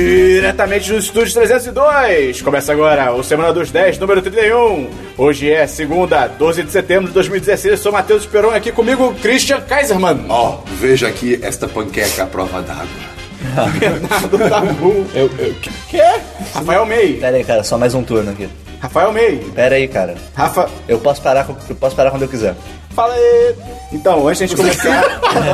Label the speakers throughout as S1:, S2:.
S1: diretamente do Estúdio 302. Começa agora o Semana dos 10, número 31. Hoje é segunda, 12 de setembro de 2016. Eu sou Matheus Peron aqui comigo, Christian Kaiserman.
S2: Ó, veja aqui esta panqueca à prova d'água.
S1: Bernardo Tabu. Eu, eu, que, que? é? Rafael May.
S3: Pera aí, cara, só mais um turno aqui.
S1: Rafael May.
S3: Pera aí, cara.
S1: Rafa.
S3: Eu posso parar, co- eu posso parar quando eu quiser.
S1: Fala aí. Então, antes da gente começar.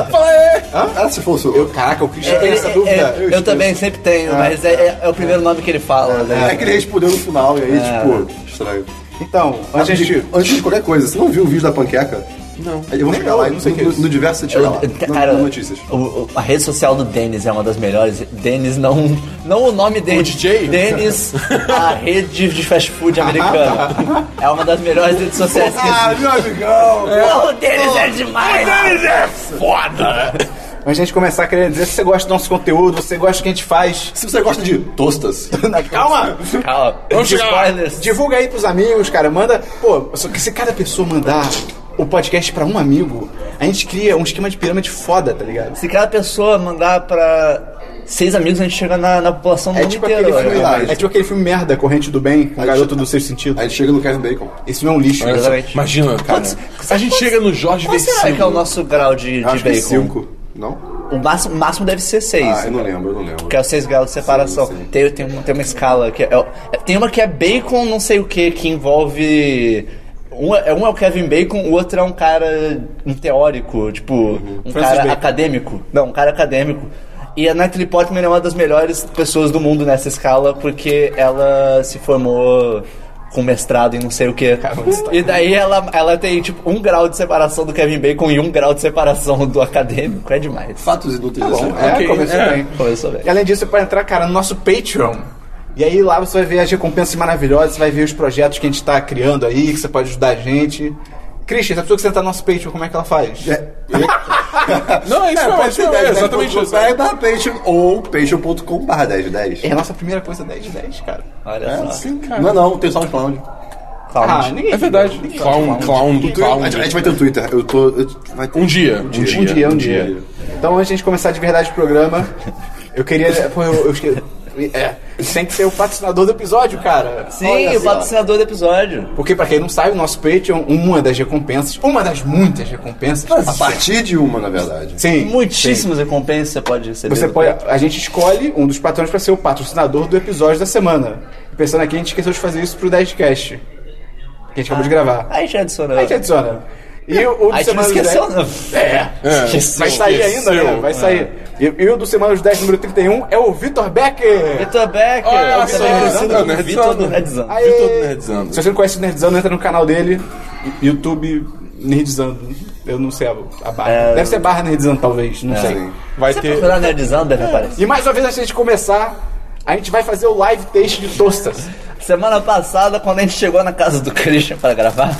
S2: Fala aí! Ah, se fosse eu.
S1: Caraca, o Christian tem
S3: Ele-
S1: essa
S3: é-
S1: dúvida. Ah,
S3: é- eu também sempre tenho, mas
S1: tá.
S3: é, é- é o primeiro nome que ele fala,
S2: É
S3: né?
S2: que ele respondeu no final e aí,
S1: É.
S2: tipo, estranho.
S1: Então,
S2: Mas
S1: antes
S2: de,
S1: de.
S2: antes de qualquer coisa, você não viu o vídeo da panqueca? Não. Eu vou
S1: Nem
S2: chegar
S1: eu,
S2: lá,
S1: não sei o que é
S2: no,
S1: isso.
S2: no diverso você tira lá. No,
S3: Cara,
S2: no notícias.
S3: o- o- a rede social do Denis é uma das melhores. Denis não, não o nome dele.
S1: O DJ?
S3: Denis, a rede de fast food
S1: Ah,
S3: americana.
S1: tá.
S3: é uma das melhores redes sociais que existe.
S2: Ah, meu amigão!
S3: Não, o Denis é demais!
S1: é Antes de a gente começar, queria dizer se você gosta do nosso conteúdo, se você gosta do que a gente faz.
S2: Se você gosta de tostas,
S1: Calma!
S3: Calma,
S1: Vamos chegar lá.
S3: spoilers.
S1: Divulga aí pros amigos, cara. Manda. Pô, só que se cada pessoa mandar o podcast pra um amigo, a gente cria um esquema de pirâmide foda, tá ligado?
S3: Se cada pessoa mandar pra seis amigos, a gente chega na, na população do
S1: É
S3: mundo
S1: tipo,
S3: inteiro.
S1: aquele filme,
S3: né?
S2: verdade.
S1: é tipo aquele filme merda, Corrente do Bem, com o garoto do sexto sentido.
S2: a gente chega no Kevin Bacon.
S1: Esse não é um lixo.
S4: Olha só,
S3: Exatamente.
S1: Ah,
S4: Imagina, cara. a gente chega no Jorge
S3: Qual será que é o
S4: Vecino.
S3: nosso grau de, de
S2: Acho que
S3: bacon?
S2: é cinco. Não?
S3: O máximo, o máximo deve ser seis.
S2: Ah, eu não lembro, eu não lembro.
S3: que é os seis graus de separação.
S2: Sim, sim.
S3: Tem, tem, um- tem uma escala que é, é- Tem uma que é bacon, não sei o que, que envolve. Um é, um é o Kevin Bacon, o outro é um cara. um teórico, tipo. Um
S1: Francis
S3: cara
S1: Bacon.
S3: acadêmico. Não, um cara acadêmico. E a Natalie Portman é uma das melhores pessoas do mundo nessa escala, porque ela se formou com mestrado em não sei o que. E daí ela, ela tem, tipo, um grau de separação do Kevin Bacon e um grau de separação do acadêmico. É demais.
S2: Fatos inúteis
S1: Bom, é,
S2: assim.
S1: começou bem.
S3: Começou bem.
S1: E além disso, você pode entrar, cara, no nosso Patreon. E aí lá você vai ver as recompensas maravilhosas, você vai ver os projetos que a gente tá criando aí, que você pode ajudar a gente. Christian, se a pessoa que você entrar no nosso Patreon, como é que ela faz?
S4: Não, é isso mesmo, é
S2: pode
S4: isso
S2: ser
S4: mesmo, é
S2: 10,
S4: exatamente isso.
S2: É da Patreon ou patreon.com barra 1010.
S1: É assim, a nossa primeira coisa 10 de 10, cara.
S3: Olha só.
S2: Sim, cara. Não, é não, tem um SoundCloud.
S1: Ah, ninguém.
S4: É verdade. Clown, clown, clown.
S2: A gente, a gente vai ter um Twitter. Eu tô. eu- vai ter-
S4: Um dia, um dia.
S1: Um dia, um dia.
S2: dia.
S1: Então, antes de a gente começar de verdade o programa, eu queria. Pô, eu, eu esque- É, tem que ser o patrocinador do episódio, cara.
S3: Sim,
S1: Olha
S3: o
S1: só.
S3: patrocinador do episódio.
S1: Porque, pra quem não sabe, o nosso Patreon, uma das recompensas, uma das muitas recompensas.
S2: A
S3: é
S2: partir de uma, na verdade.
S1: Sim.
S3: Muitíssimas recompensas você pode receber.
S1: Você
S3: do
S1: pode,
S3: Patreon.
S1: a gente escolhe um dos patrões para ser o patrocinador do episódio da semana. E Pensando aqui, a gente esqueceu de fazer isso pro 10cast. Que a gente acabou de gravar.
S3: Aí já adicionou.
S1: A gente adiciona. E o, o do
S3: Ah. A gente não
S1: Semana dos
S3: esqueceu, né?
S1: 10
S3: não.
S1: É.
S4: É.
S1: Vai sair ainda,
S4: Esqueceu.
S1: né? Vai sair. E, e o do Semana dos 10, número 31, é o Vitor Becker.
S3: É. Vitor Becker.
S4: Olha
S3: você
S4: só,
S3: vai
S4: Nerdzão,
S3: conhecido como
S4: Nerdzão.
S3: Vitor do Nerdzão.
S1: Aê.
S4: Vitor Nerdzando.
S1: Se você não conhece o Nerdzando, entra no canal dele. e- YouTube Nerdzando. Eu não sei a, a barra.
S3: É.
S1: Deve ser barra Nerdzando, talvez. Não sei.
S4: Vai
S3: Você
S4: ter.
S3: procurar Nerdzão, deve aparecer.
S1: E mais uma vez, antes de a gente começar, a gente vai fazer o live taste de tostas.
S3: Semana passada, quando a gente chegou na casa do Christian pra gravar,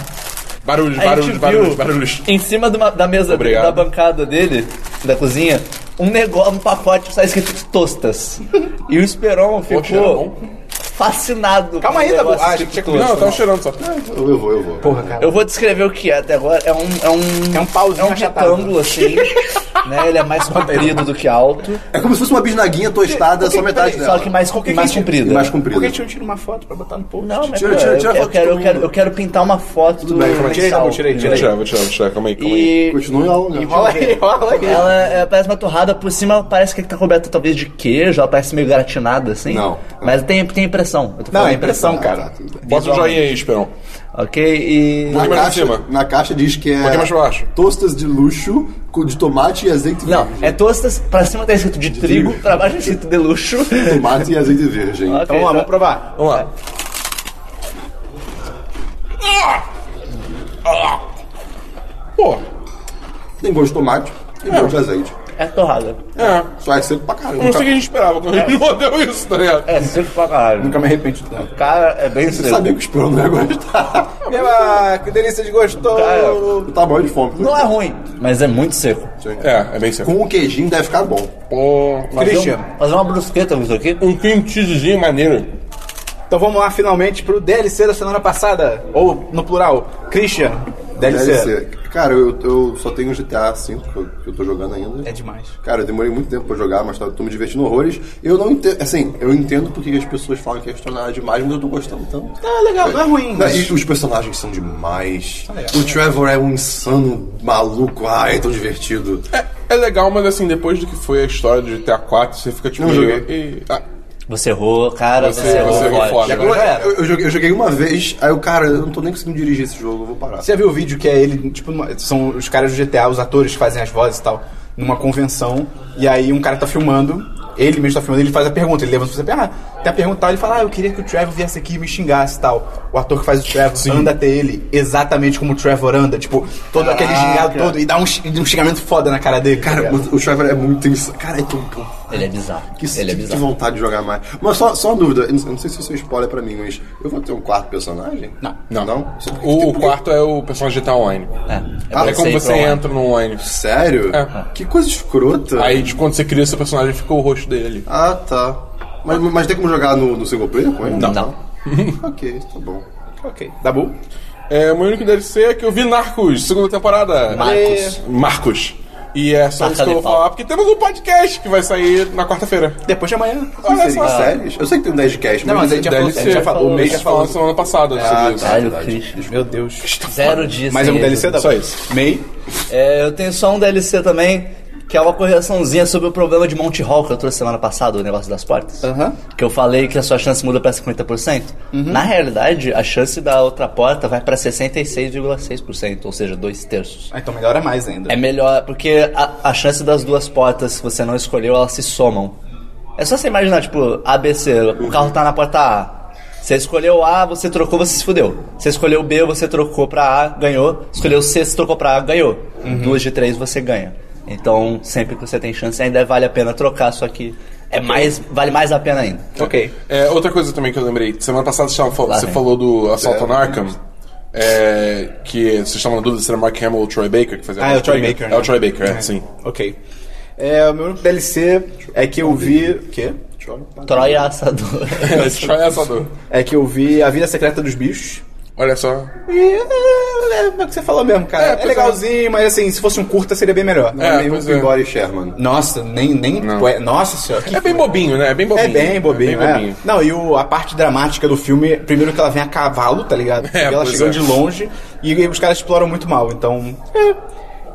S4: Barulhos,
S3: a gente
S4: barulhos,
S3: viu
S4: barulhos, barulhos.
S3: em cima de uma- da mesa dele,
S4: Obrigado.
S3: da bancada dele, da cozinha, um negócio, um pacote que tá escrito tostas. E o Esperon
S4: Poxa, era
S3: ficou
S4: bom.
S3: fascinado.
S1: Calma
S3: com
S1: aí,
S3: o
S1: Dabu.
S3: negócio
S1: Ah, a gente tinha
S3: escrito
S1: que-
S4: Não, eu
S3: tostas.
S4: tava cheirando só.
S2: Eu, eu vou, eu vou.
S1: Porra, cara.
S3: Eu vou descrever o que é até agora. É um. É um,
S1: É um pauzinho
S3: É um
S1: achatado.
S3: retângulo assim. né? Ele é mais comprido do que alto.
S2: É como se fosse uma bisnaguinha tostada, só metade
S3: Só
S2: dela.
S3: que mais, com-
S1: Por que que
S3: mais
S1: a gente-
S3: comprido.
S2: E mais
S1: Por que a
S2: comprida.
S1: gente não tira uma foto pra botar no post?
S3: Não, mas
S2: Tira,
S3: pô,
S2: tira,
S3: eu-
S2: tira a
S3: eu,
S2: foto de
S3: quero, eu,
S2: todo
S3: quero,
S2: mundo.
S3: eu quero pintar uma foto. Tudo
S2: bem, calma aí.
S1: Tira aí, Dabu, tira aí, tira
S4: Vou
S1: aí.
S4: tirar, vou tirar, vou tirar. Calma aí, calma aí.
S3: E
S2: Continue a olhar.
S1: Rola aí, rola aí.
S3: ela é, parece uma torrada, por cima ela parece que tá coberta talvez de queijo, ela parece meio gratinada assim.
S2: Não.
S3: Mas tem, tem impressão. Eu tô
S1: Não,
S3: falando
S1: é
S2: Ah,
S1: impressão, cara.
S4: Bota o joinha aí, Esperão.
S3: Ok? E.
S2: Na
S4: Põe mais pra
S2: caixa,
S4: cima.
S2: na caixa diz que é.
S4: Põe mais pra baixo.
S2: Tostas de luxo com- de tomate e azeite
S3: Não,
S2: virgem.
S3: é tostas, pra cima tá escrito de, trigo,
S2: trigo.
S3: pra baixo é escrito de luxo.
S2: Tomate e azeite virgem.
S3: Ok,
S1: Então vamos lá,
S3: então-
S1: vamos provar.
S4: Vamos lá. Ah! Pô,
S2: Tem gosto de tomate e gosto de azeite.
S3: É torrada.
S4: é.
S2: Só é seco pra caramba.
S4: Não sei o que a gente esperava quando a gente mordeu isso, tá ligado?
S3: É, sempre pra caralho.
S1: Nunca me arrependi tanto.
S3: cara é bem
S2: Eu
S3: seco.
S2: sabia que os pão não ia gostar. Tá
S1: Eba, que delícia de gostoso.
S2: Eu tava morrendo de fome.
S3: é- Não é ruim, mas é muito seco.
S4: É, é bem certo.
S2: Com o queijinho deve ficar bom.
S4: Pô, mas é
S1: Christian,
S3: Fazer uma brusqueta com isso aqui.
S4: um, um cream cheesezinho maneiro.
S1: então vamos lá finalmente pro DLC da semana passada. Ou no plural, Christian, DLC.
S2: Cara, eu, eu só tenho o GTA V que eu, que eu tô jogando ainda.
S1: É demais.
S2: Cara, eu demorei muito tempo pra jogar, mas tá- tô me divertindo horrores. Eu não entendo, assim, eu entendo porque as pessoas falam que é extraordinário demais, mas eu tô gostando tanto.
S1: Tá legal, não é ruim.
S2: Não,
S1: Mas... Ah,
S2: e os personagens são demais.
S1: legal.
S2: o Trevor é um insano maluco. Ah, é tão divertido.
S4: É, é legal, mas assim, depois do que foi a história de GTA 4, você fica tipo.
S2: Não
S4: meio-
S2: joguei.
S4: e- ah,
S3: Você errou, cara, você, é
S4: Você-
S3: errou.
S4: você errou
S3: forte.
S4: foda.
S1: E agora já era.
S2: Eu, eu joguei, eu joguei uma vez, aí eu, cara, eu não tô nem conseguindo dirigir esse jogo, eu vou parar.
S1: Você já viu o vídeo que é ele, tipo, numa- são os caras do GTA, os atores que fazem as vozes e tal, numa convenção, e aí um cara tá filmando, ele mesmo tá filmando, ele faz a pergunta, ele levanta e você, ah, tem a pergunta e tal, ele fala, ah, eu queria que o Trevor viesse aqui e me xingasse e tal. O ator que faz o Trevor anda até ele, exatamente como o Trevor anda, tipo, todo aquele gingado todo, e dá um, xing- um xingamento foda na cara dele.
S2: Cara,
S1: tá ligado?
S2: mas o Trevor é muito insano. Cara, é tão. tão-
S3: Ele é bizarro.
S2: Que,
S3: ele é
S2: que- que
S3: bizarro.
S2: vontade de jogar mais. Mas só, só uma dúvida, eu não, eu não sei se isso é spoiler pra mim, mas eu vou ter um quarto personagem?
S1: Não.
S2: Não?
S4: O, o quarto é o personagem de GTA Online.
S3: É,
S4: É,
S3: pra
S4: como
S3: ir
S4: você
S3: pra lá.
S4: entra no online.
S2: Sério?
S4: É.
S2: Que coisa escrota.
S4: Aí de quando você cria seu personagem, fica o rosto dele ali.
S2: Ah, tá. Mas, mas tem como jogar no, no single player com ele?
S3: Não.
S2: ok, tá bom. Tá
S1: Ok, dá bom?
S4: É, o meu único DLC é que eu vi Narcos, segunda temporada. É.
S3: Marcos.
S4: Marcos. E é só
S3: Marca
S4: isso que eu
S3: de
S4: vou
S3: pau.
S4: falar, porque temos um podcast que vai sair na quarta-feira.
S1: Depois de amanhã.
S4: Olha
S2: Sério?
S4: só.
S2: Séries? Eu sei que tem um 10 de cast,
S1: Não, mas a gente já falou, a
S4: DLC.
S1: gente já falou, o
S4: A
S1: mês já
S4: gente falou
S1: falou.
S4: semana passada
S3: Ah,
S4: sobre isso.
S2: tá.
S3: Velho,
S2: Verdade.
S3: Christian.
S1: Meu Deus.
S3: Zero dias.
S1: Mais
S3: sem
S1: algum DLC
S3: êxito.
S1: é da
S4: Só isso.
S1: May?
S3: É, eu tenho só um DLC também, que é uma correçãozinha sobre o problema de Monty Hall que eu trouxe semana passada, o negócio das portas.
S1: Aham.
S3: Que eu falei que a sua chance muda pra 50%. Na realidade, a chance da outra porta vai pra 66,6%, ou seja, dois terços.
S1: Ah, então melhora mais ainda.
S3: É melhor, porque a, a chance das duas portas que você não escolheu, elas se somam. É só você imaginar, tipo, ABC, o carro tá na porta A. Você escolheu A, você trocou, você se fudeu. Você escolheu B, você trocou pra A, ganhou. Escolheu C, você trocou pra A, ganhou. Duas de três você ganha. Então, sempre que você tem chance, ainda vale a pena trocar, só que é mais, vale mais a pena ainda.
S1: Ok.
S4: É, outra coisa também que eu lembrei, semana passada você, tava fal-
S3: Lá
S4: você
S3: vem.
S4: falou do Assalto on Arkham, é, que vocês estavam na dúvida se era Mark Hamill ou Troy Baker que fazia
S1: Ah,
S4: a
S1: é o Troy
S4: Coringa.
S1: Baker.
S4: É
S1: né?
S4: o Troy Baker, é, sim.
S1: Ok. É, o meu único DLC é que eu vi. O quê?
S3: Troia é assador.
S4: Esse Troy é assador.
S1: É que eu vi A Vida Secreta dos Bichos.
S4: Olha só.
S1: E é, é, o que você falou mesmo,
S4: É,
S1: cara. É,
S4: pois é.
S1: legalzinho, mas assim, se fosse um curta seria bem melhor.
S2: É,
S4: É,
S2: nenhum
S4: pois
S2: com
S4: é.
S2: Embora e Sherman.
S1: Nossa, nem. nem pô, Nossa senhora. que-
S4: É bem bobinho, né? É bem bobinho.
S1: É bem bobinho,
S4: É
S1: é.
S4: bem bobinho.
S1: Não, e o- a parte dramática do filme, primeiro que ela vem a cavalo, tá ligado?
S4: É,
S1: ela
S4: pois
S1: chegando de
S4: é.
S1: longe e, e os caras exploram muito mal, então. É.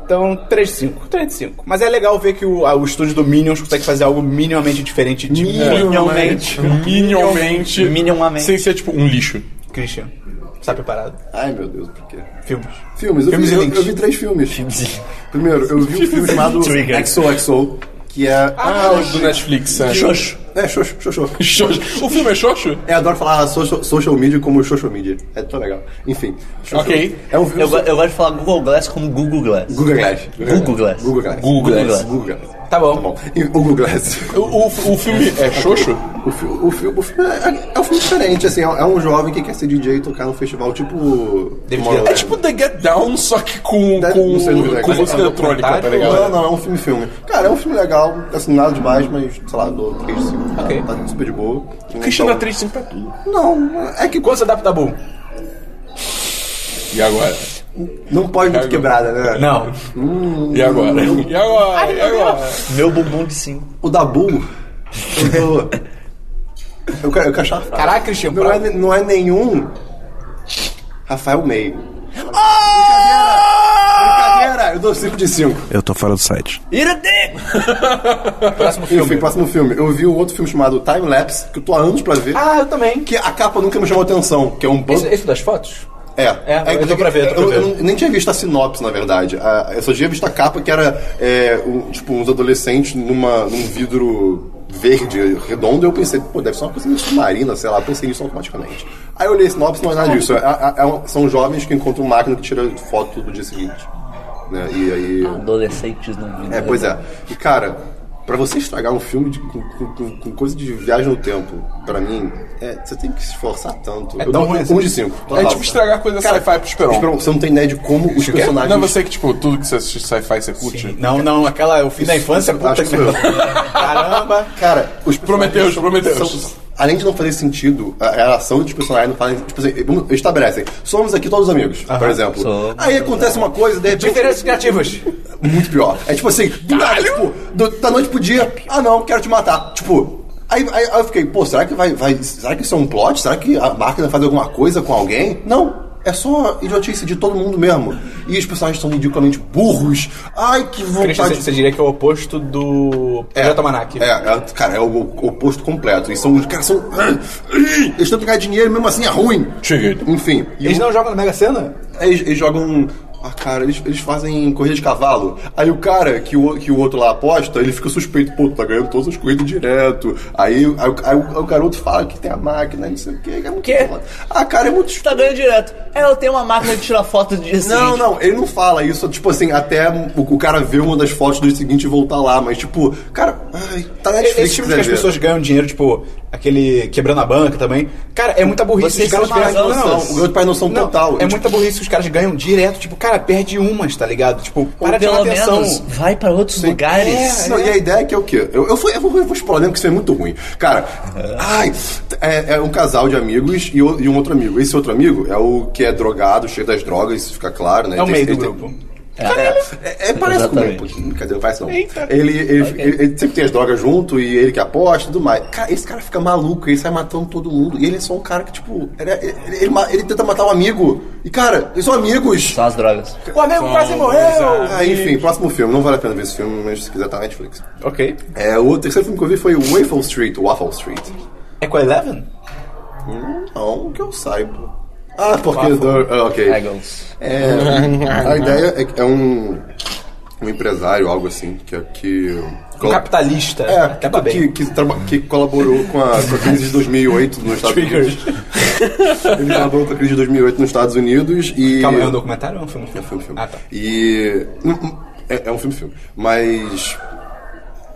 S1: Então, 3 de 5, 3 de 5. Mas é legal ver que o, a- o estúdio do Minions consegue fazer algo minimamente diferente de
S3: Minimamente.
S4: Minimamente.
S3: Minimamente.
S4: Sem ser tipo um lixo.
S1: Christian. Está preparado?
S2: Ai, meu Deus, por quê?
S1: Filmes.
S2: Filmes, eu,
S1: Filmes
S2: vi,
S1: e
S2: eu,
S1: links.
S2: eu vi três filmes. Primeiro, eu vi um filme chamado
S3: Trigger.
S2: XOXO, que é...
S4: Ah, o do Netflix. É.
S3: Xoxo.
S2: É, xoxo, xoxo.
S4: Xoxo. O filme é Xoxo?
S2: Eu adoro falar social, social media como social media. É tão legal. Enfim. xoxo.
S4: Ok.
S2: É um filme...
S3: Eu, go-
S2: sobre-
S3: eu gosto de falar Google Glass como Google Glass.
S2: Google Glass.
S3: Google Glass.
S2: Google Glass.
S4: Google Glass.
S2: Google Glass.
S1: Tá bom.
S2: Tá bom. E o Google Glass...
S4: O, o, o filme é Xoxo?
S2: O fi- o fi- o filme é, é um filme diferente, assim, é um- é um jovem que quer ser DJ e tocar num festival tipo.
S1: David
S2: Tomorrowland.
S1: Guetta.
S4: É tipo The Get Down, só que com,
S2: Deve-
S4: com,
S2: não sei do que é,
S4: com
S2: mas é
S4: música
S2: um
S4: eletrônica, tá
S1: né? documentário,
S4: ligado?
S2: Não, não, é um filme filme. Cara, é um filme legal, assim, nada demais, mas, sei lá, dou 3 de 5. Cara,
S1: Ok.
S2: Tá super de boa.
S4: Christian dá
S2: Então-
S4: 3 sim pra tudo.
S2: Não, é que
S1: Quanto você dá pro Dabu?
S4: E agora?
S2: não pode muito quebrada, né?
S1: Não.
S4: E agora? E agora? E agora?
S3: Meu bumbum de 5.
S2: O Dabu. Eu tô. Eu quero, eu quero achar.
S1: Caraca, Christian.
S2: Não
S1: pra-
S2: é, não é nenhum. Rafael Meio. Brincadeira! Brincadeira! Eu dou 5 de 5.
S3: Ira de!
S1: Próximo
S2: Enfim,
S1: É filme.
S2: próximo filme. Eu vi um outro filme chamado Time Lapse, que eu tô há anos pra ver.
S1: Ah, eu também.
S2: Que a capa nunca me chamou atenção, que é um banco.
S1: Esse, esse das fotos?
S2: É,
S1: é, eu tô pra ver, eu tô pra
S2: eu,
S1: ver.
S2: eu não- nem tinha visto a sinopse, na verdade. A- eu só tinha visto a capa que era é, um- tipo uns adolescentes numa, num vidro verde, redondo, e eu pensei, pô, deve ser uma coisa meio submarina, sei lá, pensei nisso automaticamente. Aí eu olhei a sinopse não é nada disso. É- é- é um- são jovens que encontram uma máquina que tira foto do dia seguinte. né? E aí.
S3: Adolescentes não vivem.
S2: É, pois é. E cara, pra você estragar um filme de- com, com- com- com coisa de viagem no tempo, pra mim, é, você tem que se esforçar tanto.
S1: É
S2: eu
S1: tão
S2: dou
S1: ruim
S2: um,
S1: assim.
S2: um de cinco.
S4: É tipo estragar coisa
S2: Cara,
S4: sci-fi pro Esperon.
S2: Esperon, você não tem ideia de como os personagens.
S4: Não é você que, tipo, tudo que você assiste sci-fi você curte?
S1: Não, não, aquela. O fim da infância,
S2: Acho
S1: puta
S2: é que
S1: que.
S2: sou eu.
S1: Caramba.
S2: Cara, os
S4: Prometeus,
S2: personagens
S4: Prometeus.
S2: são- além de não fazer sentido, a, a ação dos personagens não fazem. Tipo assim, vamos- eles estabelecem. Somos aqui todos amigos, por exemplo.
S3: Somos.
S2: Aí acontece uma coisa, de repente.
S1: Interesses criativos.
S2: Muito pior. É tipo assim, do nada, tipo, do- da noite pro dia, ah não, quero te matar. Tipo. Aí, aí, aí eu fiquei, pô, será que vai, vai. Será que isso é um plot? Será que a máquina faz alguma coisa com alguém? Não. É só idiotice de todo mundo mesmo. E os personagens são ridiculamente burros. Ai, que
S1: Christian,
S2: vontade.
S1: você, você diria que é o oposto do Projeto Almanac.
S2: É, é, cara, é o, o oposto completo. E são os caras são. Eles tentam ganhar dinheiro, mesmo assim é ruim.
S4: Triggered.
S2: Enfim. E
S1: Eles
S2: o-
S1: não jogam na Mega Sena?
S2: eles, eles jogam. Ah, cara, eles, eles fazem corrida de cavalo. Aí o cara que o, que o outro lá aposta, ele fica suspeito, pô, tu tá ganhando todas as corridas direto. Aí, aí, o- aí o, aí o garoto fala que tem a máquina, não sei o quê. que É muito
S3: Quê?
S2: foda. Ah, cara, é muito.
S3: Tá dando direto. Ela tem uma máquina de tirar foto de assim, dia
S2: Não,
S3: seguinte.
S2: não, ele não fala isso, tipo assim, até o, o cara ver uma das fotos do dia seguinte e voltar lá, mas tipo, cara, ai, tá na Netflix.
S1: Esse tipo
S2: quiser
S1: que as
S2: ver.
S1: pessoas ganham dinheiro, tipo, aquele quebrando a banca também. Cara, é muita burrice.
S3: Vocês
S1: os caras
S3: são
S1: perdem.
S3: maus,
S2: são. O garoto pai não são um total. Tipo,
S1: É
S2: E,
S1: muita burrice que os caras ganham direto. Tipo, cara, perde umas, tá ligado? Tipo, para de chamar
S3: Pelo
S1: atenção.
S3: menos vai pra outros lugares.
S2: Não, E a ideia é que é o quê? Eu, eu, fui- eu vou, eu vou explorar porque isso é muito ruim. Cara, ai, é, é um casal de amigos e, o- e um outro amigo. Esse outro amigo é o que é drogado, cheio das drogas, isso fica claro, né?
S1: É o
S2: Tem-
S1: meio do
S2: tem- tem-
S1: grupo.
S2: É, é, é, parece comigo.
S3: Exatamente.
S2: Pô, Cadê? Não parece não. Ele, ele, ele- ele sempre tem as drogas junto e ele que aposta e tudo mais. Cara, esse cara fica maluco, ele sai matando todo mundo. E ele é só um cara que, tipo, ele, ele, ele ma- ele tenta matar um amigo. E, cara, eles são amigos.
S3: São as drogas.
S2: É,
S1: O amigo quase morreu!
S4: exato.
S2: Ah, enfim, próximo filme. Não vale a pena ver esse filme, mas se quiser tá na Netflix.
S1: Ok.
S2: É, o terceiro filme que eu vi foi Waffle Street, Waffle Street.
S1: É com a Eleven?
S2: Não, que eu saiba. Ah, porque... Do, ah, ok.
S3: Eggles.
S2: É, a ideia é, que é um, um empresário, algo assim, que... é- que
S1: Um capitalista.
S2: É,
S1: acaba
S2: que,
S1: bem.
S2: que, traba- que colaborou com a, com a crise de 2008 nos Estados
S1: Triggers.
S2: Unidos. Ele colaborou com a crise de 2008 nos Estados Unidos e...
S1: Calma, é um documentário ou é um filme?
S2: É um filme, filme.
S1: Ah, tá.
S2: E. hum, hum, É, é um filme, filme. Mas.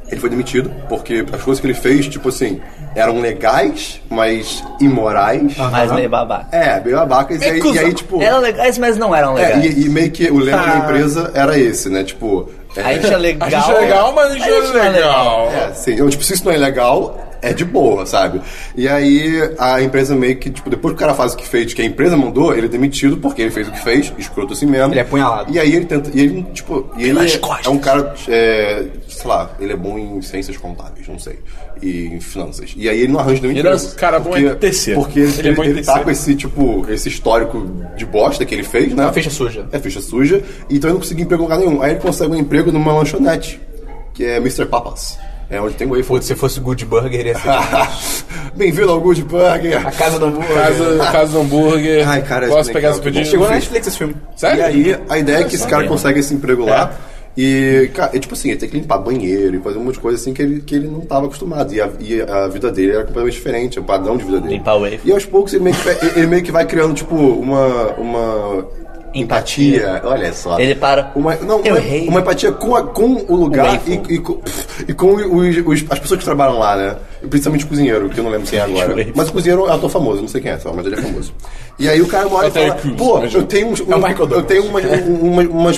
S2: Ele foi demitido porque as coisas que ele fez, tipo assim, eram legais, mas imorais.
S3: Mas meio babaca.
S2: É, meio abacas. E aí, e aí, tipo.
S3: Eram legais, mas não eram
S2: é,
S3: legais.
S2: e, e meio que o lema da empresa era esse, né? Tipo. É,
S3: A gente é legal.
S4: A gente é legal, mas a gente não é legal.
S2: É, sim. Eu, tipo, se isso não é legal, é de boa, sabe? E aí a empresa meio que, tipo, depois que o cara faz o que fez, que a empresa mandou, ele é demitido porque ele fez o que fez, escroto assim mesmo.
S1: Ele é apunhalado.
S2: E aí ele tenta. E ele, tipo, e ele
S3: Pelas
S2: é-
S3: costas.
S2: é um cara, é, sei lá, ele é bom em ciências contábeis, não sei. E em finanças. E aí ele não arranja nenhum
S4: Ele
S2: emprego.
S4: é um cara bom
S2: porque-
S4: em terceiro.
S2: Porque ele,
S4: Ele é bom em
S2: ele tá
S4: terceiro.
S2: com esse, tipo, esse histórico de bosta que ele fez, né?
S1: É uma ficha suja.
S2: É ficha suja, então ele não conseguia emprego em lugar nenhum. Aí ele consegue um emprego numa lanchonete, que é Mr. Papas. É onde tem wafer.
S1: Putz, se fosse Good Burger, ia ser
S2: Bem-vindo ao Good Burger!
S1: a casa do hambúrguer.
S4: Casa, casa do hambúrguer.
S2: Ai, cara,
S4: Posso
S2: esse
S4: pegar
S2: legal,
S4: esse
S2: que bom.
S4: pedido?
S1: Chegou né? na Netflix esse filme.
S2: E
S4: Sério?
S2: aí, a ideia é que esse cara
S3: Sabia.
S2: consegue esse emprego lá. E, cara, é tipo assim, ele tem que limpar banheiro e fazer um monte de coisa assim que ele, que ele não estava acostumado. E a, e a vida dele era completamente diferente, o padrão de vida dele.
S3: Limpar o wafer.
S2: E aos poucos ele meio que, vai- ele meio que vai criando, tipo, uma. uma
S3: Empatia.
S2: Olha só.
S3: Ele para,
S2: Uma, não,
S3: "Eu
S2: uma,
S3: errei."
S2: uma empatia com, a- com o lugar
S3: O
S2: e,
S3: waffle.
S2: e com, pff, e com os- os- as pessoas que trabalham lá, né? Principalmente o cozinheiro, que eu não lembro quem é agora.
S3: waffle.
S2: Mas o cozinheiro é um ator famoso, não sei quem é, só, mas ele é famoso. E aí o cara mora e
S4: Até
S2: fala,
S4: Cruz,
S2: pô,
S4: imagina.
S2: eu tenho uns. um-
S1: É o Michael
S2: eu
S1: Douglas.
S2: tenho umas. um- umas, umas,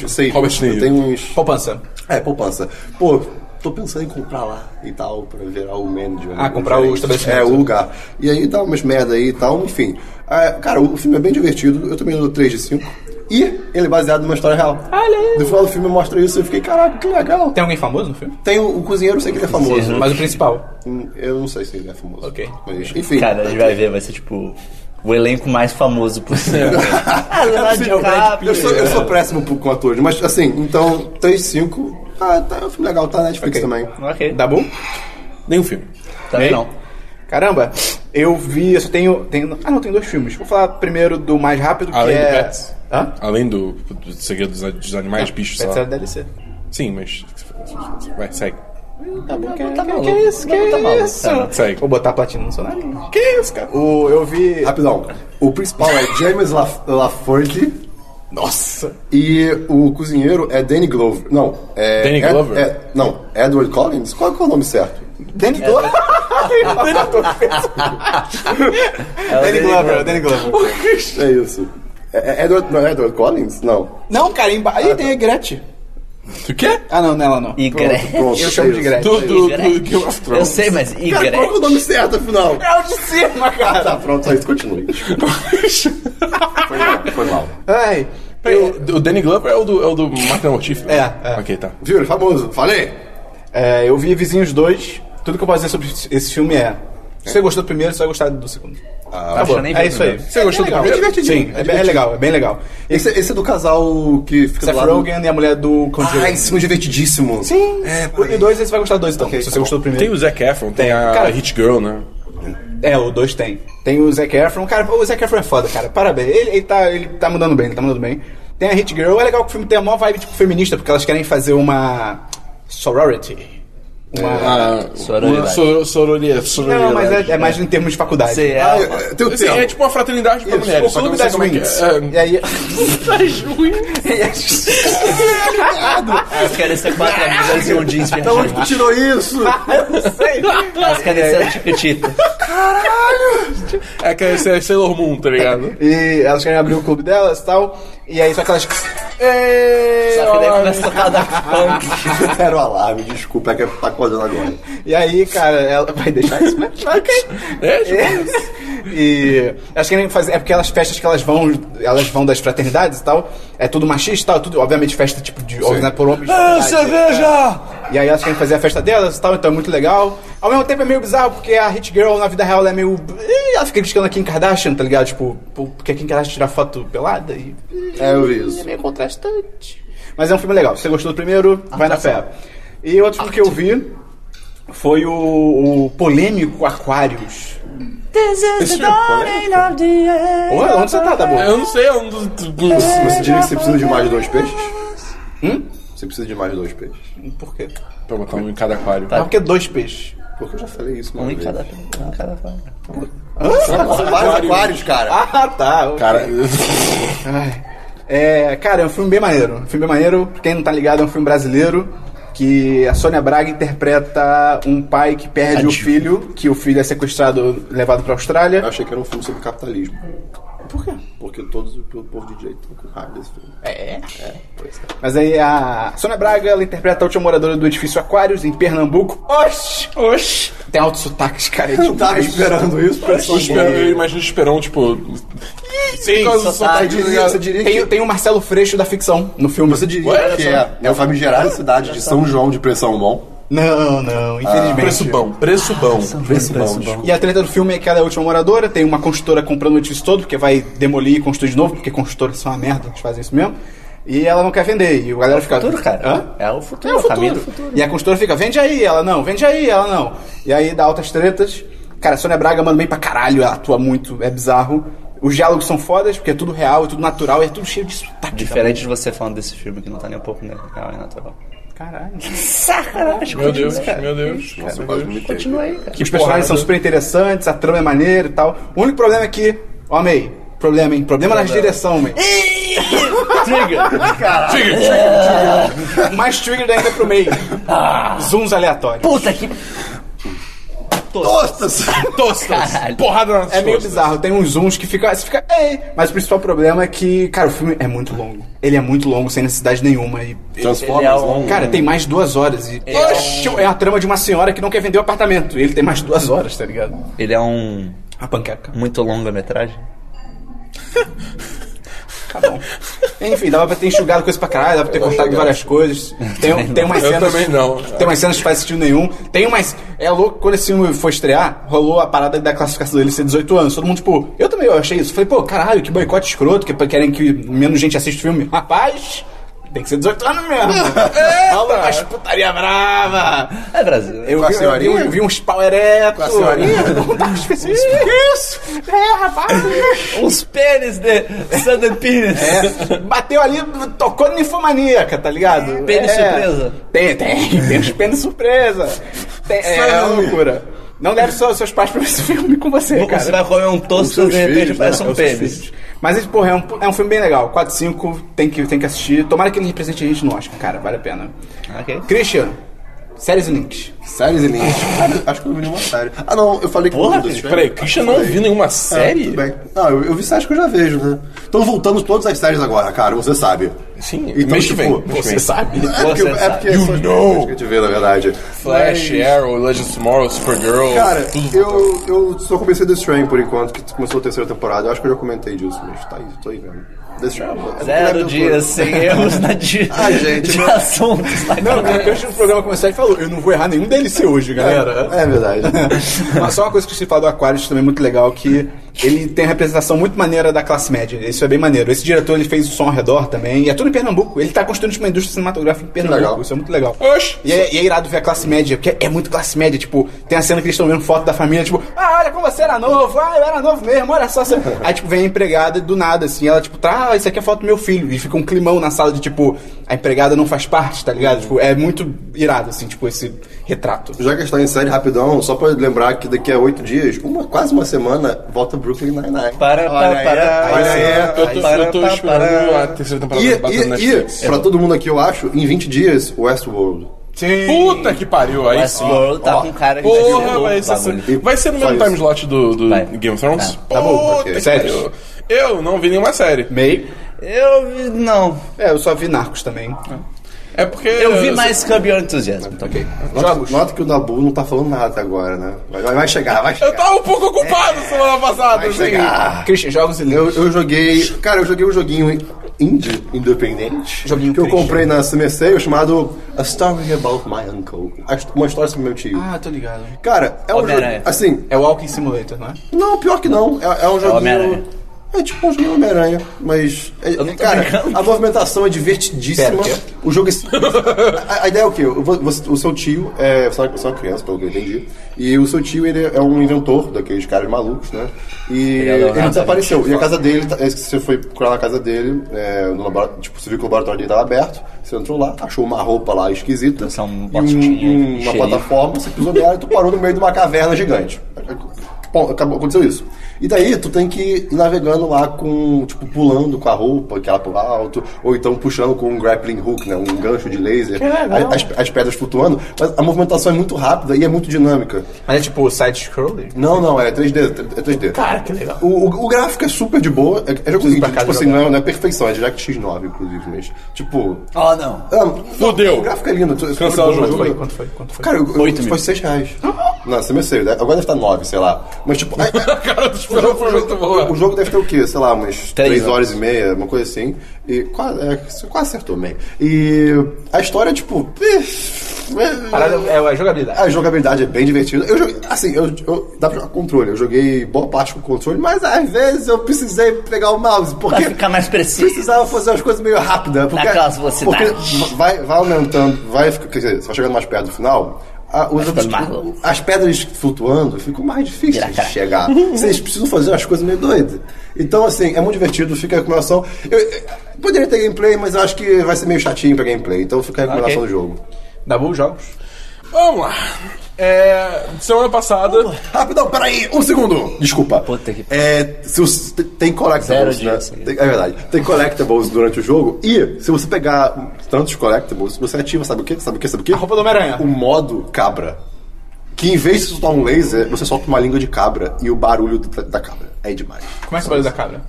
S2: umas sei,
S4: Robert De
S2: eu
S4: Niro.
S2: tenho uns.
S1: Poupança.
S2: É, poupança. Pô, tô pensando em comprar lá e tal, pra virar o manager.
S1: Ah,
S2: o
S1: comprar o
S2: gerente.
S1: estabelecimento.
S2: É, o lugar. E aí dá umas merda aí e tal, enfim. Ah, cara, o filme é bem divertido, eu também dou 3 de 5. E ele é baseado numa história real. No final do filme mostra isso e eu fiquei, caraca, que legal.
S1: Tem alguém famoso no filme?
S2: Tem o, o cozinheiro, eu sei que ele é famoso.
S1: Mas o principal.
S2: Hum, Eu não sei se ele é famoso.
S1: Ok.
S2: Mas, enfim.
S3: Cara, a gente vai ver, vai ser tipo o elenco mais famoso possível. ah,
S1: Tá
S3: Leonardo
S2: Sim, eu-
S3: DiCaprio.
S2: Eu sou, eu sou péssimo pro- com atores, mas assim, então, 3 de 5. Ah, tá, é um filme legal, tá na Netflix
S1: Ok.
S2: também.
S3: Ok, tá
S1: Dá bom?
S4: Nenhum filme.
S3: também
S1: Bem?
S3: não.
S1: Caramba, eu vi, eu só tenho, tenho. Ah, não, tenho dois filmes. Vou falar primeiro do mais rápido, que
S4: Além do
S1: é.
S4: Pets?
S1: Hã?
S4: Além do, do segredo dos, dos animais, bichos, sei
S1: Pets é era
S4: lá.
S1: DLC.
S4: Sim, mas. Vai, segue.
S1: Tá bom, que,
S3: tá
S1: que-
S3: maluco.
S1: que isso? Que
S3: Tá
S1: é
S3: maluco,
S1: isso? Hum.
S3: cara.
S4: Segue.
S1: Vou botar a platina no seu nariz. Que isso, cara? O, eu vi.
S2: Rapidão. O principal é James La- Laforte
S1: Nossa!
S2: e o cozinheiro é Danny Glover. Não, é.
S4: Danny
S2: Ed-
S4: Glover?
S2: é- não, Edward Collins? Qual que é o nome certo?
S1: Danny Glover! Danny Glover. Danny Glover, Danny Glover.
S2: É isso. É, é Edward, não é Edward Collins? Não.
S1: Não, cara, emba... aí tem a Gretchen.
S4: O quê?
S1: Ah, não, nela não.
S3: E Gretchen.
S2: Pronto,
S1: Eu chamo de
S2: isso.
S1: Gretchen.
S4: Do, do, do
S3: Gretchen.
S4: Game of Thrones.
S3: Eu sei, mas e
S2: Cara, qual que é o
S3: Gretchen?
S2: nome certo, afinal?
S1: É o de cima,
S2: Ah,
S1: cara.
S2: tá, pronto, só isso, continue. Foi mal, foi mal.
S1: Ai.
S4: Eu- o Danny Glover é o do, é o do Máquina Mortífera?
S1: É, é.
S4: Ok, tá.
S2: Viu? Ele é famoso. Falei!
S1: É, eu vi Vizinhos 2. Tudo que eu posso dizer sobre esse filme é... Se você gostou do primeiro, você vai gostar do segundo.
S3: Tá
S1: Acabou.
S3: bom, nem
S1: é
S3: vi
S1: isso
S3: também.
S1: aí.
S4: Você gostou do
S1: legal.
S4: primeiro?
S1: É divertidinho. Sim, é, bem- é legal, é bem legal. Esse
S2: Esse, esse é do casal que fica
S1: Seth
S2: do lado...
S1: Rogen e a mulher do
S2: Ah,
S1: Conjuring.
S2: esse filme é divertidíssimo.
S1: Sim. o e dois, você vai gostar do dois, então.
S2: Ok,
S1: se
S2: tá
S1: você
S2: bom.
S1: gostou do primeiro.
S4: Tem o Zac Efron, tem a
S1: Cara-
S4: Hit Girl, né?
S1: É, o 2 tem. Tem o Zac Efron. Cara, o Zac Efron é foda, cara. Parabéns. Ele, ele tá, ele tá mudando bem, ele tá mudando bem. Tem a Hit Girl. É legal que o filme tem a maior vibe, tipo, feminista, porque elas querem fazer uma sorority. Uma...
S4: A,
S3: Sororidade.
S4: Uma sor, sororia,
S1: Ah, Não,
S4: sororidade.
S1: mas é, é mais em termos de faculdade.
S3: Você é
S2: Ah,
S3: uma-
S2: eu- eu- tem o
S4: Assim,
S2: tempo.
S4: é tipo uma fraternidade pra mulheres.
S1: O
S4: só que
S1: clube
S4: eu não sei
S1: das
S4: como é que
S1: Wings.
S4: é.
S1: E aí.
S3: Elas querem ser quatro amigas e um jeans
S2: Da Então, onde tu
S3: fechado.
S2: tirou isso?
S3: Elas querem ser um chiquitita.
S4: É, é que é ser Sailor Moon, tá ligado?
S1: E elas querem abrir o clube delas e tal. E aí, só que elas.
S3: Só que daí começa a tocar Daft Punk.
S2: Era o alarme, desculpa, é que tá acordando agora.
S1: E aí, cara, ela vai deixar isso, mas ok.
S4: É, tipo,
S1: e elas querem fazer. É porque elas festas que elas vão, elas vão das fraternidades e tal, é tudo machista e tal, tudo, obviamente festa tipo de organizada por homens. de
S4: Ah, é
S1: verdade.
S4: cerveja!
S1: E aí elas querem fazer a festa delas e tal, então é muito legal. Ao mesmo tempo é meio bizarro, porque a Hit Girl na vida real ela é meio. Ih, Ela fica criticando a Kim Kardashian, tá ligado? Tipo, pô, porque a Kim Kardashian tira foto pelada e.
S2: É, eu vi isso.
S1: meio contrastante. Mas é um filme legal. Se você gostou do primeiro, vai na fé. E outro filme que eu vi foi o, o polêmico Aquarius.
S4: Esse filme é polêmico.
S1: Ô, onde você tá, tá bom?
S4: Eu não sei, é um eu não...
S1: É.
S2: Você diria que você precisa de mais de dois peixes? Você precisa de mais de dois peixes?
S1: Por quê?
S4: Pra botar um em cada aquário.
S1: Mas por que dois peixes?
S2: Porque eu já falei isso,
S3: Um
S2: mano.
S3: em cada um em cada fã.
S2: São vários aquários, cara.
S1: Ah, tá. ok.
S4: Cara,
S1: Ai. É, cara, é um filme bem maneiro. Um filme bem maneiro, pra quem não tá ligado, é um filme brasileiro que a Sônia Braga interpreta um pai que perde o filho, que o filho é sequestrado, levado pra
S2: Eu
S1: Austrália.
S2: achei que era um filme sobre capitalismo. Por quê? Porque todos o povo de direito estão com raiva desse filme.
S1: É. Mas aí a Sônia Braga, ela interpreta a última moradora do edifício Aquários, em Pernambuco. Oxi!
S4: oxe...
S1: Tem altos sotaques, cara. É
S2: Eu
S1: tipo,
S2: tava esperando isso,
S4: Eu,
S2: pessoal.
S4: espero, eu imagino o Esperão, tipo... Sim,
S3: sotaque,
S2: Você diria que...
S1: tem, tem o Marcelo Freixo da ficção no filme.
S2: Você diria que é, é o famigerado cidade de São João de Pressão Bom.
S1: Não, não, infelizmente.
S4: Preço bom, preço bom, preço bom.
S1: E a treta do filme é que ela é a última moradora, tem uma construtora comprando o edifício todo, porque vai demolir e construir de novo, porque construtoras são uma merda, eles fazem isso mesmo. E ela não quer vender, e o galera fica...
S3: Futuro,
S1: Hã?
S3: cara. É o futuro, é o caminho do futuro.
S1: E a construtora fica, vende aí, ela não, vende aí, ela não. E aí dá altas tretas. Cara, a Sônia Braga manda bem pra caralho, ela atua muito, é bizarro. Os diálogos são fodas, porque é tudo real, é tudo natural, e é tudo cheio de sotaque.
S3: Diferente de você falando desse filme que não tá nem um pouco legal e natural.
S1: Caralho.
S4: Meu Deus, meu Deus.
S2: Nossa, eu quase me irritei.
S4: Que
S1: Os personagens são super interessantes, a trama é maneira e tal. O único problema é que, ó, amei, problema, hein? Problema na direção, mei.
S3: Trigger!
S1: Mais triggered ainda pro meio. Zooms aleatórios.
S3: Puta que...
S2: Tostas!
S4: Tostas!
S3: Caralho.
S4: assim, Porrada nas
S1: É meio
S4: tostas.
S1: bizarro, tem uns zooms que fica. Você fica. Ei! Mas o principal problema é que, cara, o filme é muito longo. Ele é muito longo, sem necessidade nenhuma. E,
S3: Ele é
S2: Transformers,
S3: um-
S2: né?
S1: cara, tem mais de duas horas. E, Oxe, é a trama de uma senhora que não quer vender o apartamento. E ele tem mais de duas horas, tá ligado?
S3: Ele é um...
S1: A panqueca.
S3: Muito longa metragem.
S1: Tá bom. Enfim, dava pra ter enxugado coisa pra caralho, dava pra ter cortado várias coisas. Tem, tem umas
S4: Eu
S1: cenas.
S4: também não.
S1: Tem umas cenas que faz sentido nenhum. Tem umas. É louco, quando esse filme foi estrear, rolou a parada da classificação dele ser 18 anos. Todo mundo, tipo, eu também eu achei isso. Falei, pô, caralho, que boicote escroto, que querem que menos gente assista o filme. Rapaz, tem que ser 18 anos mesmo. Rola umas putaria brava.
S3: É Brasil.
S1: Eu
S2: Com a
S1: vi, eu vi, um-
S2: senhorinha?
S1: eu vi uns pau ereto.
S2: a senhorinha?
S1: Não tá específico. Isso! É, rapaz!
S3: Os pênis de Southern Penis.
S2: É.
S1: É. Bateu ali, tocou ninfomaníaca, tá ligado?
S3: Pênis surpresa.
S1: Tem, tem, tem os pênis surpresa. Tem, é, é uma loucura. Não leve só seus pais pra ver esse filme com você, cara.
S3: Você vai comer um tosto e
S2: seus
S3: de repente
S2: filhos,
S3: parece
S2: né?
S3: um
S2: É os seus
S3: pênis.
S1: Mas, esse, porra, é um, é um filme bem legal. 4-5, tem que, tem que assistir. Tomara que ele represente a gente no Oscar, cara, vale a pena.
S3: Ok.
S1: Christian, séries e links.
S2: Séries e linhas. Cara, acho que eu não vi nenhuma série. Ah, não, eu falei que
S3: Porra,
S2: eu vi
S3: filho,
S4: Peraí, o Christian não viu nenhuma série?
S2: tipo, Ah, Tudo bem. Não, eu, eu vi séries que eu já vejo, né? Estão voltando todas as séries agora, cara, você sabe.
S4: Sim,
S2: Então,
S4: mês
S2: tipo,
S4: que vem. mês que
S1: Você
S4: vem.
S1: sabe?
S2: É porque,
S3: Você
S2: é
S3: sabe.
S2: porque são as
S4: know.
S2: coisas que a gente vê, na verdade.
S4: Flash, é
S2: Mas-
S4: Arrow, Legends of Tomorrow, Supergirl.
S2: Cara,
S4: tudo.
S2: eu, eu só comecei The Strain por enquanto, que começou a terceira temporada. Eu acho que eu já comentei disso, mas tá aí, tô aí vendo. The Strain é uma- é
S3: Zero
S2: uma-
S3: dias sem erros na de,
S2: Ah, gente,
S3: de
S2: meu-
S3: assuntos. tá?
S1: Não, porque antes do programa começar, ele falou: Eu não vou errar nenhum DLC hoje, galera.
S2: É verdade.
S1: Mas só uma coisa que você fala do Aquarius também é muito legal, que ele tem a representação muito maneira da classe média. Isso é bem maneiro. Esse diretor ele fez o som ao redor também. E é tudo em Pernambuco. Ele tá construindo tipo, uma indústria cinematográfica em Pernambuco.
S2: legal.
S1: Isso é muito legal.
S4: Oxe!
S1: E é, e é irado ver a classe média, porque é muito classe média. Tipo, tem a cena que eles estão vendo foto da família, tipo, ah, olha como você era novo, ah, eu era novo mesmo, olha só. você-" Aí, tipo, vem a empregada do nada, assim, ela, tipo, tá, ah, isso aqui é foto do meu filho. E fica um climão na sala de, tipo, a empregada não faz parte, tá ligado? Tipo, é muito irado, assim, tipo, esse retrato.
S2: Já que está em série rapidão, só pra lembrar que daqui a oito dias, uma, quase uma semana, volta Brooklyn Nine-Nine.
S3: Para, para, para.
S2: Olha aí, olha
S3: para,
S4: Eu tô, eu tô
S3: para,
S4: esperando
S3: para.
S4: a terceira temporada
S2: E,
S4: batendo na
S2: e,
S4: Netflix.
S2: e pra todo mundo aqui, eu acho, em 20 dias, Westworld.
S1: Sim.
S4: Puta que pariu, aí sim.
S3: Westworld tá com cara que
S4: Porra, vai
S3: ser
S4: ser, assim.
S3: bagulho.
S4: vai ser no
S2: Só
S4: mesmo
S2: isso.
S4: time slot do, do
S3: Vai.
S4: Game of Thrones?
S3: Ah,
S2: tá bom,
S4: Puta
S2: ok.
S4: que
S1: Sério?
S4: pariu. Eu não vi nenhuma série.
S1: Meio.
S3: Eu vi- não.
S1: É, eu só vi Narcos também.
S4: É porque.
S3: Eu vi mais Curb Your Enthusiasm. Então.
S1: Ok.
S2: Nota, nota que o Dabu não tá falando nada até agora, né? Vai, vai- vai chegar, vai chegar.
S4: Eu tava um pouco ocupado semana passada,
S2: vai
S4: assim.
S2: chegar.
S1: Christian, jogos e livros.
S2: Eu, eu joguei. Cara, eu joguei um joguinho indie, independente.
S1: Joguinho
S2: que eu
S1: Christian.
S2: comprei na CMC, chamado A Story About My Uncle. A hist- Uma história sobre meu tio.
S1: Ah, tô ligado.
S2: Cara, é um jogo.
S3: Homem-Aranha.
S2: Assim,
S1: É o Walking Simulator, não é?
S2: não, pior que não. É, é um
S3: Homem-Aranha.
S2: joguinho. É tipo um joguinho Homem-Aranha, mas. é-
S3: não tô
S2: cara,
S3: brincando.
S2: a movimentação é divertidíssima.
S1: Pera, o quê?
S2: o jogo é simples. a, a ideia é o quê? O vo- você- o seu tio é. Você é uma- você é uma criança, pelo que eu entendi. E o seu tio ele é um inventor daqueles caras malucos, né? E
S3: é
S2: ele,
S3: Leonardo,
S2: desapareceu. E a casa dele, tá- é, você foi procurar na casa dele, é, no labora- tipo, você viu que o laboratório dele estava aberto, você entrou lá, achou uma roupa lá esquisita.
S3: Só um
S2: e
S3: botinha,
S2: um- uma
S3: xerife.
S2: plataforma plataforma, você pisou nela e tu parou no meio de uma caverna gigante. Bom, acabou, aconteceu isso. E daí tu tem que ir navegando lá com, tipo, pulando com a roupa que ela pula alto, ou então puxando com um grappling hook, né? Um gancho de laser,
S1: legal.
S2: as, as pedras flutuando, mas a movimentação é muito rápida e é muito dinâmica.
S1: Mas é tipo side-scroller?
S2: Não, não, é 3D, é 3D.
S1: Cara, que legal.
S2: O, o- o gráfico é super de boa, é, é jogo indie,
S1: pra casa
S2: tipo assim,
S1: jogar.
S2: não é, não é perfeição, é Direct X9, inclusive, mas, tipo...
S3: Oh, não.
S2: ah, não,
S4: Fudeu.
S2: O gráfico é lindo. tu- tu-
S4: Cancela o jogo.
S1: Quanto foi? Quanto foi? Quanto foi?
S2: Cara, eu, eu,
S3: Oito mil.
S2: foi 6 reais. Não, você me sei, né? agora deve estar 9, sei lá. Mas tipo. aí-
S4: Cara, tu esperou foi muito
S2: o
S4: boa.
S2: jogo deve ter o quê? Sei lá, umas
S3: Três
S2: 3
S3: horas.
S2: horas e meia, uma coisa assim. E quase, é, você quase acertou meio. E a história, tipo. é-
S1: Parada é a jogabilidade.
S2: a jogabilidade é bem divertida. Eu joguei, assim, eu, eu- dá pra jogar com controle. Eu joguei boa parte com controle, mas às vezes eu precisei pegar o mouse,
S3: Pra
S2: porque
S3: ficar mais preciso.
S2: precisava fazer as coisas meio rápida. Porque,
S3: Naquela velocidade.
S2: porque vai, vai aumentando, vai, fica- quer dizer, você vai chegando mais perto do final. a- os
S3: ficando
S2: obst-
S3: mais louco.
S2: as pedras flutuando ficam mais difíceis de
S3: Vira
S2: chegar. Vocês precisam fazer as coisas meio doidas. Então, assim, é muito divertido, fica a recomendação. Eu, eu- poderia ter gameplay, mas eu acho que vai ser meio chatinho pra gameplay. Então fica a recomendação
S3: Ok.
S2: do jogo.
S1: Dabu, jogos?
S4: Vamos lá. É, semana passada.
S2: Rapidão, peraí, um segundo. Desculpa.
S3: Puta que-
S2: É, se os- te- tem collectibles,
S3: Zero
S2: né?
S3: dias.
S2: Tem- é verdade. Tem collectibles durante o jogo e se você pegar tantos collectibles, você ativa, sabe o quê? Sabe o quê? Sabe o quê?
S1: A roupa do Homem-Aranha.
S2: O modo cabra. Que em vez de soltar um laser, você solta uma língua de cabra e o barulho da, da cabra. É demais.
S1: Como é que é o barulho da cabra?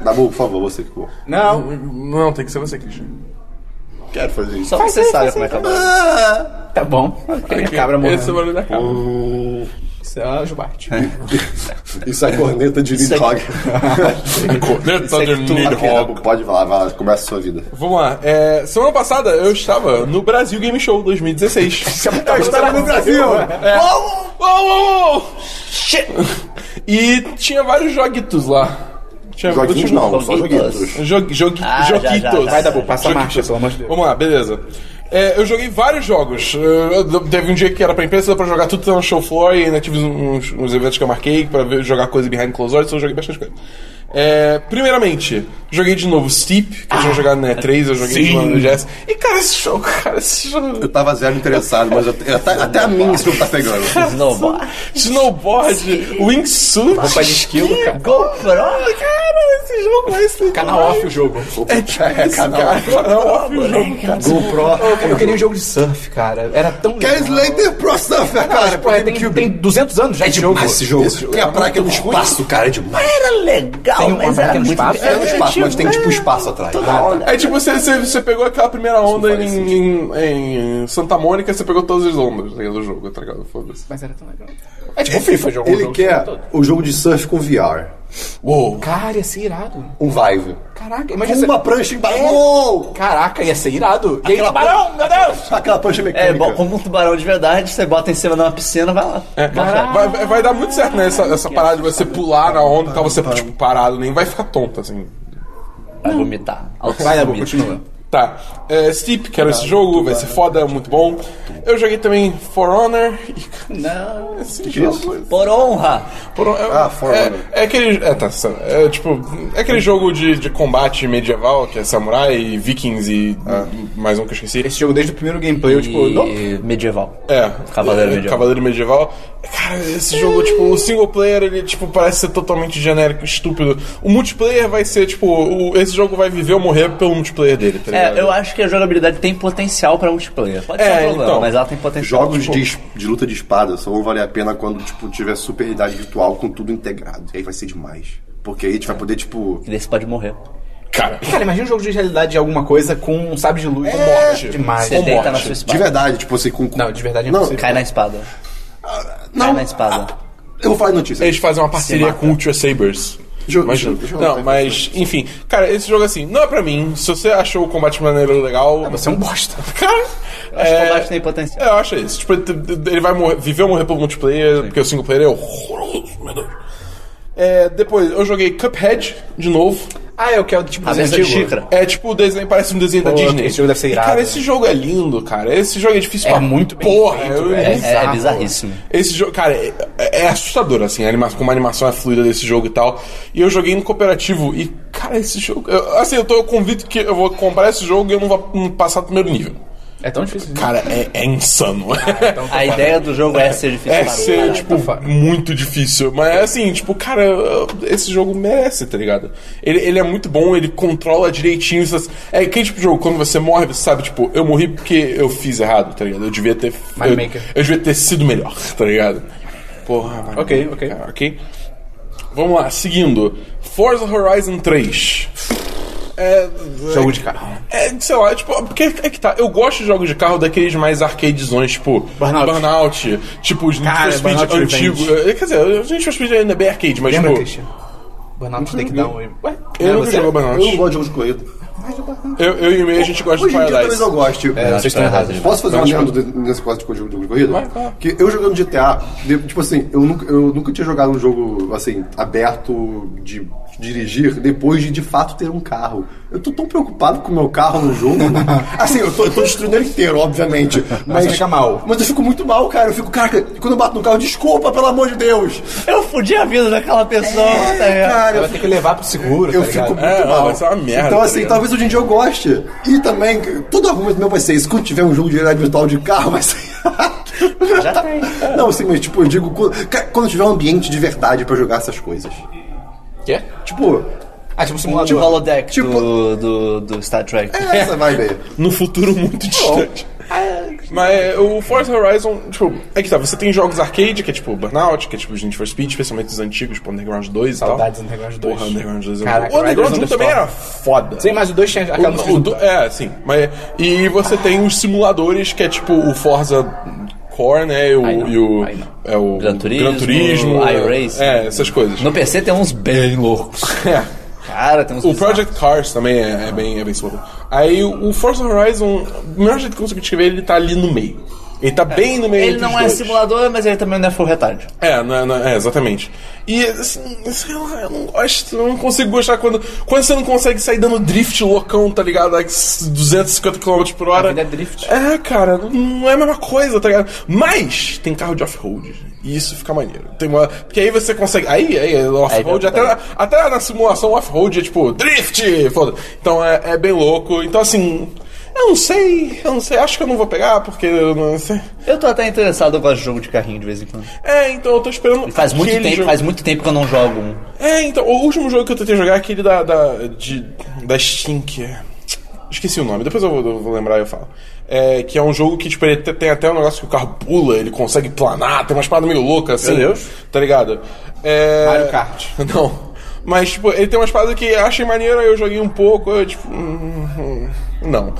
S2: Dabu, por favor, você que for.
S1: Não.
S4: Não, tem que ser você, Christian.
S2: Quero fazer isso.
S3: Só você sabe como é que é.
S2: Ah!
S1: Tá bom. A cabra
S4: Esse é
S1: morreu.
S4: o barulho da cabra.
S1: Isso é a Jubarte.
S2: Isso é corneta de
S3: Isso é-
S2: Nidhogg.
S4: Corneta
S3: Isso é
S4: de
S3: que tu-
S2: Ok,
S4: Nidhogg.
S2: Dabu, pode falar, vai lá, começa a sua vida.
S4: Vamos lá. É, semana passada eu estava no Brasil Game Show 2016.
S2: Eu
S1: Tá, é
S2: estava no Brasil!
S1: né?
S4: Uou, uou, uou. E tinha vários joguitos lá. Tinha,
S2: Joguinhos
S4: deixa eu-
S2: não, só
S3: Joguinhos.
S2: joguitos.
S4: Jog, jogu,
S3: Ah, já,
S4: joguitos.
S3: já, já.
S1: Vai, Dabu, passa a marcha,
S4: Joguitos.
S1: pelo amor de Deus.
S4: Vamos lá, beleza. É, eu joguei vários jogos. Eu- eu- teve um dia que era pra imprensa, deu pra jogar tudo no show floor e ainda tive uns, uns eventos que eu marquei pra ver- jogar coisa behind closed doors, então eu joguei bastante coisa. É, primeiramente, joguei de novo Steep, que eu tinha jogado na E3, eu joguei de novo no GS. E cara, esse jogo, cara, esse jogo.
S2: Eu tava zero interessado, mas eu- eu- até, até a mim esse jogo tá pegando.
S3: Snowboard.
S4: Snowboard, wingsuit,
S1: Roupa de esquilo,
S4: esqui,
S1: cara.
S4: GoPro, cara, esse jogo é esse.
S1: Canal off o jogo.
S4: É tipo esse, cara. Canal off o jogo, cara.
S1: GoPro. Eu, queria um jogo de surf, cara. Era tão
S2: Guys Later Pro Surf, cara.
S1: Pô, é, tem, tem 200 anos já de jogo.
S2: Mas esse jogo, tem a praia que é no espaço, cara, é demais.
S3: Era legal,
S1: Tem um
S3: mas
S1: Homem
S3: era
S1: que é no
S3: muito...
S1: espaço?
S2: É no espaço, mas tem tipo espaço atrás.
S4: É tipo, você, você, você pegou aquela primeira onda em, em, em Santa Mônica, você pegou todas as ondas tá ligado, do jogo, tá ligado? Foda-se.
S1: Mas era tão legal. É tipo FIFA jogou
S2: Ele quer o jogo de surf com VR.
S4: Uou!
S1: Cara, ia ser irado.
S2: Um Vive.
S1: Caraca,
S2: Com
S1: imagina.
S2: uma prancha embaixo. Uou!
S1: Caraca, ia ser irado. E aí, tipo,
S2: Aquela-
S1: tubarão, meu Deus!
S2: Aquela prancha
S3: É,
S2: mecânica.
S3: bom, como um tubarão de verdade, você bota em cima de uma piscina, vai lá.
S4: É, vai, vai- vai dar muito certo, né? Essa, essa parada de você pular na onda e tal, você, tipo, parado, nem vai ficar tonto, assim.
S3: Vai vomitar.
S1: Vai, Dabu, continua.
S4: Tá. É, Steep, quero esse jogo, vai ser foda, muito bom. Eu joguei também For Honor e. cara,
S1: Não.
S4: Esse
S2: que é
S4: jogo.
S3: Por honra!
S4: For Honor-
S2: Ah, For
S4: é,
S2: Honor.
S4: É aquele. É, tá, só- é, tipo, é aquele jogo de, de combate medieval, que é samurai e vikings e
S2: Ah.
S4: mais um que eu esqueci.
S1: Esse jogo desde o primeiro gameplay, eu tipo, não.
S3: E medieval.
S4: É,
S3: Cavaleiro
S4: é,
S3: Medieval.
S4: Cavaleiro Medieval. Cara, esse jogo, tipo, o single player, ele, tipo, parece ser totalmente genérico, estúpido. O multiplayer vai ser, tipo, o- esse jogo vai viver ou morrer pelo multiplayer dele, tá ligado?
S3: É, eu acho que a jogabilidade tem potencial pra multiplayer. Pode ser
S4: É,
S3: um problema,
S4: então.
S3: mas ela tem potencial. Tipo,
S2: Jogos de, es- de luta de espada só vão valer a pena quando, tipo, tiver super realidade virtual com tudo integrado. E aí vai ser demais. Porque aí a gente vai poder, tipo...
S3: E daí você pode morrer.
S4: Cara,
S1: Cara, imagina um jogo de realidade de alguma coisa com um sabre de luz.
S4: morte.
S1: Demais.
S3: Você
S4: Ou
S3: deita na
S4: morte.
S3: sua
S2: De
S3: espada.
S2: verdade, tipo assim, com... com-
S1: Não, de verdade é
S2: não,
S1: impossível.
S3: Cai na espada.
S2: não,
S3: Cai Tá na espada.
S2: Eu vou falar de notícia.
S4: eles fazem uma parceria
S3: mata.
S4: com Ultra Sabers.
S2: Deixa eu-
S4: Imagina.
S2: deixa eu- deixa eu-
S4: não, mas, enfim, cara, esse jogo assim, não é pra mim. Se você achou o combate maneiro legal.
S3: Ah,
S1: Você é um bosta.
S4: Cara,
S3: Acho que o
S4: é-
S3: combate tem potencial.
S4: É, eu acho isso. Tipo, t- t- ele vai morrer, viver ou morrer pelo multiplayer, porque o single player é horroroso, meu Deus. É, depois, eu joguei Cuphead de novo.
S1: Ah, eu quero tipo
S3: Cabeça de
S1: antigo.
S3: xícara.
S4: É tipo o desenho, parece um desenho da
S1: Pô,
S4: Disney.
S1: esse jogo deve ser
S4: E,
S1: irado,
S4: cara,
S1: né?
S4: esse jogo é lindo, cara. Esse jogo é difícil
S1: É
S4: pra
S1: muito bem
S4: porra.
S1: feito,
S4: eu-
S1: velho.
S3: É, é,
S1: bizarro.
S3: bizarríssimo.
S4: Esse jogo, cara, é, é- é assustador, assim, a anima- como a animação é fluida desse jogo e tal. E eu joguei no cooperativo e, cara, esse jogo. eu- assim, eu tô convicto que eu vou comprar esse jogo e eu não vou hum, passar do primeiro nível.
S1: É tão difícil. né?
S4: Cara, é, é insano.
S3: A ideia do jogo é ser difícil
S4: É
S3: para o
S4: ser,
S3: caralho.
S4: tipo, muito difícil. Mas assim, tipo, cara, esse jogo merece, tá ligado? Ele, ele é muito bom, ele controla direitinho. essas- É aquele tipo de jogo, quando você morre, você sabe, tipo, eu morri porque eu fiz errado, tá ligado? Eu devia ter. Eu,
S1: Maker.
S4: eu devia ter sido melhor, tá ligado? Porra, mano.
S1: Ok, ok.
S4: Cara, ok. Vamos lá, seguindo. Forza Horizon 3. É,
S1: Jogo de carro.
S4: é, sei lá, tipo, porque é que tá. Eu gosto de jogos de carro daqueles mais arcadezões, tipo
S1: Burnout.
S4: Burnout, tipo os Need
S1: Cara,
S4: for Speed
S1: Burnout
S4: antigo. É, Quer dizer, os Need for Speed ainda é bem arcade, mas
S1: Lembra,
S4: tipo.
S1: Christian? Burnout Takedown. um- Ué?
S4: Eu nunca joguei
S2: Eu não
S4: Burnout.
S2: gosto de jogos de corrida.
S4: Eu, eu e o Mei, a gente gosta de
S2: Hoje em dia talvez
S4: Paradise.
S2: eu goste.
S1: É, vocês estão errados.
S2: Posso fazer um
S4: Vamos
S2: adendo de- nesse negócio de jogo de corrida?
S4: Vai, vai.
S2: Que eu jogando GTA, de- tipo assim, eu nunca, eu nunca tinha jogado um jogo, assim, aberto de dirigir depois de de fato ter um carro. Eu tô tão preocupado com o meu carro no jogo. assim, eu tô, eu tô destruindo ele inteiro, obviamente. Mas,
S1: você fica mal.
S2: Mas eu fico muito mal, cara. Eu fico, cara, quando eu bato no carro, desculpa, pelo amor de Deus.
S3: Eu fudi a vida daquela pessoa,
S2: É,
S3: tá ligado?
S2: Cara, eu
S1: Vai ter que levar pro seguro,
S2: eu
S1: tá ligado?
S2: fico muito
S4: É,
S2: mal.
S4: vai ser uma merda,
S2: Então,
S4: tá
S2: assim,
S4: ligado?
S2: talvez hoje em dia eu goste. E também, todo argumento meu vai ser: se quando tiver um jogo de realidade virtual de carro, vai ser.
S3: Já tem.
S2: Não, sim, mas tipo, eu digo, quando, ca- quando tiver um ambiente de verdade pra jogar essas coisas.
S4: Quê?
S2: Tipo,
S1: Ah, tipo
S3: De
S1: simulador.
S3: Um holodeck
S2: Tipo-
S3: do, do, do Star Trek.
S2: é essa vibe aí.
S4: No futuro muito distante. Mas é, o Forza Horizon, tipo, é que tá, você tem jogos arcade, que é tipo Burnout, que é tipo Need for Speed, especialmente os antigos, tipo Underground 2 e tal.
S1: Saudades do Underground 2.
S4: Porra, Underground 2 é
S1: Caraca,
S4: muito- O Underground
S1: Riders
S4: 1
S1: on the
S4: também
S1: Storm.
S4: era foda.
S1: Sim, mas o 2 tinha aquela
S4: O-
S3: um
S4: o do-
S1: música.
S4: é, sim. Mas, e você tem os simuladores, que é tipo o Forza Core, né? E o.
S3: Ai, não.
S4: e o-
S3: Ai, não.
S4: é o
S3: Gran Turismo, né?
S4: Gran Turismo,
S3: iRacing.
S4: É, essas coisas.
S3: No PC tem uns bem loucos.
S4: É.
S3: Cara, tem uns
S4: O
S3: bizarros.
S4: Project Cars também é, é bem, é bem suave. Aí o Forza Horizon, o melhor jeito que eu consigo descrever, ele tá ali no meio. Ele tá bem no meio
S3: Ele
S4: entre os
S3: não é
S4: dois.
S3: simulador, mas ele também não é full retard.
S4: É, não é- não é- é, exatamente. E, assim, sei lá, eu não gosto, eu não consigo gostar quando, quando você não consegue sair dando drift loucão, tá ligado? A 250 km por hora.
S3: A vida é drift.
S4: É, cara, não- não é a mesma coisa, tá ligado? Mas tem carro de off-road, e isso fica maneiro. Tem uma, porque aí você consegue. Aí, aí, off-road,
S3: Aí
S4: até,
S3: dá-
S4: na- até na simulação off-road é tipo, drift! Foda. Então é, é bem louco. Então, assim, eu não sei, eu não sei, acho que eu não vou pegar, porque eu não sei.
S3: Eu tô até interessado, eu gosto de jogo de carrinho de vez em quando.
S4: É, então eu tô esperando.
S3: Faz muito
S4: aquele
S3: tempo,
S4: jogo.
S3: faz muito tempo que eu não jogo um.
S4: É, então, o último jogo que eu tentei jogar é aquele da. da, de, da Steam, que é. Esqueci o nome, depois eu vou, eu vou lembrar e eu falo. É, que é um jogo que, tipo, ele te- tem até um negócio que o carro pula, ele consegue planar, tem umas paradas meio loucas, assim.
S3: Meu Deus.
S4: Tá ligado? É...
S1: Mario Kart.
S4: Não. Mas, tipo, ele tem umas paradas que eu achei maneira, eu joguei um pouco, eu, tipo. hum, hum, não.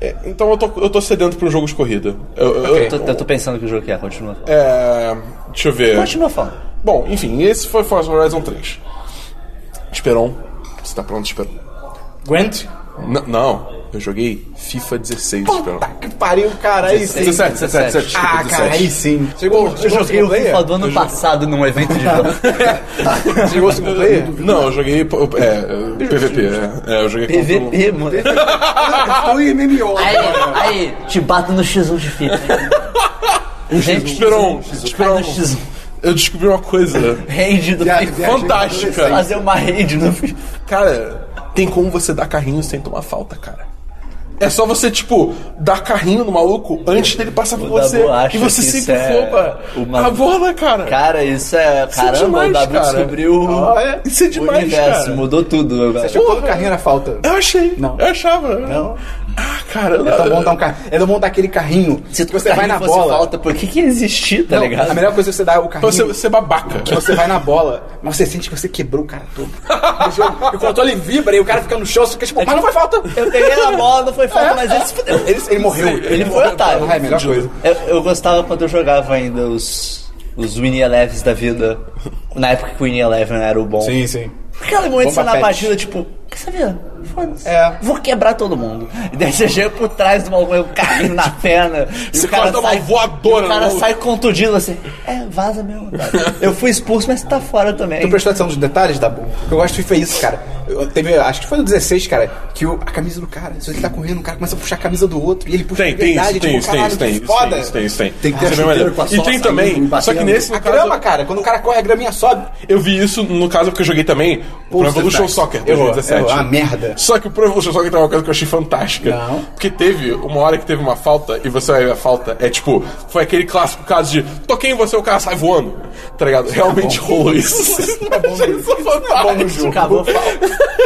S4: É, então eu tô, eu tô cedendo pra um jogo de corrida. Eu, eu-
S3: Eu tô, eu tô pensando que o jogo que é, continua falando.
S4: é, deixa eu ver.
S3: Continua falando.
S4: Bom, enfim, esse foi Forza Horizon 3. Esperon, você tá pronto, Esperon?
S1: Gwent?
S4: N- não, eu joguei FIFA 16, Esperon.
S1: Puta que pariu, cara. é Aí sim.
S4: 17, 17, 17, desculpa,
S1: Ah, cara, aí
S4: 17.
S1: sim.
S4: Chegou,
S1: Você jogou
S3: Eu
S1: player?
S3: fui do ano passado num evento de jogo.
S1: Chegou single player?
S4: Não, eu joguei é, é, PVP. É, é, eu joguei contra um-
S3: PVP, mano.
S4: Ah,
S2: Então, e MMO.
S3: Aí, aí, te bato no X1 de fita. Gente,
S4: Esperon,
S3: cai
S4: Esperon,
S3: no X1.
S4: eu descobri uma coisa
S3: Rage do
S2: Viagem,
S3: FIFA.
S2: viagem.
S4: fantástica.
S3: Fazer uma raid no FIFA.
S4: Cara, tem como você dar carrinho sem tomar falta, cara. É só você, tipo, dar carrinho no maluco antes dele passar por
S3: O Dabu
S4: você.
S3: acha
S4: E você
S3: que
S4: sempre
S3: isso é
S4: rouba
S3: uma-
S4: a bola, cara.
S3: Cara, isso é.
S4: é
S3: Caramba,
S4: demais,
S3: o W
S4: cara.
S3: descobriu.
S1: Olha,
S4: isso é
S3: o
S4: demais,
S3: universo,
S4: cara.
S3: mudou tudo agora.
S1: Achou que Tipo, todo carrinho era falta.
S4: Eu achei.
S1: Não.
S4: Eu achava.
S1: Não.
S4: Ah, cara.
S1: É tão bom dar um carrinho. É tão bom dar aquele carrinho.
S3: Se
S1: que
S3: tu tá
S1: você vai na bola.
S3: falta, por que que ia existir, tá
S1: Não,
S3: ligado?
S1: A melhor coisa é você dar o carrinho.
S4: Você, você é babaca.
S1: que Você vai na bola, mas você sente que você quebrou o cara todo. O jogo- E o controle vibra e o cara fica no chão, você fica tipo,
S4: É
S1: mas não foi falta.
S3: Eu peguei na bola, não foi falta, mas ele se fudeu.
S1: Ele, ele morreu.
S3: Ele foi otário.
S1: Ah, é a melhor coisa.
S3: Eu, eu gostava quando eu jogava ainda os, os Winnie Elevens da vida. Na época que o Winnie Eleven era o bom.
S1: Sim, sim.
S3: Aquele momento que você
S1: Bomba
S3: na
S1: pet.
S3: partida, tipo, quer saber? Foda-se.
S1: É.
S3: Vou quebrar todo mundo. E daí você chega por trás do maluco, um carrinho na perna. e
S4: Você
S3: o cara
S4: corta uma
S3: sai,
S4: voadora
S3: e O
S4: no
S3: cara
S4: maluco.
S3: sai contundido assim. É, vaza mesmo. cara. Eu fui expulso, mas tá fora também.
S1: Tu prestou atenção nos detalhes, Dabu? O que eu gosto de FIFA é isso, cara. Eu- teve, acho que foi no 16, cara, que o- a camisa do cara, se ele tá correndo, o cara começa a puxar a camisa do outro e ele puxa
S4: Tem,
S1: de
S4: tem
S1: verdade,
S4: isso, tem
S1: tipo,
S4: isso, tem
S1: caralho,
S4: isso, tem
S1: que
S4: isso,
S1: foda.
S4: tem isso, tem isso, tem.
S2: Tem que ter
S4: Você vê
S2: chuteiro
S4: maneiro.
S2: com a
S4: E
S2: sola
S4: tem
S2: saindo,
S4: também, só
S2: batendo.
S4: que nesse no
S1: A
S4: caso,
S1: grama, é cara, quando o cara corre, a graminha sobe.
S4: eu vi isso no caso porque eu joguei também Pro Evolution
S1: Detalhe.
S4: Soccer
S1: Errou,
S4: 2017.
S1: errou, ah, merda.
S4: Só que o Pro Evolution Soccer tem uma coisa que eu achei fantástica.
S1: Não.
S4: Porque teve uma hora que teve uma falta e você vai ver a falta. É tipo, foi aquele clássico caso de toquei em você, o cara sai voando. Tá ligado? Realmente rolou isso. Isso é fantástico.
S3: Acabou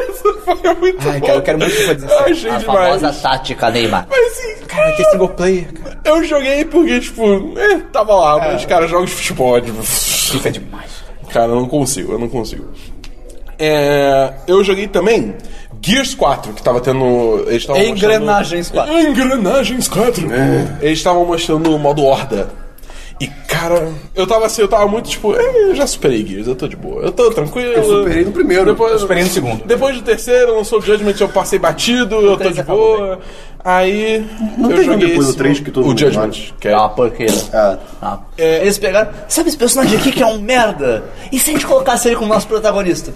S4: Isso foi muito
S1: Ai,
S4: bom.
S1: cara, eu quero muito FIFA
S4: Eu
S1: 17.
S4: achei
S3: a
S4: demais.
S3: famosa tática Neymar.
S4: Mas assim,
S1: Cara, que single player, cara.
S4: eu joguei porque, tipo, é, tava lá, mas, cara, jogos de futebol, tipo,
S1: FIFA é demais.
S4: cara, eu não consigo, eu não consigo. É, eu joguei também Gears 4, que tava tendo. Eles tavam mostrando-
S3: Engrenagens 4.
S4: Engrenagens 4. Eles estavam mostrando o modo Horda. E, cara, eu tava assim, eu tava muito tipo, "É, eu já superei Gears, eu tô de boa, eu tô tranquilo. Eu
S2: superei no primeiro,
S4: depois,
S1: eu superei no segundo.
S4: Depois do terceiro, eu lançou o Judgment, eu passei batido, eu tô
S3: três
S4: de
S3: acabou
S4: boa. Aí.
S2: Não
S4: eu
S2: teve um
S4: joguei
S2: depois do
S4: esse-
S2: três que todo
S4: O
S2: mundo
S4: Judgment,
S2: bate?
S4: que
S3: É
S4: é
S3: uma porqueira. Ah. Eles pegaram. Sabe esse personagem aqui que é um merda? E se a gente colocasse ele como nosso protagonista?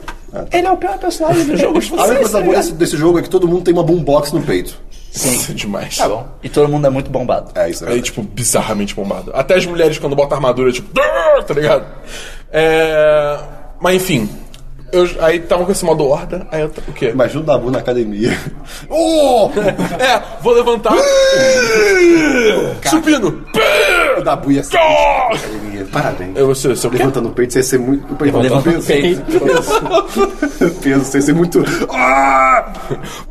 S3: Ele é o pior personagem do jogo
S2: A
S3: de
S2: única
S3: vocês.
S2: coisa
S3: tá
S2: boa
S3: ligado?
S2: desse, desse jogo é que todo mundo tem uma boombox no peito.
S4: Isso é demais.
S1: Tá bom.
S3: E todo mundo é muito bombado.
S2: É, isso é
S4: Aí,
S2: verdade.
S4: tipo, bizarramente bombado. Até as mulheres, quando botam armadura, tipo, "Durr", tá ligado? É... Mas enfim. Eu... Aí tava com esse modo horda, aí eu. t- O quê?
S2: Imagina o Dabu na academia.
S4: Oh! é, vou levantar. Supino!
S2: O Dabu ia ser
S4: Ah!
S2: academia. Parabéns.
S4: Eu você, você o quê?
S2: Levantando o peito, você ia ser muito. Levantando o
S3: Levanta o
S2: peso.
S3: peito.
S2: peso, você ia ser muito.
S4: Ah!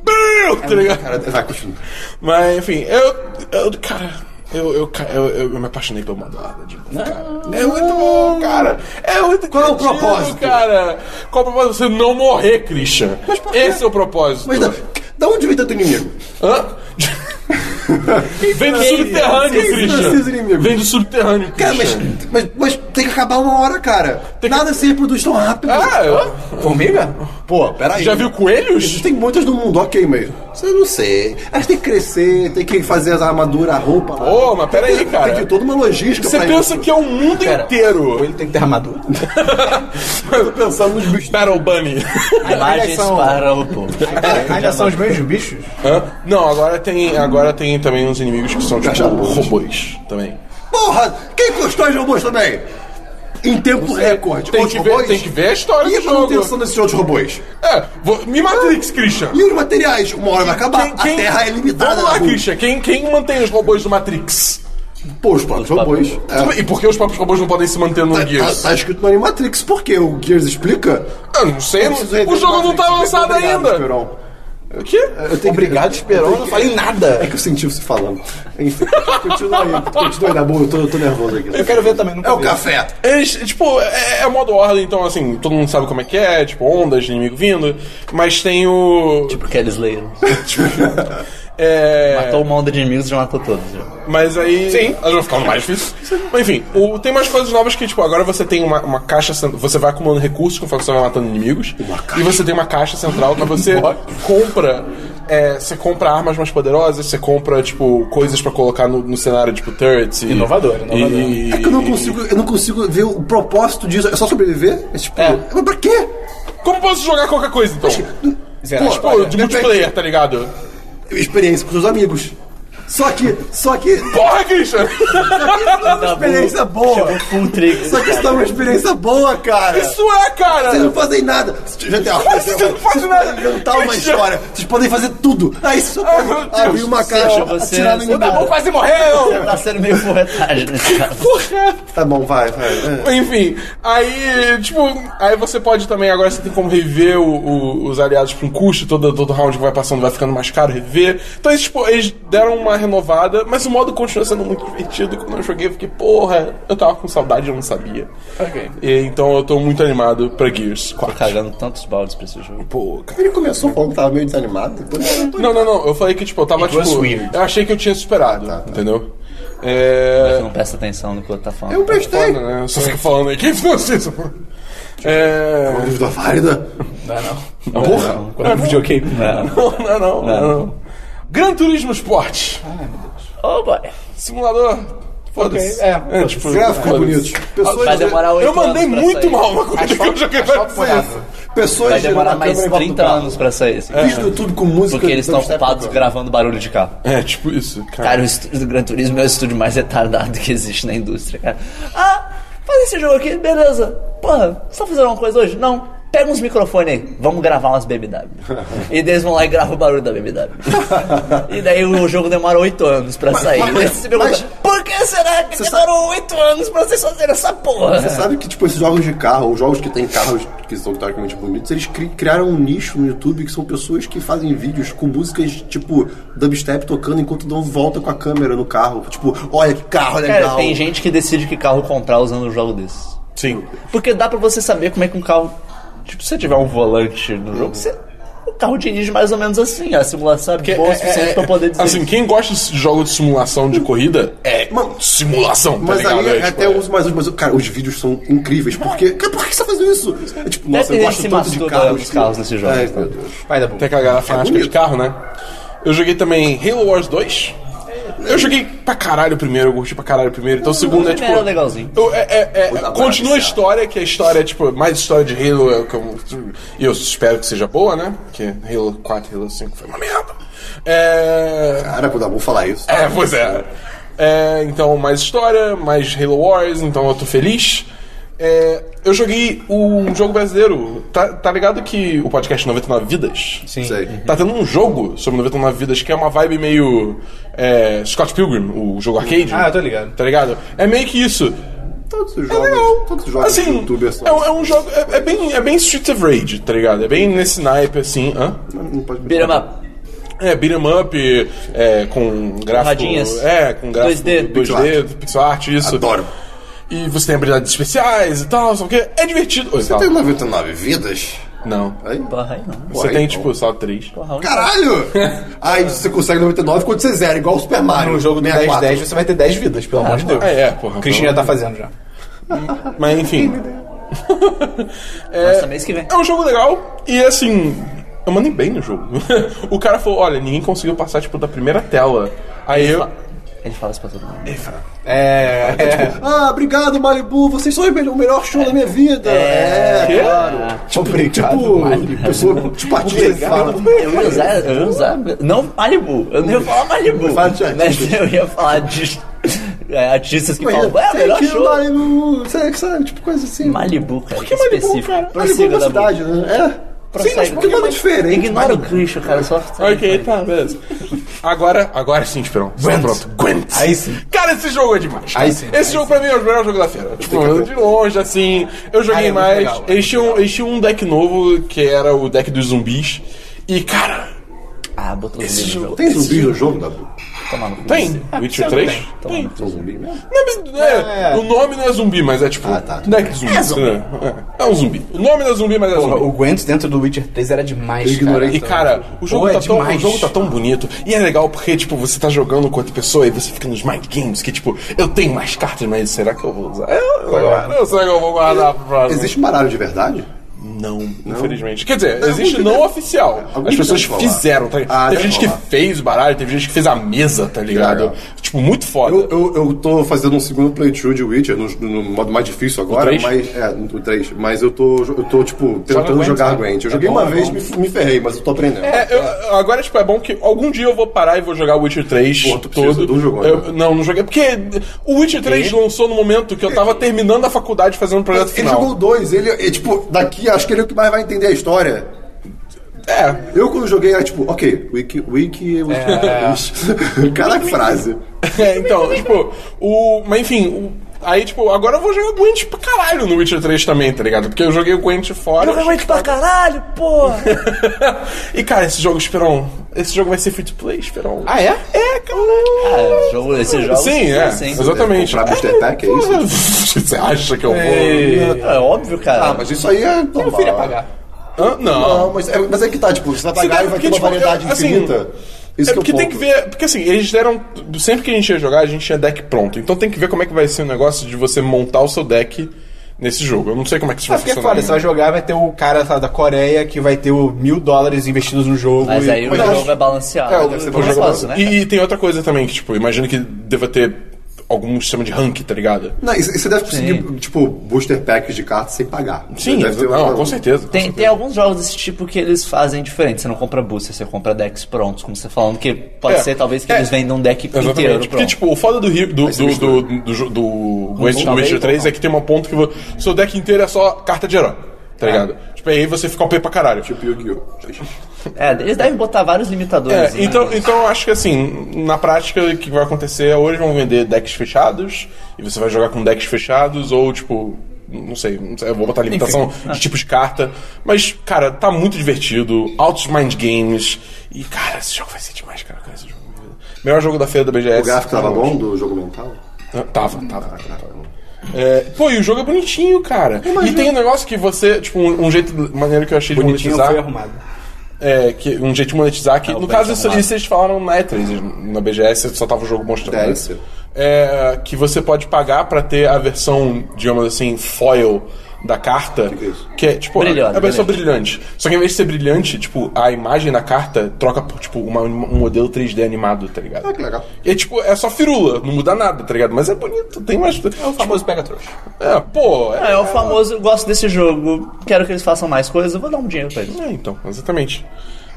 S4: Bill! Tá ligado?
S2: Cara, vai, continua.
S4: Mas enfim, eu. eu cara, eu, eu, ca- eu, eu, eu me apaixonei pelo Madoada de novo, cara. É muito bom, cara. É muito Qual
S2: é o propósito?
S4: cara? Qual é o propósito? Você não morrer, Christian.
S2: Mas por quê?
S4: Esse é o propósito.
S2: Mas da, da onde vem tanto inimigo?
S4: Hã? Vem do subterrâneo,
S2: Quem financia os
S4: Christian.
S2: inimigos?
S4: Vem do subterrâneo,
S2: Cara, mas,
S4: Christian.
S2: mas, mas tem que acabar uma hora, cara. Nada se reproduz tão rápido.
S4: Ah, eu-
S1: Formiga?
S2: Pô, peraí.
S4: já viu coelhos?
S2: Tem muitas no mundo, ok, mas. Eu não sei. Elas têm que crescer, tem que fazer as armaduras, a roupa. lá.
S4: Ô, mas peraí,
S2: Tem que-
S4: cara.
S2: Tem que toda uma logística
S4: Você
S2: pra
S4: pensa
S2: isso.
S4: que é o mundo
S1: Cara,
S4: inteiro.
S1: Ele tem que ter armadura.
S2: Eu tô pensando nos bichos.
S4: Battle Bunny.
S3: Imagens
S1: são-
S3: para o povo.
S1: Ainda são os mesmos bichos?
S4: Hã? Não, agora tem, agora tem também uns inimigos que são tipo
S2: Cachorros.
S4: robôs também.
S2: Porra! Quem constrói os robôs também? Em tempo recorde.
S4: Tem
S2: Os
S4: que, ver,
S2: robôs-
S4: tem que ver a história
S2: E
S4: do
S2: a
S4: jogo.
S2: manutenção desses outros robôs?
S4: É, vou- me Matrix, Christian.
S2: E os materiais? Uma hora vai acabar. A terra é limitada.
S4: Vamos lá,
S2: né?
S4: Christian. Quem, quem mantém os robôs do Matrix?
S2: Pô, os próprios robôs. É.
S4: E por que os próprios robôs não podem se manter no
S2: Tá,
S4: Gears?
S2: tá- tá escrito no Animatrix, por quê? O Gears explica.
S4: Eu não sei,
S2: Eu
S4: não-
S2: preciso entender
S4: o jogo não tá
S2: Matrix.
S4: lançado
S2: Obrigado,
S4: ainda.
S2: Esperon.
S4: O quê?
S2: Eu tenho que-
S1: Obrigado, Esperon. Eu não falei
S2: É
S1: nada.
S2: que eu senti você falando. Enfim, continua aí. Continua aí, Dabu. Eu tô, eu tô nervoso aqui.
S1: Eu quero ver também. nunca
S2: É o
S1: vi.
S2: café.
S4: Eles, tipo, é, é modo ordem, então assim, todo mundo sabe como é que é, tipo, ondas, inimigo vindo, mas tem o.
S3: Porque eles leram.
S4: é,
S3: Matou uma onda de inimigos e já matou todos. já.
S4: Mas aí.
S1: Sim.
S4: Elas vão ficando mais difíceis. Mas enfim, o- tem umas coisas novas que, tipo, agora você tem uma, uma caixa. cen- Você vai acumulando recursos conforme você vai matando inimigos. E você tem uma caixa central que você compra. é, você compra armas mais poderosas, você compra, tipo, coisas pra colocar no, no cenário, tipo, turrets. e-
S1: Inovador, inovador.
S4: E,
S2: É que eu não consigo, eu não consigo ver o propósito disso. É só sobreviver? É tipo.
S1: É.
S2: Mas pra quê?
S4: Como posso jogar qualquer coisa, então?
S1: Zero.
S2: Pô,
S4: Pô, de
S2: Depende.
S4: multiplayer, tá ligado?
S2: Experiência com seus amigos. Só que. Só que.
S4: Porra,
S2: Só
S4: Christian!
S2: que isso não é uma experiência boa.
S3: Full Trix.
S2: Só que isso não é uma experiência boa, cara.
S4: Isso é, cara!
S2: Vocês não fazem nada. GTA, por
S4: Vocês não
S2: exemplo,
S4: fazem nada.
S2: podem inventar uma
S4: Christian.
S2: história. Vocês podem fazer tudo. Ah, isso só pode
S4: meu Deus
S2: abrir
S4: do
S2: uma
S3: céu,
S2: caixa,
S3: vocês-
S2: atirar no
S3: Ô,
S1: Tá bom,
S2: inimigo.
S1: quase morreu!
S3: Tá sendo meio forretagem nesse caso.
S4: Porra!
S2: Tá bom, vai, vai. É.
S4: Enfim, aí, tipo, aí você pode também, agora você tem como reviver o- o- os aliados por um custo, todo, todo round que vai passando vai ficando mais caro, reviver. Então, eles, tipo, eles deram uma renovada, mas o modo continua sendo muito divertido. E Quando eu joguei, eu fiquei, porra, eu tava com saudade, eu não sabia.
S1: Ok.
S4: E, então eu tô muito animado pra Gears
S3: Tô
S4: 4.
S3: cagando tantos baldes pra esse jogo.
S4: Pô, cara.
S2: Ele começou falando que tava meio desanimado. Depois...
S4: Não, não, não, eu falei que, tipo, eu tava,
S1: It was
S4: tipo,
S1: weird.
S4: eu achei que eu tinha superado,
S2: Ah, tá, tá.
S4: entendeu? É...
S3: Não presta atenção no que o outro tá falando.
S2: Eu prestei.
S4: Foda, né? Só fica falando aí, quem financia? É...
S2: Uma Dúvida válida.
S1: Não, não.
S2: Porra.
S1: Quando eu vi videogame. Não.
S4: Não, não, não, não, não. Gran Turismo Sport.
S3: Oh, boy.
S4: Simulador. Foda-se.
S1: Ok, é.
S4: tipo,
S2: Gráfico
S4: foda-se.
S2: bonito. Pessoas,
S3: Vai demorar oito
S4: Eu mandei
S3: anos pra
S4: muito
S3: sair.
S4: mal uma coisa que eu joguei pra
S1: Asfalto
S4: vocês.
S1: molhado.
S2: pessoas
S3: Vai
S2: girando
S3: demorar
S2: a
S3: mais
S2: câmera enquanto
S3: 30
S2: tá.
S3: anos pra sair. esse
S2: Vídeo do YouTube com música. então é
S3: Porque eles
S2: do
S3: estão
S2: Step
S3: ocupados
S2: Up.
S3: gravando barulho de carro.
S4: É, tipo isso, cara.
S3: Cara, o estúdio do Gran Turismo é o estúdio mais retardado que existe na indústria, cara. Ah, faz esse jogo aqui, beleza. Porra, só fazer alguma coisa hoje? Não. Pega uns microfones aí, vamos gravar umas BMW. e daí eles vão lá e gravam o barulho da BMW. e daí o jogo demora oito anos pra sair.
S2: mas-
S3: E daí você se pergunta,
S2: mas-
S3: por que será que demorou oito anos pra vocês fazerem essa
S4: É.
S3: porra?
S2: Você sabe que, tipo, esses jogos de carro, ou jogos que tem carros que são teoricamente bonitos, eles cri- criaram um nicho no YouTube que são pessoas que fazem vídeos com músicas, tipo, dubstep tocando enquanto dão volta com a câmera no carro. Tipo, olha que carro legal.
S3: Cara, tem gente que decide que carro comprar usando um jogo desses.
S4: Sim.
S3: Porque dá pra você saber como é que um carro. Tipo, se você tiver um volante no jogo, você- o carro dirige mais ou menos assim. A simulação é boa o suficiente pra poder dizer.
S4: assim,
S3: isso.
S4: quem gosta de jogo de simulação de corrida é
S2: Mano,
S4: simulação, tá
S2: Mas
S4: ligado?
S2: aí
S4: É, tipo,
S2: até
S4: é.
S2: eu uso mais hoje, mas, cara, os vídeos são incríveis. Porque, cara, por que você tá fazendo isso? É tipo,
S3: Deve
S2: nossa,
S3: ter
S2: eu
S3: gente
S2: gosto
S3: se
S2: tanto de
S3: masturba
S2: carros.
S3: nos carros nesse jogo.
S4: né?
S2: Ai, meu Deus.
S1: Vai dar bom.
S4: Tem aquela galera fanática
S2: bonito.
S4: de carro, né? Eu joguei também Halo Wars 2. Eu joguei pra caralho o primeiro, eu curti pra caralho o primeiro. Então o segundo é tipo.
S3: primeiro é legalzinho.
S4: Eu- é- é- é-
S2: dar
S4: continua a
S2: mais,
S4: história, que a história é tipo, mais história de Halo. é o que eu- E eu espero que seja boa, né? Porque Halo 4 Halo 5 foi uma merda. É.
S2: Cara, quando eu vou falar isso.
S4: É, pois é. É, Então, mais história, mais Halo Wars, então eu tô feliz. É, eu joguei um jogo brasileiro. Tá, tá ligado que o podcast 99 Vidas?
S1: Sim. Uhum.
S2: Sei.
S4: Tá tendo um jogo sobre 99 Vidas que é uma vibe meio. É, Scott Pilgrim, o jogo arcade.
S1: Ah, eu tô ligado.
S4: Tá ligado? É meio que isso.
S2: Todos os
S4: É
S2: jogos.
S4: legal.
S2: Todos os jogos
S4: assim,
S2: do YouTube são.
S4: é, um- é um jogo. É, é bem, é bem Street of Rage, tá ligado? É bem nesse naipe assim. Hã?
S2: Não pode
S3: Beat 'em up.
S4: É, beat 'em up, é, com gráfico.
S3: Radinhas.
S4: É, com gráfico
S3: 2D.
S4: 2D, pixel art, isso.
S2: Adoro.
S4: E você tem habilidades especiais e tal, só que é divertido. Oi,
S2: Eu
S4: tal.
S2: tenho 99 vidas.
S4: Não.
S2: Aí,
S3: Porra, aí não.
S4: Você
S2: aí,
S4: tem,
S2: não.
S4: tipo, só três.
S3: Porra, onde-
S2: Caralho! aí você consegue 99 quando você zera, igual o Super Mario.
S1: No jogo do
S2: 64.
S1: 10-10 você vai ter 10 vidas, pelo amor de Deus.
S4: É, é, porra.
S1: O Christian já tá fazendo já.
S4: Mas enfim.
S3: Nossa, mês que vem.
S4: É um jogo legal e assim. Eu mandei bem no jogo. o cara falou: olha, ninguém conseguiu passar, tipo, da primeira tela. Aí eu.
S3: Ele fala isso pra todo mundo.
S1: É. é
S2: Ah, obrigado, Malibu, vocês são o melhor- o melhor show da minha vida. É,
S4: Quê?
S2: claro. Tipo,
S1: Obrigado,
S2: tipo,
S1: Malibu.
S2: pessoa, tipo artista,
S1: Obrigado.
S2: fala.
S3: Eu ia usar, eu ia usar. Não Malibu, eu não ia falar Malibu.
S2: Fala de
S3: Mas
S2: artistas.
S3: eu ia falar de é, artistas que falam, é o
S2: Sei
S3: melhor
S2: que
S3: show.
S2: Malibu, sei que sabe, tipo coisa assim.
S3: Malibu, cara, que
S2: Malibu,
S3: específico.
S2: cara? Malibu é
S3: Prossiga,
S2: uma
S3: Dabu.
S2: cidade, né? É. Sim, mas
S3: Prossegue.
S2: por que nada diferente?
S3: Ignora o Christian, cara, só...
S4: Ok, tá, beleza. Agora, agora sim, Esperão. Tá
S1: Gwent.
S4: Pronto, Gwent.
S1: é. Aí sim.
S4: Cara, esse jogo é demais.
S1: Aí sim.
S4: Esse jogo pra mim é o melhor jogo da feira. Tipo, de longe, assim. Eu joguei
S1: Cara, é muito
S4: mais.
S1: legal, é
S4: eles, tinham, eles tinham um deck novo, que era o deck dos zumbis. E, cara,
S3: Ah, botou
S4: esse
S3: zumbi no
S4: jogo.
S3: jogo.
S2: Tem zumbi no jogo, Dabu?
S3: Toma no cu.
S4: Tem. Witcher 3?
S1: tem.
S4: Tem.
S2: Tem zumbi mesmo?
S4: Não, mas, é,
S1: É.
S4: O nome não é zumbi, mas é tipo.
S2: Ah, tá, tudo
S4: Deck de zumbi. É, é um zumbi. O nome não é zumbi, mas é zumbi.
S1: O Gwent dentro do Witcher 3 era demais.
S2: Eu ignorei.
S1: cara.
S4: E cara, o jogo,
S1: Pô, é
S4: tá tão, o
S1: demais.
S4: jogo tá tão bonito. E é legal porque, tipo, você tá jogando com outra pessoa e você fica nos mind games, que tipo, eu tenho mais cartas, mas será que eu vou usar? Eu,
S1: é?
S4: eu, eu sei que eu vou guardar pra próxima.
S2: Existe um baralho de verdade?
S4: Não, infelizmente. Quer dizer, existe
S2: alguns
S4: não
S2: fizeram.
S4: oficial.
S2: Alguns
S4: As pessoas
S2: fizeram falar.
S4: fizeram, tá ligado?
S2: Ah,
S4: teve
S2: deve
S4: gente que
S2: rolar.
S4: fez o baralho, teve gente que fez a mesa, tá ligado?
S2: Legal.
S4: Tipo, muito foda.
S2: Eu, eu, eu tô fazendo um segundo playthrough de Witcher, no, no modo mais difícil agora,
S4: três?
S2: mas. É, no 3. Mas eu tô, eu tô tipo, tentando
S1: Gwent,
S2: jogar
S1: né?
S2: Gwent. Eu
S1: É
S2: joguei
S1: bom,
S2: uma
S1: é
S2: vez
S1: bom.
S2: me, me ferrei, mas eu tô aprendendo.
S4: É, eu- eu- agora, tipo, é bom que algum dia eu vou parar e vou jogar o Witcher 3
S2: Pô, tu precisa, né?
S4: todo.
S2: tu não jogou ainda.
S4: eu, não, não joguei. Porque o Witcher 3 lançou no momento que eu tava terminando a faculdade fazendo um projeto
S2: Ele
S4: final.
S2: jogou dois, ele, é, tipo, daqui acho que ele é o que mais vai entender a história.
S4: É.
S2: Eu quando joguei era tipo, ok, wiki, wiki, wiki. Caraca, frase.
S4: É, então, tipo, o. Mas enfim, o- aí, tipo, agora eu vou jogar Gwent pra caralho no Witcher 3 também, tá ligado? Porque eu joguei o Gwent fora.
S3: Joga muito pra caralho, porra!
S4: e cara, esse jogo, Esperon. Esse jogo vai ser free to play, Esperon.
S1: Ah, é?
S4: é, cara.
S3: Ah, jogo, esse jogo...
S4: Sim, é. Exatamente.
S2: Comprar booster pack, é isso?
S4: Você acha que eu vou.
S3: É óbvio, cara.
S2: Ah, mas isso aí é normal.
S1: Eu filho pagar.
S4: Hã? Não.
S2: Não, mas é, mas é que tá, tipo, você vai
S4: Sim,
S2: pagar
S4: cara,
S2: e vai
S4: porque,
S2: ter uma
S4: tipo,
S2: variedade
S4: eu- assim,
S2: infinita.
S4: É
S2: Isso
S4: porque
S2: que é o
S4: tem que
S2: ponto.
S4: ver. Porque assim, eles deram. Sempre que a gente ia jogar, a gente tinha deck pronto. Então tem que ver como é que vai ser o negócio de você montar o seu deck nesse jogo. Eu não sei como é que isso
S1: Ah,
S4: vai
S1: porque é
S4: funcionar.
S1: foda, você vai jogar, vai ter o cara lá da Coreia que vai ter o mil dólares investidos no jogo.
S3: Mas
S1: e-
S3: aí o
S2: mas
S3: jogo
S2: acho-
S3: é balanceado.
S2: É, deve ser
S3: Não
S2: bom
S3: é
S2: jogo
S3: fácil, né?
S4: E, e tem outra coisa também, que, tipo, imagino que deva ter algum sistema de rank, tá ligado?
S2: Não, e c- e você deve conseguir, tipo, booster packs de cartas sem pagar.
S4: Sim,
S2: deve ter um
S4: não,
S2: uma-
S4: com certeza. com
S3: Tem,
S4: certeza.
S3: tem alguns jogos desse tipo que eles fazem diferente. Você não compra booster, você compra decks prontos, como você tá falando, que pode
S4: É.
S3: ser talvez que
S4: É.
S3: eles vendam um deck inteiro
S4: Exatamente.
S3: pronto.
S4: Porque, tipo, o foda do Rio, do,
S2: se
S4: do, do,
S2: mistura.
S4: do, jo- do West do
S3: talvez,
S4: Witcher 3
S3: ou não.
S4: é que tem uma ponto que vo- seu deck inteiro é só carta de herói, tá ligado? Tipo, aí você fica OP pra caralho.
S2: Tipo, Yu-Gi-Oh!
S3: É, eles devem botar vários limitadores.
S4: É,
S3: né?
S4: então, então eu acho que assim, na prática o que vai acontecer é ou eles vão vender decks fechados, e você vai jogar com decks fechados, ou tipo, não sei, não sei, eu vou botar limitação
S1: é.
S4: de tipo de carta. Mas, cara, tá muito divertido, altos mind games, e cara, esse jogo vai ser demais, cara. cara, esse jogo. Melhor jogo da feira da BGS.
S2: O gráfico tava bom do jogo mental?
S4: Ah, Tava, tava. É, pô, e o jogo é bonitinho, cara. E tem um negócio que você, tipo, um, um jeito maneiro que eu achei de
S1: Bonitinho
S4: monetizar.
S1: foi arrumado.
S4: É, que, um jeito de monetizar
S2: É,
S4: que,
S3: o
S4: no
S3: Pet
S4: caso, isso,
S3: arrumado.
S4: isso eles falaram na E3, na BGS, só tava o jogo mostrando.
S2: Deve
S4: né?
S2: ser.
S4: É, que você pode pagar pra ter a versão, digamos assim, foil da carta.
S2: que é isso?
S4: que é, tipo,
S3: Brilhante,
S4: a versão brilhante. Só que em vez de ser brilhante, tipo, a imagem da carta troca por, tipo, uma- um modelo 3D animado, tá ligado?
S2: Ah, que legal.
S4: E tipo, é só firula, não muda nada, tá ligado? Mas é bonito, tem umas.
S1: É o famoso pega trouxa.
S4: É, pô,
S3: Ah,
S4: é.
S3: é o famoso, gosto desse jogo, quero que eles façam mais coisas, eu vou dar um dinheiro pra eles.
S4: É, então, exatamente.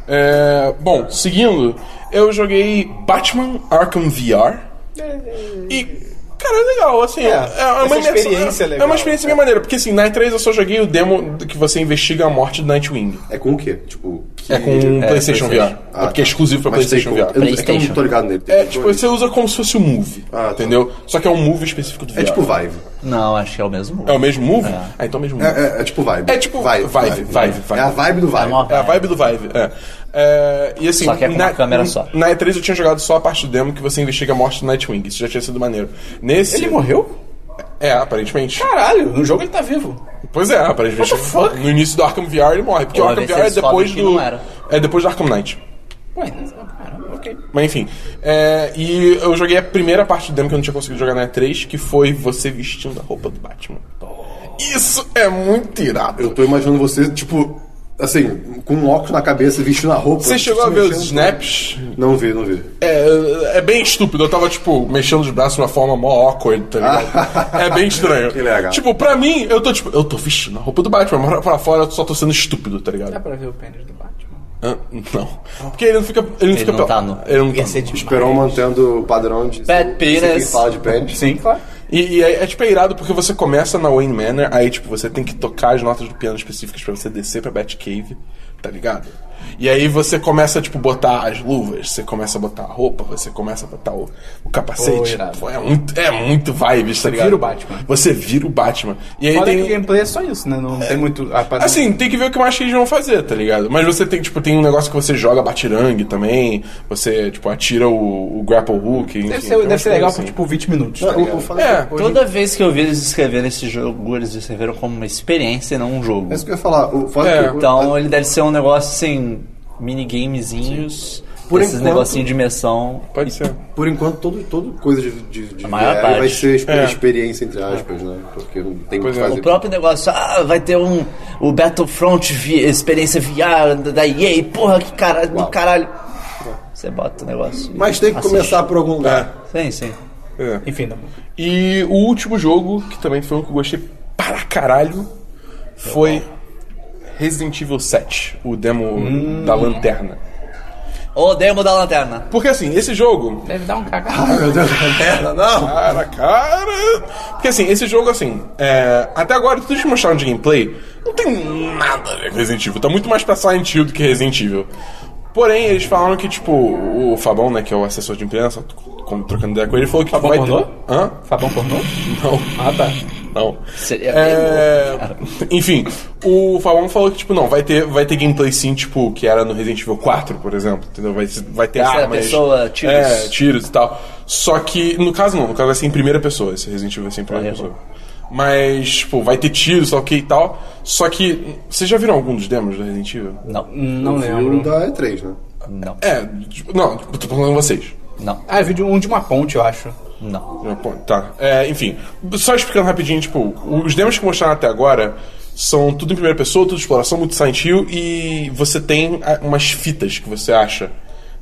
S4: É, bom, seguindo, eu joguei Batman Arkham VR. E. Cara, é legal, assim, é, é uma
S1: essa
S4: imersão-
S1: experiência é
S4: É
S1: legal.
S4: uma experiência meio maneira, porque assim, na E3 eu só joguei o demo do que você investiga a morte do Nightwing.
S2: É com o quê? Tipo, que...
S4: É com o
S3: PlayStation.
S4: PlayStation, VR.
S2: Ah,
S4: é porque é
S2: tá.
S4: exclusivo pra
S2: Mas tem
S4: PlayStation
S2: como-
S4: VR.
S2: Eu, não- é que eu
S3: PlayStation.
S2: não tô ligado nele. Tem
S4: É,
S2: como-
S4: tipo, você usa como se fosse um move,
S2: Ah, tá.
S4: entendeu? Só que é um move específico do VR.
S2: É tipo Vive.
S3: Não, acho que é o mesmo.
S4: É o mesmo move? Ah, então é o mesmo
S2: É,
S4: move.
S2: é, é tipo Vive.
S4: É tipo Vive, Vive, Vive.
S2: É a vibe do Vive.
S3: É uma-
S4: É a vibe do Vive, é. É, e assim,
S3: Só que é com uma câmera só.
S4: Na E3 eu tinha jogado só a parte do demo que você investiga a morte do Nightwing. Isso já tinha sido maneiro. Nesse.
S1: Ele morreu?
S4: É, É, aparentemente.
S1: Caralho, no jogo ele tá vivo.
S4: Pois é, aparentemente.
S1: What the fuck?
S4: No início do Arkham VR ele morre, porque
S3: Pô,
S4: o
S3: vai
S4: Arkham
S3: ser
S4: VR é
S3: só
S4: depois
S3: que
S4: do.
S3: não era.
S4: É depois do Arkham Knight.
S1: Ué,
S3: então,
S1: caramba, ok.
S4: Mas enfim. é, e eu joguei a primeira parte do demo que eu não tinha conseguido jogar na E3, que foi você vestindo a roupa do Batman. Isso é muito irado.
S2: Eu tô imaginando você, tipo, assim, com um óculos na cabeça, vestindo a roupa. Tipo,
S4: Você chegou a
S2: se
S4: ver os
S2: mexendo.
S4: snaps?
S2: Não vi, não vi.
S4: É, é bem estúpido. Eu tava, tipo, mexendo os braços de uma forma mó awkward, tá ligado? é bem estranho.
S2: Que legal.
S4: Tipo, pra mim, eu tô, tipo, eu tô vestindo a roupa do Batman, mas pra fora eu só tô sendo estúpido, tá ligado?
S1: Dá pra ver o pênis do Batman?
S4: Hã? não. Porque ele não fica. Ele não fica
S3: não
S4: pel-
S3: tá nu.
S4: Ele não tá
S1: Ia ser
S4: nu.
S1: demais.
S2: Esperou mantendo o padrão de.
S3: Bad
S2: sempre
S3: penis.
S2: fala de pênis.
S1: Sim, claro.
S4: E, e é, é, tipo é irado porque você começa na Wayne Manor, aí tipo você tem que tocar as notas do piano específicas pra você descer pra Batcave, tá ligado? E aí você começa tipo botar as luvas, você começa a botar a roupa, você começa a botar o, o
S1: Pô,
S4: capacete.
S1: irado.
S4: Pô, é muito é muito vibes, tá ligado?
S1: vira o Batman.
S4: Você vira o Batman. E aí
S1: Fora
S4: tem
S1: que o gameplay é só isso, né? Não tem muito. ah, pra-
S4: Assim, tem que ver o que mais que eles vão fazer, tá ligado? Mas você tem, tipo, tem um negócio que você joga batirangue também, você, tipo, atira o, o grapple hook. enfim,
S1: deve
S4: tem
S1: ser,
S4: umas
S1: deve ser legal
S4: coisas
S1: por
S4: assim.
S1: tipo 20 minutos.
S2: Eu,
S1: Tá ligado?
S2: eu falei
S4: É,
S2: que hoje-
S3: Toda vez que eu vi eles descreverem esse jogo, eles descreveram como uma experiência e não um jogo.
S2: É isso que eu ia falar. O foda
S4: É.
S2: que eu-
S3: Então ele deve ser um negócio assim, minigamezinhos,
S2: Por
S3: esses
S2: enquanto-
S3: negocinhos de imersão.
S4: Pode ser.
S2: Por enquanto, todo, todo coisa de, de, de
S3: A maior
S2: VR
S3: parte.
S2: vai ser exper-
S4: É.
S2: experiência, entre aspas, né? Porque não tem o que
S4: Pois é.
S2: fazer.
S3: O próprio negócio, ah, vai ter um o Battlefront vi- experiência VR da- da EA, porra, que caralho, do
S2: Uau.
S3: caralho. Você bota o negócio.
S2: Mas tem que
S3: Assiste.
S2: começar por algum lugar.
S3: Sim, sim.
S4: É.
S1: Enfim, não.
S4: E o último jogo, que também foi um que eu gostei para caralho, foi Resident Evil 7, o demo
S1: Hum.
S4: da lanterna.
S3: O demo da lanterna.
S4: Porque assim, esse jogo.
S1: Deve dar um cagado.
S2: Ah, Meu Deus, não, não.
S4: Cara, cara! Porque assim, esse jogo, assim, é, até agora, tudo que mostraram de gameplay, não tem nada a ver com Resident Evil. Tá muito mais pra Silent Hill do que Resident Evil. Porém, eles falaram que, tipo, o Fabão, né, que é o assessor de imprensa, com- trocando ideia com ele, falou que
S1: Fabão
S4: vai ter-
S1: pornô?
S4: Hã?
S1: Fabão pornô?
S4: Não.
S1: Ah, tá.
S4: Não.
S3: Seria
S4: É, Enfim, o Fabão falou que, tipo, não, vai ter, vai ter gameplay sim, tipo, que era no Resident Evil 4, por exemplo. Entendeu? Vai, vai ter
S3: Terceira
S4: armas.
S3: pessoa, tiros.
S4: É, tiros e tal. Só que, no caso não, no caso vai ser em primeira pessoa, esse Resident Evil vai ser em primeira
S3: Errou.
S4: pessoa. Mas, tipo, vai ter tiros, tal, ok e tal. Só que. Vocês já viram algum dos demos do Resident Evil?
S3: Não,
S1: Não
S2: Viu
S1: lembro.
S2: da E3, né?
S3: não,
S4: É, tipo, não, eu tô falando vocês.
S3: não,
S1: Ah, eu vi de um de uma ponte, eu acho.
S3: não.
S4: Já põe, Tá. É, enfim, só explicando rapidinho, tipo, os demos que mostraram até agora são tudo em primeira pessoa, tudo exploração, muito Silent Hill, e você tem ah, umas fitas que você acha,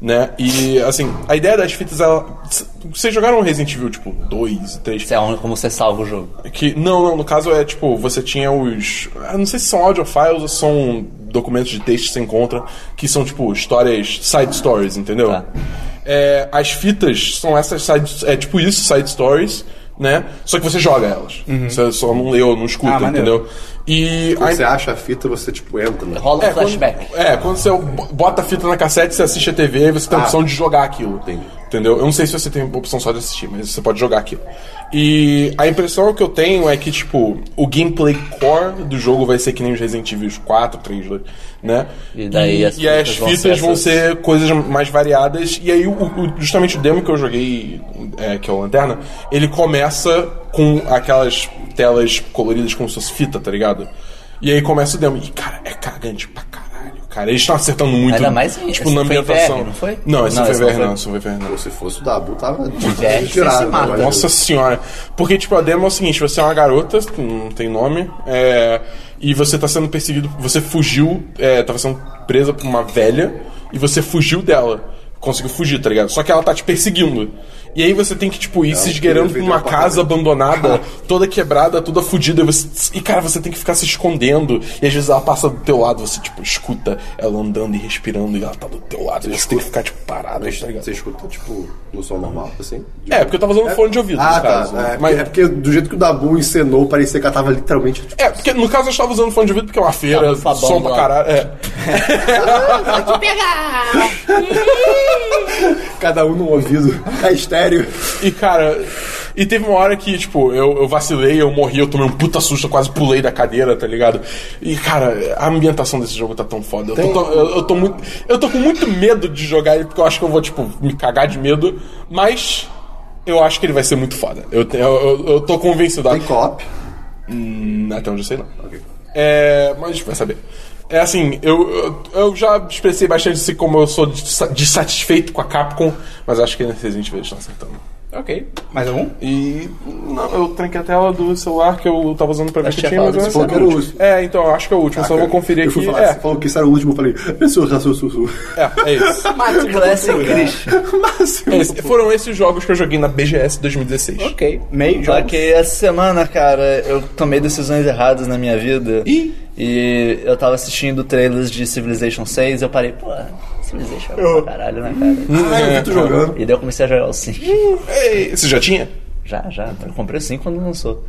S4: né? E, assim, a ideia das fitas, ela... c- Vocês jogaram Resident Evil, tipo, 2, 3,
S3: Isso é onde- como você salva o jogo.
S4: que, não, não, no caso é tipo, você tinha os. ah, Não sei se são audio files ou são documentos de texto que você encontra, que são tipo histórias, side stories, entendeu?
S3: Tá.
S4: É, as fitas são essas side. É tipo isso, side stories, né? Só que você joga elas. Você só não lê ou não escuta,
S1: Uhum. Ah, maneiro. é
S4: entendeu? E. a-
S2: Você acha a fita, você, tipo, entra. Né?
S3: Rola um
S4: quando-
S3: flashback.
S4: é, quando você bota a fita na cassete, você assiste a TV e você tem a
S2: Ah.
S4: opção de jogar aquilo.
S2: Entendi.
S4: Entendeu? Eu não sei se você tem opção só de assistir, mas você pode jogar aquilo. E a impressão que eu tenho é que, tipo, o gameplay core do jogo vai ser que nem os Resident Evil 4, 3, 2, né?
S3: E daí
S4: e,
S3: as
S4: e as
S3: fitas vão
S4: fitas
S3: ser
S4: vão
S3: essas.
S4: ser coisas mais variadas. E aí, o- o- justamente o demo que eu joguei, é, que é o Lanterna, ele começa com aquelas telas coloridas como se fosse fita, tá ligado? E aí começa o demo. E, cara, é cagante pra caralho, cara. Eles estão acertando muito,
S3: Ainda mais em-
S4: tipo,
S3: esse
S4: na
S3: foi em
S4: ambientação.
S3: VR, não foi?
S4: Não, esse
S3: Não,
S4: não foi
S3: esse não
S4: VR,
S3: foi.
S4: não. Esse não foi VR, não.
S2: Ou se fosse o Dabu, tava
S3: você se
S2: tirado.
S3: mata.
S2: né?
S4: Nossa senhora. Porque, tipo, a demo é o seguinte: você é uma garota, não tem nome, é, e você tá sendo perseguido, você fugiu, é, tava sendo presa por uma velha, e você fugiu dela. Conseguiu fugir, tá ligado? Só que ela tá te perseguindo. E aí você tem que, tipo, ir se esgueirando pra
S2: queria
S4: uma
S2: vender o
S4: casa
S2: apartamento.
S4: abandonada, toda quebrada, toda fudida. E, você- e, cara, você tem que ficar se escondendo. E às vezes ela passa do teu lado, você, tipo, escuta ela andando e respirando, e ela tá do teu lado. E você tem que ficar, tipo, parado, tá ligado?
S2: Você escuta, tipo, no som normal, assim? De-
S4: É, porque eu tava usando fone de ouvido,
S2: Ah,
S4: no
S2: tá.
S4: caso.
S3: né?
S2: É,
S4: Mas-
S2: é porque do jeito que o Dabu encenou, parecia que ela tava literalmente. Tipo,
S4: É, porque no caso eu estava usando fone de ouvido porque é uma feira,
S3: Tá, tá bom,
S4: som pra
S3: lá.
S4: caralho. É.
S2: cada um no ouvido. É estéreo.
S4: E cara, e teve uma hora que, tipo, eu, eu vacilei, eu morri, eu tomei um puta susto, eu quase pulei da cadeira, tá ligado? E cara, a ambientação desse jogo tá tão foda. Eu tô,
S2: Tem-
S4: tão- eu, eu tô muito. Eu tô com muito medo de jogar ele porque eu acho que eu vou, tipo, me cagar de medo, mas. Eu acho que ele vai ser muito foda. Eu, te- eu, eu, eu tô convencido.
S2: Tem cop.
S4: Hum, até onde eu sei, não. É, mas vai saber. É assim, eu, eu, eu já expressei bastante se como eu sou dissa- dissatisfeito com a Capcom, mas acho que nesse Resident Evil eles estão tá acertando. Ok.
S1: Mais algum?
S4: E não, eu tranquei a tela do celular que eu tava usando pra ver
S3: Acho
S4: que
S3: que
S4: tinha,
S3: é
S4: mas eu
S2: Você falou que
S4: não sei.
S2: era o último.
S4: É, então, eu acho que é o último, só vou conferir
S2: Ah, eu
S4: aqui.
S2: fui falar, Você
S4: É,
S2: falou que isso era o último, eu falei, pessoal, já sou sussurro.
S4: é, é isso.
S3: Classic Christian.
S4: É isso. Foram esses jogos que eu joguei na BGS 2016.
S1: Ok. Meio
S3: Só
S1: jogos.
S3: que essa semana, cara, eu tomei decisões erradas na minha vida.
S4: Ih.
S3: E eu tava assistindo trailers de Civilization 6 eu parei, pô, Civilization é bom pra caralho, né, cara?
S4: É.
S2: Ah, eu vi tu jogando.
S3: E daí eu comecei a jogar o 5.
S4: Ei, você É, já tinha?
S3: Já, já. Eu comprei o 5 quando lançou.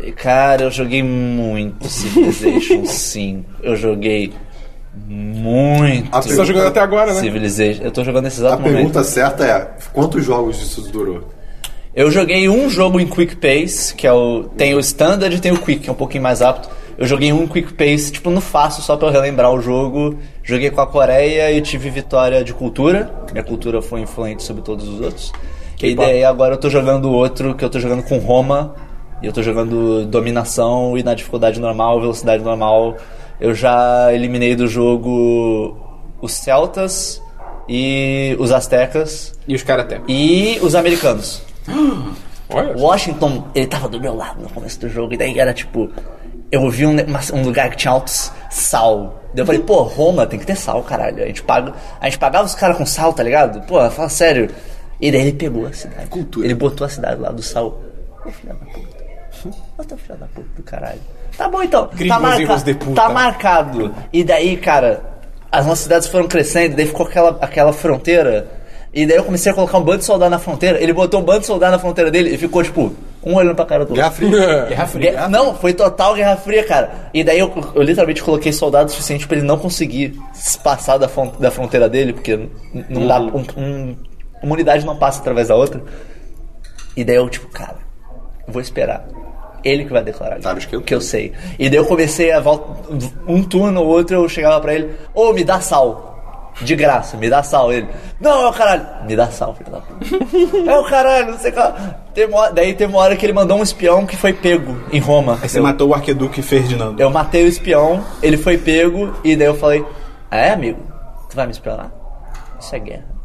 S3: E, cara, eu joguei muito Civilization 5. Eu joguei muito
S2: A
S4: Você tá jogando até agora, né?
S3: Civilization. Eu tô jogando nesse
S2: A
S3: exato momento.
S2: pergunta certa é, quantos jogos isso durou?
S3: Eu joguei um jogo em Quick Pace, que é o. Tem o Standard e tem o Quick, que é um pouquinho mais rápido. Eu joguei um em Quick Pace, tipo, no fácil, só pra eu relembrar o jogo. Joguei com a Coreia e tive vitória de cultura. Minha cultura foi influente sobre todos os outros. E daí agora eu tô jogando outro, que eu tô jogando com Roma. E eu tô jogando dominação e na dificuldade normal, velocidade normal. Eu já eliminei do jogo os Celtas e os Aztecas
S1: E os caras até.
S3: e os americanos.
S4: Olha.
S3: Washington, ele tava do meu lado no começo do jogo, e daí era tipo. Eu ouvi um, ne- uma- um lugar que tinha altos sal. Daí eu falei, pô, Roma tem que ter sal, caralho. A gente, paga, a gente pagava os caras com sal, tá ligado? Pô, fala sério. E daí ele pegou a cidade.
S2: Cultura.
S3: Ele botou a cidade lá do sal. Ô filha da puta. Ô teu filho da puta do caralho. Tá bom então. Tá,
S1: Gringos
S3: marca-
S1: erros de puta.
S3: tá marcado. E daí, cara, as nossas cidades foram crescendo, daí ficou aquela, aquela fronteira. E daí eu comecei a colocar um bando de soldado na fronteira. Ele botou um bando de soldado na fronteira dele e ficou, tipo, um olhando pra cara do outro.
S2: Guerra Fria.
S1: Guerra Fria.
S3: Guerra- Não, foi total Guerra Fria, cara. E daí eu, eu literalmente coloquei soldado suficiente pra ele não conseguir se passar da, fron- da fronteira dele, porque n- não dá.
S2: Uhum.
S3: um- um- uma unidade não passa através da outra. E daí eu, tipo, cara, eu vou esperar. Ele que vai declarar.
S2: Sabe que eu-
S3: que eu sei. E daí eu comecei a volta. Um turno ou outro eu chegava pra ele: Ô, me dá sal. De graça, me dá sal. Ele: Não, caralho. Me dá sal, filho da puta. é o caralho, não sei qual. Teve uma- daí teve uma hora que ele mandou um espião que foi pego em Roma.
S1: Aí você
S3: Eu-
S1: matou é o arqueduque Ferdinando.
S3: eu matei o espião, ele foi pego, e daí eu falei: "Ah, É, amigo, tu vai me espionar? Isso é guerra.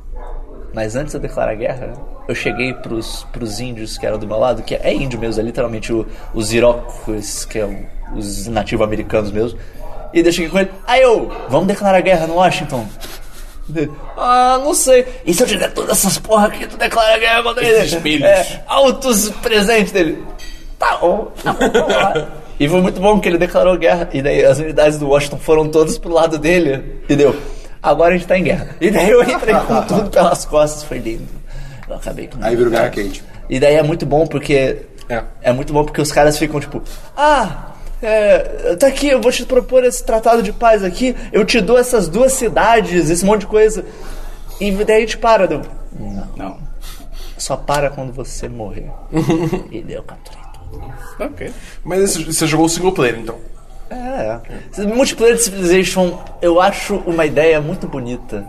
S3: Mas antes de eu declarar guerra, eu cheguei pros, pros índios que eram do meu lado, que é índio mesmo, é literalmente o- os Iroquois, que é o- os nativo-americanos mesmo. E daí eu cheguei com ele: Aí eu, vamos declarar guerra no Washington? Dele, Ah, não sei. E se eu tiver todas essas porra aqui, tu declara guerra contra ele?
S1: Esses espelhos.
S3: É, altos presentes dele. Tá bom, tá bom, vamos lá. E foi muito bom que ele declarou guerra. E daí as unidades do Washington foram todas pro lado dele. E deu. Agora a gente tá em guerra. E daí eu entrei com tudo pelas costas, foi lindo. Eu acabei com
S2: Aí virou Guerra Quente.
S3: e daí é muito bom porque.
S4: É.
S3: É. muito bom porque os caras ficam tipo. Ah! É, tá aqui, eu vou te propor esse tratado de paz aqui, eu te dou essas duas cidades, esse monte de coisa. E daí a gente para, deu. Não,
S1: Não.
S3: só para quando você morrer. e deu capturei tudo.
S1: Ok.
S4: Mas esse- você jogou o single player, então.
S3: É. Esse Multiplayer de Civilization, eu acho uma ideia muito bonita.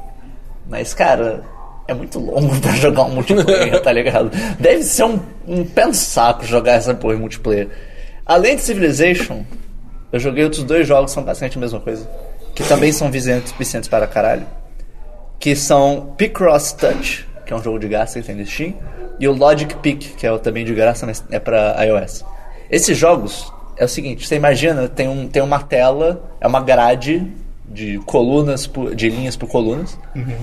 S3: Mas, cara, é muito longo pra jogar um multiplayer, tá ligado? Deve ser um, um pé no saco jogar essa porra em multiplayer. Além de Civilization, eu joguei outros dois jogos que são basicamente a mesma coisa. Que também são viciantes, viciantes para caralho. Que são Picross Touch, que é um jogo de graça que tem no Steam, e o Logic Pick, que é o também de graça, mas é pra iOS. Esses jogos é o seguinte, você imagina, tem, um, tem uma tela, é uma grade de colunas, por- de linhas por colunas,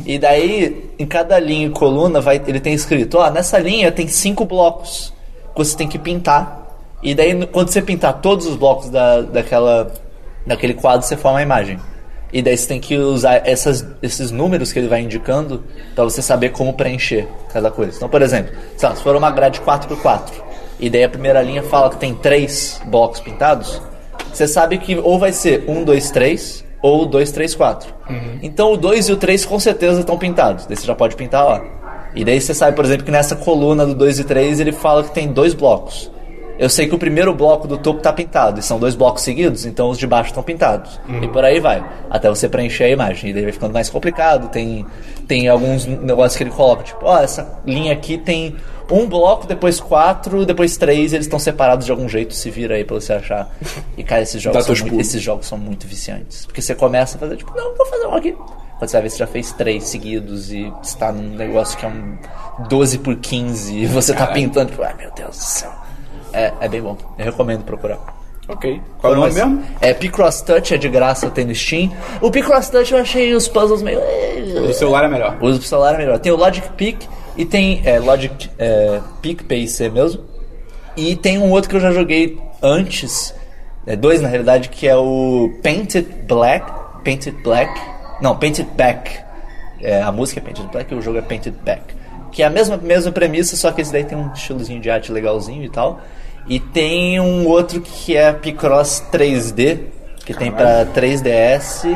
S3: e daí em cada linha e coluna vai, ele tem escrito, ó, nessa linha tem cinco blocos que você tem que pintar, e daí no- quando você pintar todos os blocos da, daquela, daquele quadro, você forma a imagem. E daí você tem que usar essas, esses números que ele vai indicando pra você saber como preencher cada coisa. Então, por exemplo, sei lá, se for uma grade 4x4 e daí a primeira linha fala que tem três blocos pintados, você sabe que ou vai ser 1, 2, 3 ou 2, 3, 4. Então o 2 e o 3 com certeza estão pintados. Daí você já pode pintar lá. E daí você sabe, por exemplo, que nessa coluna do 2 e 3 ele fala que tem dois blocos. Eu sei que o primeiro bloco do topo tá pintado, e são dois blocos seguidos, então os de baixo estão pintados. E por aí vai. Até você preencher a imagem. E daí vai ficando mais complicado. Tem, tem alguns negócios que ele coloca, tipo, ó, essa linha aqui tem um bloco, depois quatro, depois três, eles estão separados de algum jeito, se vira aí pra você achar. E cara, esses jogos,
S4: Dá
S3: são
S4: teus
S3: muito,
S4: pulos.
S3: esses jogos são muito viciantes. Porque você começa a fazer, tipo, não, vou fazer um aqui. Quando você vai ver, você já fez três seguidos e está num negócio que é um 12 por 15 e você tá pintando, tipo, ai meu Deus do céu. É, é bem bom. Eu recomendo procurar.
S1: Ok. Qual é o nome
S3: Mas,
S1: mesmo?
S3: É, Picross Touch é de graça, tem no Steam. O Picross Touch eu achei os puzzles meio.
S1: O celular é melhor.
S3: Usa pro celular é melhor. Tem o Logic Pick e tem. É, Logic é, Pick PIC mesmo. E tem um outro que eu já joguei antes. É, dois na realidade, que é o Painted Black. Painted Black. Não, Painted Back. É, a música é Painted Black e o jogo é Painted Back. Que é a mesma, mesma premissa, só que esse daí tem um estilozinho de arte legalzinho e tal. E tem um outro que é Picross 3D, que tem pra 3DS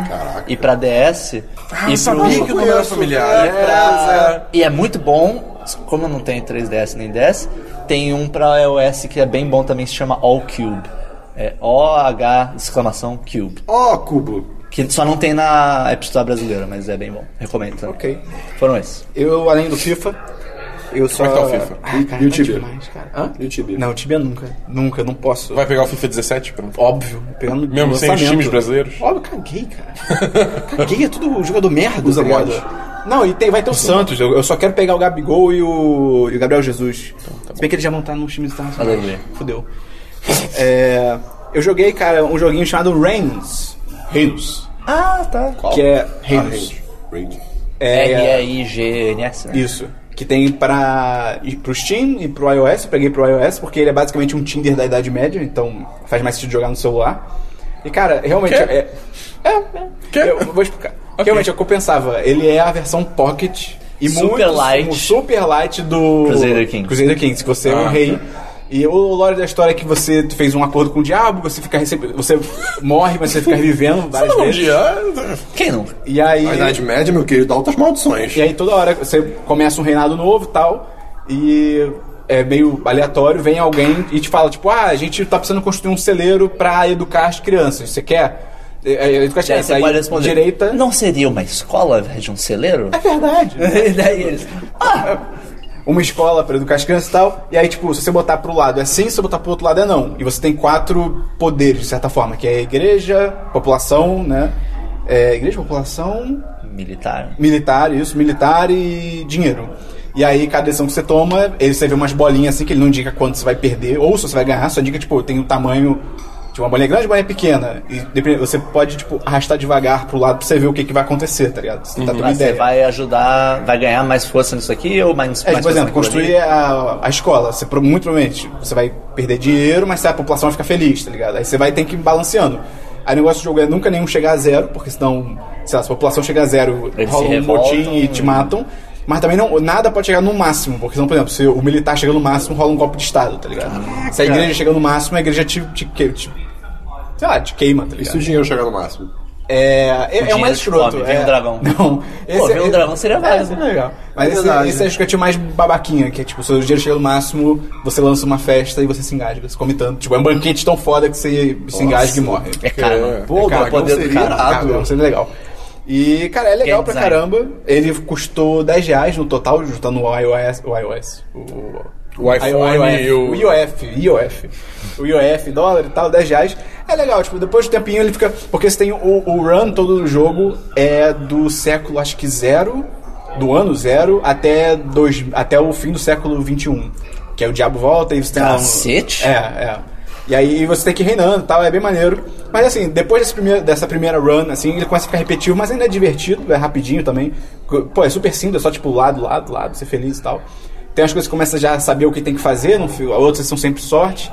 S3: e pra DS.
S4: Ah,
S3: e pro-
S4: sabia que o nome era familiar. É, é.
S3: e é muito bom, como eu não tenho 3DS nem DS, tem um pra iOS que é bem bom também, se chama All Cube. É OH exclamação Cube.
S2: Ó, Cubo.
S3: Que só não tem na App Store brasileira, mas é bem bom. Recomendo também.
S1: Ok.
S3: Foram esses.
S1: Eu, além do FIFA, eu só.
S4: Como é que tá o FIFA?
S1: Ah, cara,
S2: E o
S1: tá
S2: Tibia?
S1: demais, cara. Hã?
S2: E o Tibia?
S1: Não, o Tibia nunca. Nunca, não posso.
S4: Vai pegar o FIFA 17? Pronto.
S1: Óbvio, pegando
S4: Mesmo sem os times brasileiros?
S1: Óbvio, caguei, cara. caguei, é tudo jogador merda.
S2: Usa
S1: tá ligado?
S2: mod.
S1: Não, e tem, vai ter o Santos. Eu, eu só quero pegar o Gabigol e o, e o Gabriel Jesus. Se bem que eles já não tá nos times internacionais.
S3: Aleluia.
S1: Fudeu. É, eu joguei, cara, um joguinho chamado Reigns. Reinos.
S3: Ah, tá.
S1: Que é Reinos.
S2: Range. Range.
S3: R-E-I-G-N-S. né?
S1: Isso. Que tem pra, e pro Steam e pro iOS. Eu peguei pro iOS porque ele é basicamente um Tinder da Idade Média, então faz mais sentido jogar no celular. E, cara, realmente
S4: Quê?
S1: é... É, é.
S4: Quê?
S1: Eu vou explicar.
S4: Ok.
S1: Realmente, é o que eu pensava. Ele é a versão Pocket e
S3: Super
S1: muito...
S3: light.
S1: Um super light do...
S3: Crusader Kings.
S1: Crusader Kings, que você é um
S4: Ah,
S1: rei. E o lore da história é que você fez um acordo com o diabo, você fica recebendo... Você morre, mas você fica vivendo várias
S4: Não, um
S1: vezes.
S4: dia.
S3: Quem nunca?
S1: E aí...
S2: A Idade Média, meu querido, dá altas maldições.
S1: E aí toda hora você começa um reinado novo e tal, e é meio aleatório, vem alguém e te fala, tipo, ah, a gente tá precisando construir um celeiro pra educar as crianças, você quer? É, é, educar as
S3: Aí
S1: crianças.
S3: você
S1: Aí
S3: pode responder.
S1: Direita.
S3: Não seria uma escola de um celeiro?
S1: É verdade.
S3: e daí eles. Ah!
S1: Uma escola pra educar as crianças e tal. E aí, tipo, se você botar pro lado é sim, se você botar pro outro lado é não. E você tem quatro poderes, de certa forma, que é igreja, população, né? É, igreja, população,
S3: Militar.
S1: militar, isso, militar e dinheiro. E aí, cada decisão que você toma, ele você vê umas bolinhas assim, que ele não indica quanto você vai perder ou se você vai ganhar, só indica, tipo, tem um tamanho de uma bolinha grande e uma bolinha pequena. E depende- você pode, tipo, arrastar devagar pro lado pra você ver o que, que vai acontecer, tá ligado? Você tá tendo uma
S3: Mas Você
S1: ideia.
S3: vai ajudar, vai ganhar mais força nisso aqui ou mais,
S1: É,
S3: mais
S1: por
S3: força
S1: exemplo,
S3: naquilo ali?
S1: construir a, a escola, você pro- muito provavelmente você vai perder dinheiro, mas a população vai ficar feliz, tá ligado? Aí você vai ter que ir balanceando. Aí o negócio do jogo é nunca nenhum chegar a zero, porque senão, sei lá, se a população chegar a zero,
S3: Eles
S1: rola
S3: se
S1: um
S3: revoltam,
S1: motim e te
S3: né?
S1: matam. Mas também não, nada pode chegar no máximo, porque senão, por exemplo, se o militar chega no máximo, rola um golpe de Estado, tá ligado? Se a igreja chega no máximo, a igreja te, te, que- te- sei lá, te queima, tá
S2: E se o
S1: ligado?
S2: dinheiro chegar no máximo?
S1: É, é, é
S3: dinheiro
S1: um mais
S3: te
S1: escroto.
S3: come, vem
S1: é.
S3: um dragão.
S1: Não.
S3: vem um dragão seria
S1: é,
S3: válido.
S1: seria legal. Mas
S2: É
S1: esse,
S2: verdade.
S1: esse é o escrotinho mais babaquinha, que é tipo, se o dinheiro chega no máximo, você lança uma festa e você se engasga, se come tanto. Tipo, é um banquete tão foda que você se engasga e morre.
S3: É caro, mano.
S2: Pô,
S3: é caro.
S2: o dragão
S3: do
S2: seria
S3: cara.
S2: irado.
S1: Cara, seria legal. E, cara, é legal
S3: Game
S1: pra
S3: design.
S1: caramba. Ele custou 10 reais no total, juntando o iOS. O iOS. O,
S4: O iPhone e o-
S1: o IOF, IOF. O IOF, dólar e tal, 10 reais. É legal, tipo, depois do tempinho ele fica. Porque você tem o, o run todo do jogo é do século, acho que zero, do ano zero, até, dois, até o fim do século 21. Que é o Diabo Volta e você tem lá um-
S3: Cacete!
S1: É, é. E aí você tem que ir reinando e tal, é bem maneiro. Mas assim, depois desse primeiro- dessa primeira run, assim, ele começa a ficar repetitivo, mas ainda é divertido, é rapidinho também. Pô, é super simples, é só tipo lado, lado, lado, ser feliz e tal. Tem umas coisas que começa já a saber o que tem que fazer, não, fi- outras são sempre sorte.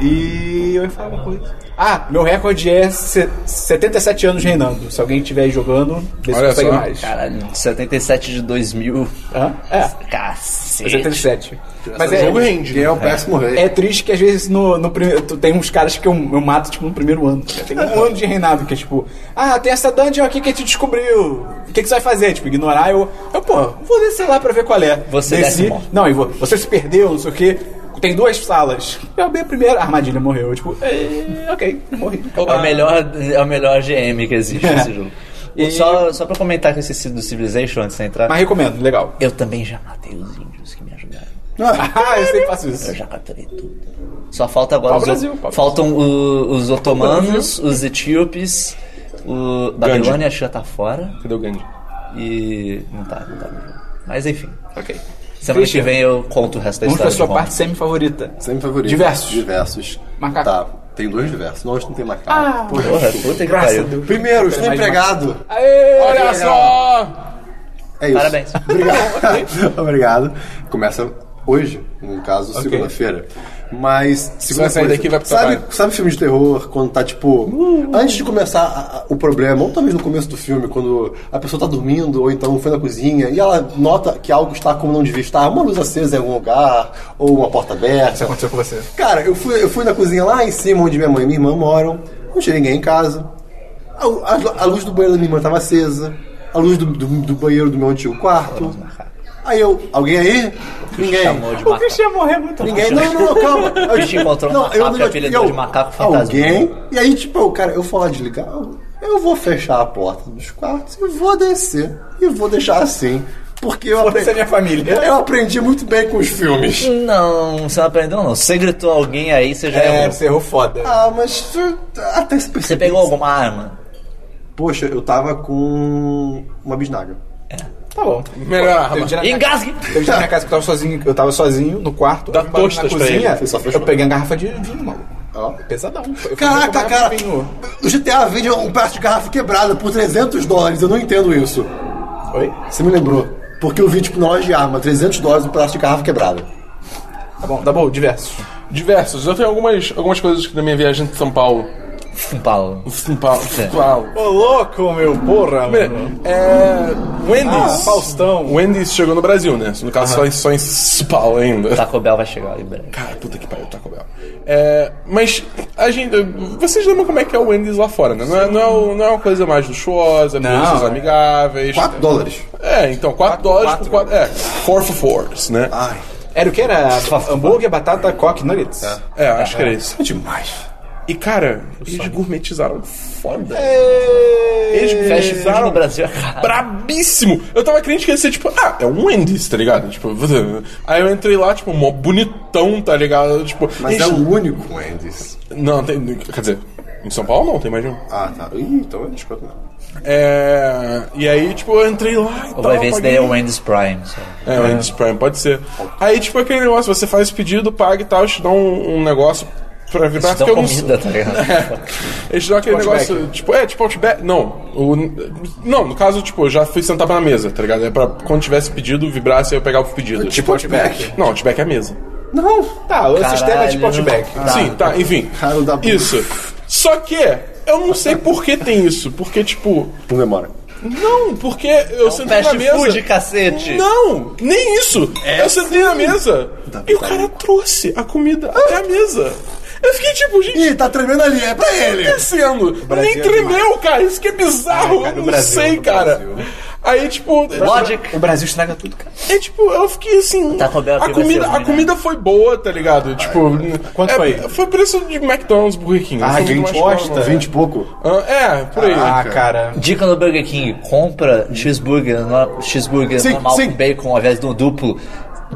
S1: E eu ia falar uma coisa. Ah, meu recorde é se- 77 anos reinando. Se alguém estiver jogando, vê se
S4: Olha
S1: consegue
S4: só.
S1: mais.
S3: Caralho, 77 de 2000.
S1: Hã? É,
S3: Cacete.
S1: 77. Mas
S2: o
S1: é,
S2: jogo rende. é o péssimo rei.
S1: é triste que às vezes no, no primeiro. tu Tem uns caras que eu, eu mato, tipo, no primeiro ano. Tem um ano de reinado que é tipo, ah, tem essa dungeon aqui que te descobriu. O que, que você vai fazer? Tipo, ignorar eu. Eu, pô, vou descer lá pra ver qual é.
S3: Você desce e morre.
S1: Não, e vou- você se perdeu, não sei o quê. tem duas salas. Eu abri a primeira, a armadilha morreu. Eu, tipo, "Eh, ok, morri.
S3: É o melhor, é o melhor GM que existe
S1: É.
S3: esse jogo. Só, só pra comentar que eu esqueci do Civilization antes de entrar.
S1: Mas recomendo, legal.
S3: Eu também já matei os índios que me ajudaram.
S1: Ah, eu sempre faço isso.
S3: Eu já capturei tudo. Só falta agora
S1: Pau
S3: os,
S1: Brasil,
S3: o-
S1: pau
S3: faltam o- os otomanos, os etíopes, o Babilônia acho que já tá fora
S4: Cadê o Gandhi?
S3: e não tá, não tá no jogo. Mas enfim,
S1: Ok.
S3: semana
S1: Christian,
S3: que vem eu conto o resto da
S1: Vamos pra
S3: história.
S1: sua
S3: de Roma.
S1: parte semi-favorita.
S2: Sempre favorito.
S1: Diversos.
S2: Diversos.
S1: Macaco.
S2: Tá, tem dois diversos. Nós não tem macaco. Ah,
S3: Porra, puta que pariu.
S2: Primeiro, estou
S1: mais
S2: empregado.
S1: Aê!
S4: Olha só!
S2: É isso.
S3: Parabéns.
S2: Obrigado. Obrigado. Começa hoje, no caso, segunda-feira. Mas, segunda
S4: sair
S2: coisa,
S4: daqui, vai pro
S2: sabe,
S4: trabalho. Uh.
S2: sabe filme de terror, quando tá tipo. Antes de começar a- a- o problema, ou talvez no começo do filme, quando a pessoa tá dormindo, ou então foi na cozinha, e ela nota que algo está como não devia estar, uma luz acesa em algum lugar, ou uma porta aberta.
S1: Isso aconteceu com você.
S2: Cara, eu fui, eu fui na cozinha lá em cima, onde minha mãe e minha irmã moram. Não tinha ninguém em casa. A, a- a luz do banheiro da minha irmã estava acesa. A luz do, do- do banheiro do meu antigo quarto. Aí eu, alguém aí? Ninguém.
S3: Chamou de macaco.
S1: Christian morreu muito.
S2: Ninguém, não, não, não, calma.
S3: A gente encontrou um macaco que apelidou de macaco fantasma.
S2: Alguém. E aí, tipo, eu, cara, eu vou lá desligar. eu- Eu vou fechar a porta dos quartos e vou descer. E vou deixar assim. Porque
S1: Essa
S2: eu
S1: é
S2: aprendi,
S1: minha família.
S3: né?
S2: eu aprendi muito bem com os filmes.
S3: Não, você não aprendeu não. Você gritou alguém aí, você já
S1: É,
S3: é,
S1: você errou foda.
S2: Ah, mas uh, até se
S3: Você pegou alguma arma?
S2: Poxa, eu tava com uma bisnaga.
S1: Tá bom.
S4: Melhor arma.
S1: Eu tirei na
S3: Engasgue!
S1: Eu já na minha casa que eu tava sozinho, eu tava sozinho no quarto,
S4: Dá
S1: eu vim embora
S4: tostas
S1: na
S4: pra
S1: cozinha,
S4: ele,
S2: você só fechou.
S1: eu peguei uma garrafa de vinho, maluco.
S2: Ó.
S1: Pesadão. Eu fui
S2: Caraca,
S1: comprar
S2: cara!
S1: vinho.
S2: O GTA vende um pedaço de garrafa quebrada por 300 dólares, eu não entendo isso.
S1: Oi?
S2: Você me lembrou. Porque eu vi, tipo, na loja de arma, 300 dólares um pedaço de garrafa quebrada.
S1: Tá bom, tá bom, diversos.
S4: Diversos. Eu tenho algumas, algumas coisas que da minha viagem de São Paulo.
S3: São Paulo.
S4: São Paulo.
S1: É.
S4: São Paulo.
S1: Ô, louco, meu, porra, mano.
S4: É. Wendy's.
S1: Ah, Faustão.
S4: Wendy's chegou no Brasil, né? No caso, só, em- só em São Paulo ainda.
S1: Tá.
S3: Taco Bell vai chegar em breve.
S4: Cara, puta que pariu, Taco Bell. É, mas a gente. Vocês lembram como é que é o Wendy's lá fora, né? Não é, não é, o- não é uma coisa mais luxuosa, é
S1: Não,
S4: preços
S1: é.
S4: amigáveis.
S2: 4 dólares.
S4: É, então, 4 dólares por
S1: quatro.
S4: 4. É, 4 for 4, né?
S2: Ai,
S1: Era o que? Era hambúrguer, batata, coque, nuggets.
S4: É, acho que era isso.
S2: é
S1: ah. Tipo,
S2: demais.
S4: E, cara, eles gourmetizaram foda.
S1: É.
S4: Eles
S3: Fast food no
S4: gourmetizaram
S3: Brasil é caro.
S4: brabíssimo. Eu tava crente que ia ser tipo, ah, é um Wendy's, tá ligado? Tipo, você- aí eu entrei lá, tipo, mó bonitão, tá ligado? Tipo,
S2: Mas
S4: eles-
S2: é o único Wendy's.
S4: Não, tem. Quer dizer, em São Paulo não, tem mais de um.
S2: Ah, tá. Ih, então é desconto não.
S4: É. E aí, tipo, eu entrei lá e
S3: Ou
S4: tal.
S3: vai ver
S2: um
S3: se daí é
S4: paguei-
S3: o Wendy's Prime. só.
S4: É, o Wendy's Prime, pode ser. Aí, tipo, aquele negócio, você faz o pedido, paga e tal, eles te dão um, um negócio pra virar. um
S3: Isso dá
S4: porque eu não-
S3: comida, tá ligado?
S4: Eles dão aquele
S1: Outback.
S4: negócio, tipo, é, tipo Outback. Não, o, não, no caso, tipo, eu já fui sentar na mesa, tá ligado? É pra quando tivesse pedido, vibrasse e eu pegava o pedido.
S1: Tipo Outback.
S4: Não, Outback é a mesa.
S2: Não!
S1: Tá, o sistema é tipo
S3: Caralho.
S1: Outback.
S4: Sim, tá, enfim.
S2: Cara, não dá pra-
S4: Isso. Só que, eu não sei por que tem isso. Porque, tipo,
S2: Não demora.
S4: não, porque eu sentei
S3: É
S4: na
S3: um Fast
S4: mesa.
S3: food, cacete!
S4: Não, nem isso. eu sentei na mesa e o cara trouxe a comida até a mesa. Eu fiquei tipo, gente,
S2: Ih, tá tremendo ali, é pra ele!
S4: acontecendo? Nem
S1: Brasil é
S4: tremeu, cara. Isso que é bizarro.
S1: Ai, cara,
S4: eu não
S1: no Brasil,
S4: sei,
S1: no
S4: cara.
S1: Brasil.
S4: Aí, tipo.
S3: Logic!
S1: O Brasil estraga tudo, cara.
S4: É tipo, eu fiquei assim.
S3: Taco Bell
S4: a
S3: aqui vai
S4: comida,
S3: ser
S4: a
S3: ruim, né?
S4: comida foi boa, tá ligado? Tipo.
S1: Quanto
S4: é,
S1: foi?
S4: Foi preço de McDonald's Burger King.
S1: Ah,
S4: Foi
S1: gente,
S4: mais
S1: bosta.
S4: caro, não.
S2: 20 e pouco.
S4: Ah, é, por aí.
S1: Ah, cara.
S3: Dica no Burger King, compra cheeseburger, no- cheeseburger
S2: Sim,
S3: normal
S2: sim.
S3: com bacon ao invés de um duplo.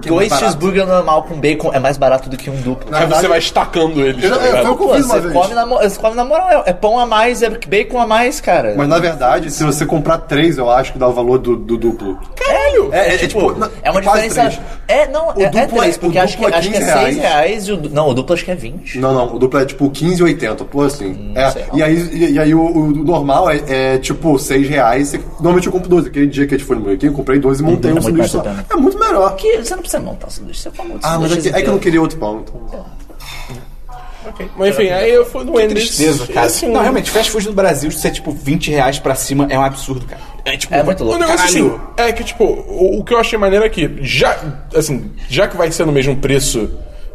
S3: Dois
S2: barato.
S3: cheeseburger normal com bacon é mais barato do que um duplo.
S4: Aí você vai estacando eles,
S2: Eu,
S4: tá
S2: eu, eu,
S4: ligado?
S3: Pô,
S2: fiz uma
S3: você,
S2: vez.
S3: come na, mo- você come na moral, é, é pão a mais, é bacon a mais, cara.
S2: Mas na verdade, se você comprar três, eu acho que dá o valor do, do duplo.
S4: Caralho!
S2: É, é, é,
S3: Tipo,
S2: tipo, na-
S3: é uma
S2: quase
S3: diferença.
S2: três.
S3: É, não, é, é
S2: duplo é-
S3: três,
S2: o
S3: porque acho que,
S2: duplo é
S3: acho que é
S2: 15
S3: 6
S2: reais.
S3: reais e o. du- Não, o duplo acho que é 20.
S2: Não, não, o duplo é tipo 15 e 80, pô assim. É,
S3: Hum, sei lá.
S2: e aí, e, e aí o, o normal é, é, tipo 6 reais. Você- normalmente eu compro 12. Aquele dia que a gente foi no Burger King, eu comprei 12 e montei
S3: é
S2: um
S3: muito
S2: sanduíche só.
S3: mais bacana.
S2: É muito melhor.
S3: Que você não precisa montar o sanduíche, você come o
S2: Ah, mas é que, é que eu não queria outro pão. Então.
S4: Mas enfim, aí eu fui no Wendy's.
S1: Tristeza,
S4: e
S1: cara.
S4: assim,
S1: não, realmente, fast food no Brasil, se é tipo 20 reais pra cima, é um absurdo, cara.
S4: É, tipo,
S3: É muito louco.
S4: O negócio
S1: Caralho.
S4: assim, é que, tipo, o, o que eu achei maneiro é que, já, assim, já que vai ser no mesmo preço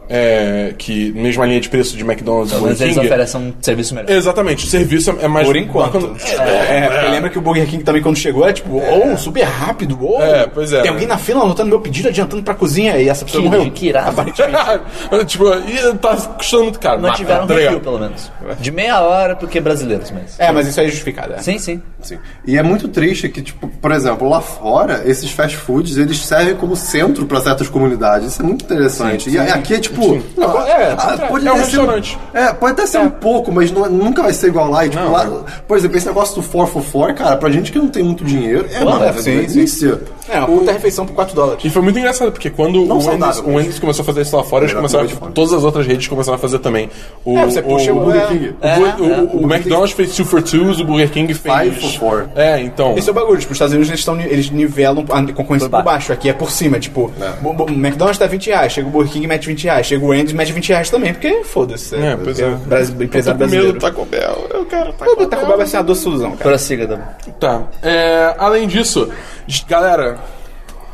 S4: é, que mesma linha de preço de McDonald's e
S3: Mas
S4: Burger
S3: eles
S4: King.
S3: oferecem um serviço melhor.
S4: Exatamente, o serviço é mais.
S1: Por enquanto.
S4: bacana.
S1: É, é, porque lembra que o Burger King também, quando chegou, é tipo, ou super rápido, ou.
S4: É, pois é.
S1: Tem alguém na fila anotando meu pedido, adiantando pra cozinha, e essa pessoa
S3: Que-
S1: morreu.
S3: que irado.
S1: Aparentemente.
S4: tipo, e tá custando muito caro.
S3: Não
S4: Mata,
S3: tiveram
S4: tá
S3: review,
S4: ligado?
S3: pelo menos. De meia hora, porque brasileiros, mas.
S1: É, mas isso aí é justificado. é.
S3: Sim, sim.
S2: Sim. E é muito triste que, tipo, por exemplo, lá fora, esses fast foods, eles servem como centro para certas comunidades. Isso é muito interessante. E aqui é tipo. não,
S1: É, é,
S2: pode
S4: é
S2: até ser-
S4: um restaurante.
S2: É, pode até ser um pouco, mas não- nunca vai ser igual lá. E, tipo, lá
S4: é.
S2: por exemplo, esse negócio do 444, cara, pra gente que não tem muito dinheiro, é uma
S1: é, sim, sim.
S2: delícia.
S1: É, uma puta refeição por 4 dólares.
S4: E foi muito engraçado, porque quando o
S2: saudável,
S4: Wendy's, o
S2: mas-
S4: Wendy's começou a fazer isso lá fora, eles
S2: Melhor
S4: começaram,
S2: coisa de
S4: tipo,
S2: fora.
S4: todas as outras redes começaram a fazer também. O,
S1: É, você puxa o Burger King.
S2: é,
S4: o- o- o- o McDonald's fez two for twos, o Burger King fez...
S2: Five for four.
S4: É, então...
S1: Esse é o bagulho, tipo, os Estados Unidos eles, estão, eles nivelam a concorrência por baixo. aqui é por cima, tipo, bo- bo- o McDonald's tá 20 reais, chega o Burger King e mete 20 reais, chega o Wendy's e mete 20 reais também, porque foda-se.
S4: É, pois é.
S1: Brasil,
S4: Tô
S1: empresário
S4: com medo
S1: brasileiro.
S4: do Taco Bell, eu quero Taco
S1: Pô,
S4: Bell.
S1: o Taco Bell vai ser a doçuzão, cara.
S3: Prossiga, Dabu.
S4: Tá. É, além disso, j- galera,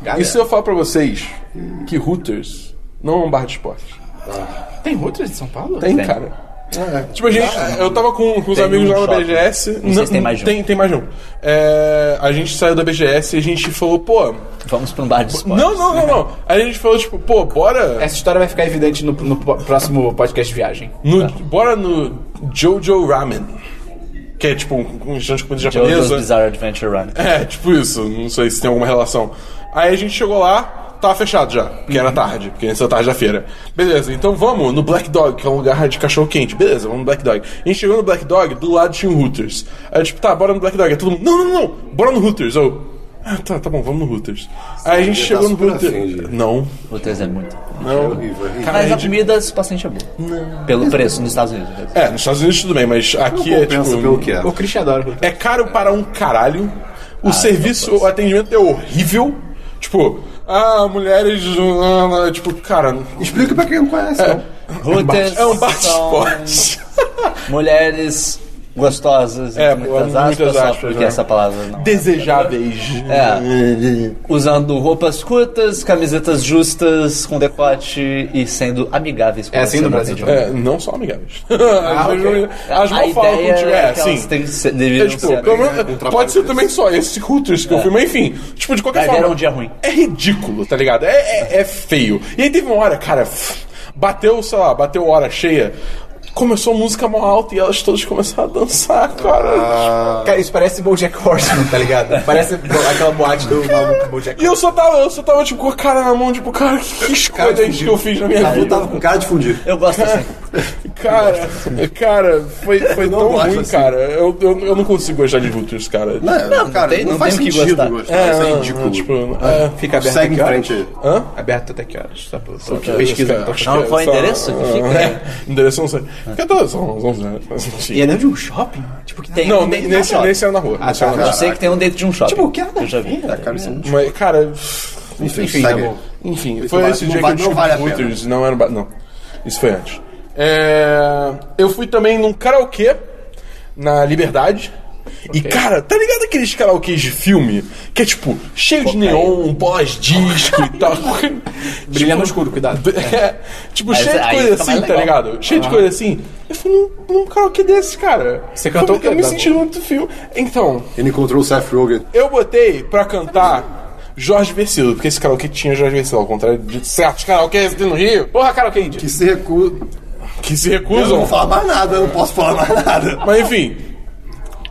S1: Galera,
S4: e se eu falar pra vocês que Hooters não é um bar de esporte?
S1: Tem outras de São Paulo?
S4: Tem,
S3: Tem.
S4: cara. Tipo, a gente, eu tava com, com os
S3: Tem
S4: amigos
S3: um
S4: lá na
S3: shopping.
S4: BGS.
S3: Não sei se tem mais de um.
S4: Tem, tem mais de um. É, a gente saiu da BGS e a gente falou, pô.
S3: Vamos pra um bar de esporte.
S4: Não, não, não, não. A gente falou, tipo, pô,
S3: É.
S4: bora.
S1: Essa história vai ficar evidente no, no po- próximo podcast de viagem.
S4: No, bora no Jojo Ramen. Que é tipo um um restaurante de comida
S3: Jojo's
S4: japonesa.
S3: Bizarre Adventure Run.
S4: É, tipo isso, não sei se tem alguma relação. Aí a gente chegou lá, tava fechado já, porque
S2: Uhum.
S4: era tarde, porque essa é a tarde da feira. Beleza, então vamos no Black Dog, que é um lugar de cachorro quente. Beleza, vamos no Black Dog. A gente chegou no Black Dog, do lado tinha um Hooters. Aí tipo, tá, bora no Black Dog. Aí todo mundo, não, não, não, bora no Hooters. Eu, ah, tá, tá bom, vamos no Hooters. Aí a gente
S2: tá
S4: chegou no
S2: super
S4: Hooters.
S2: afim de-
S4: Não,
S3: O 3 é muito.
S2: É
S4: não.
S2: horrível, é horrível.
S4: Cara,
S3: Mas a
S4: gente-
S3: comida bastante é boa. Pelo preço, nos Estados Unidos. né?
S4: É, nos Estados Unidos tudo bem, mas aqui é
S2: Compensa
S4: tipo.
S2: pelo que é.
S1: O Christian adora. Hulk.
S4: É caro para um caralho. O serviço, o atendimento é horrível. Tipo, ah, mulheres. ah, ah, tipo, cara.
S2: Explica pra quem não conhece. né? não.
S3: Hooters
S4: É um bar de
S3: são
S4: esporte.
S3: mulheres gostosas,
S4: É,
S3: entre muitas
S4: muitas
S3: aspas, só
S4: aspas,
S3: porque
S4: né?
S3: essa palavra não.
S4: Desejáveis.
S3: É. Usando roupas curtas, camisetas justas, com decote e sendo amigáveis com
S1: É
S3: o
S1: assim
S3: seu
S1: no Brasil tipo,
S3: atendimento.
S4: É, não são amigáveis. Às vezes
S1: ok.
S4: não- Elas
S3: Ah, A
S4: mal falam
S3: ideia
S4: contigo.
S3: é
S4: É,
S3: que elas
S4: sim.
S3: têm que ser, deveriam
S4: É, tipo,
S3: ser
S4: pelo menos-
S2: um trabalho É.
S4: pode ser
S2: desse.
S4: também só esse Hooters que eu fui, mas enfim. Tipo, de qualquer
S3: Vai
S4: forma.
S3: ver um dia ruim.
S4: É ridículo, tá ligado? É, é- é feio. E aí teve uma hora, cara, f- bateu, sei lá, bateu hora cheia. Começou a música mal alta e elas todas começaram a dançar, cara.
S2: Ah.
S1: Cara, isso parece Bojack Horseman, tá ligado? Parece bo- aquela boate do maluco Bojack
S4: E eu só tava, eu só tava, tipo, com a cara na mão, tipo, cara, que escolha
S2: Cara,
S4: que eu fiz na minha
S2: Eu
S4: vida.
S2: tava com cara de fundir.
S3: Eu gosto assim.
S4: Cara, cara, foi, foi
S2: Não
S4: tão
S2: gosto
S4: ruim,
S2: assim.
S4: cara. Eu, eu, eu não consigo gostar de Hooters, cara.
S2: Não, cara,
S3: tem-
S2: não,
S3: não
S2: faz
S3: tem o que
S2: sentido
S3: gostar.
S2: gostar. Isso é
S4: não,
S2: ridículo.
S4: não, tipo, é.
S1: Fica aberto até
S2: Segue em
S1: que horas?
S2: frente aí.
S4: Hã?
S1: Aberto até que horas? Só pra, só pra pesquisa.
S4: Cara,
S1: então.
S4: acho
S3: Não,
S4: que
S3: qual é o
S4: só-
S3: endereço que fica?
S4: É, endereço não sei. Fica todo, são, são, são-
S1: E é dentro de um shopping? Tipo, que
S3: Tem
S4: Não,
S3: um dentro da
S4: nesse,
S3: loja.
S4: nesse era na rua. nesse era na
S3: Eu
S4: rua.
S3: sei que tem um dentro de um shopping.
S1: Tipo, o que era da
S3: Eu já vi.
S1: vida?
S2: Cara, isso é um
S4: Mas, cara,
S2: Enfim,
S1: Enfim,
S2: segue.
S1: tá bom.
S4: enfim,
S2: Isso
S4: foi
S2: vale-
S4: esse
S2: não
S4: dia
S2: vale-
S4: que eu
S2: não vale a
S4: descobri
S2: pena.
S4: Hooters, não era. ba- Não, isso foi antes. É, eu fui também num karaokê na Liberdade. E, cara, tá ligado aqueles karaokês de filme? Que é tipo, cheio de neon, pós-disco e tal. tipo,
S1: Brilha no escuro, cuidado.
S4: É, tipo,
S3: Mas
S4: cheio de
S3: aí
S4: coisa
S3: fica mais
S4: assim, tá
S3: legal.
S4: ligado? Cheio de coisa assim. Eu fui num, num karaokê desse, cara.
S1: Você cantou
S4: eu,
S1: o quê,
S4: Eu me
S1: Dabu?
S4: senti muito fio. Então,
S2: Ele encontrou o Seth Rogen.
S4: eu botei pra cantar Jorge Versilo, porque esse karaokê tinha Jorge Versilo, ao contrário de certos karaokês aqui no Rio,
S1: Porra, cara, o Candy.
S2: Que se recusa.
S4: que se
S2: Eu não vou
S4: recusam.
S2: falar mais nada, eu não posso falar mais nada.
S4: Mas enfim,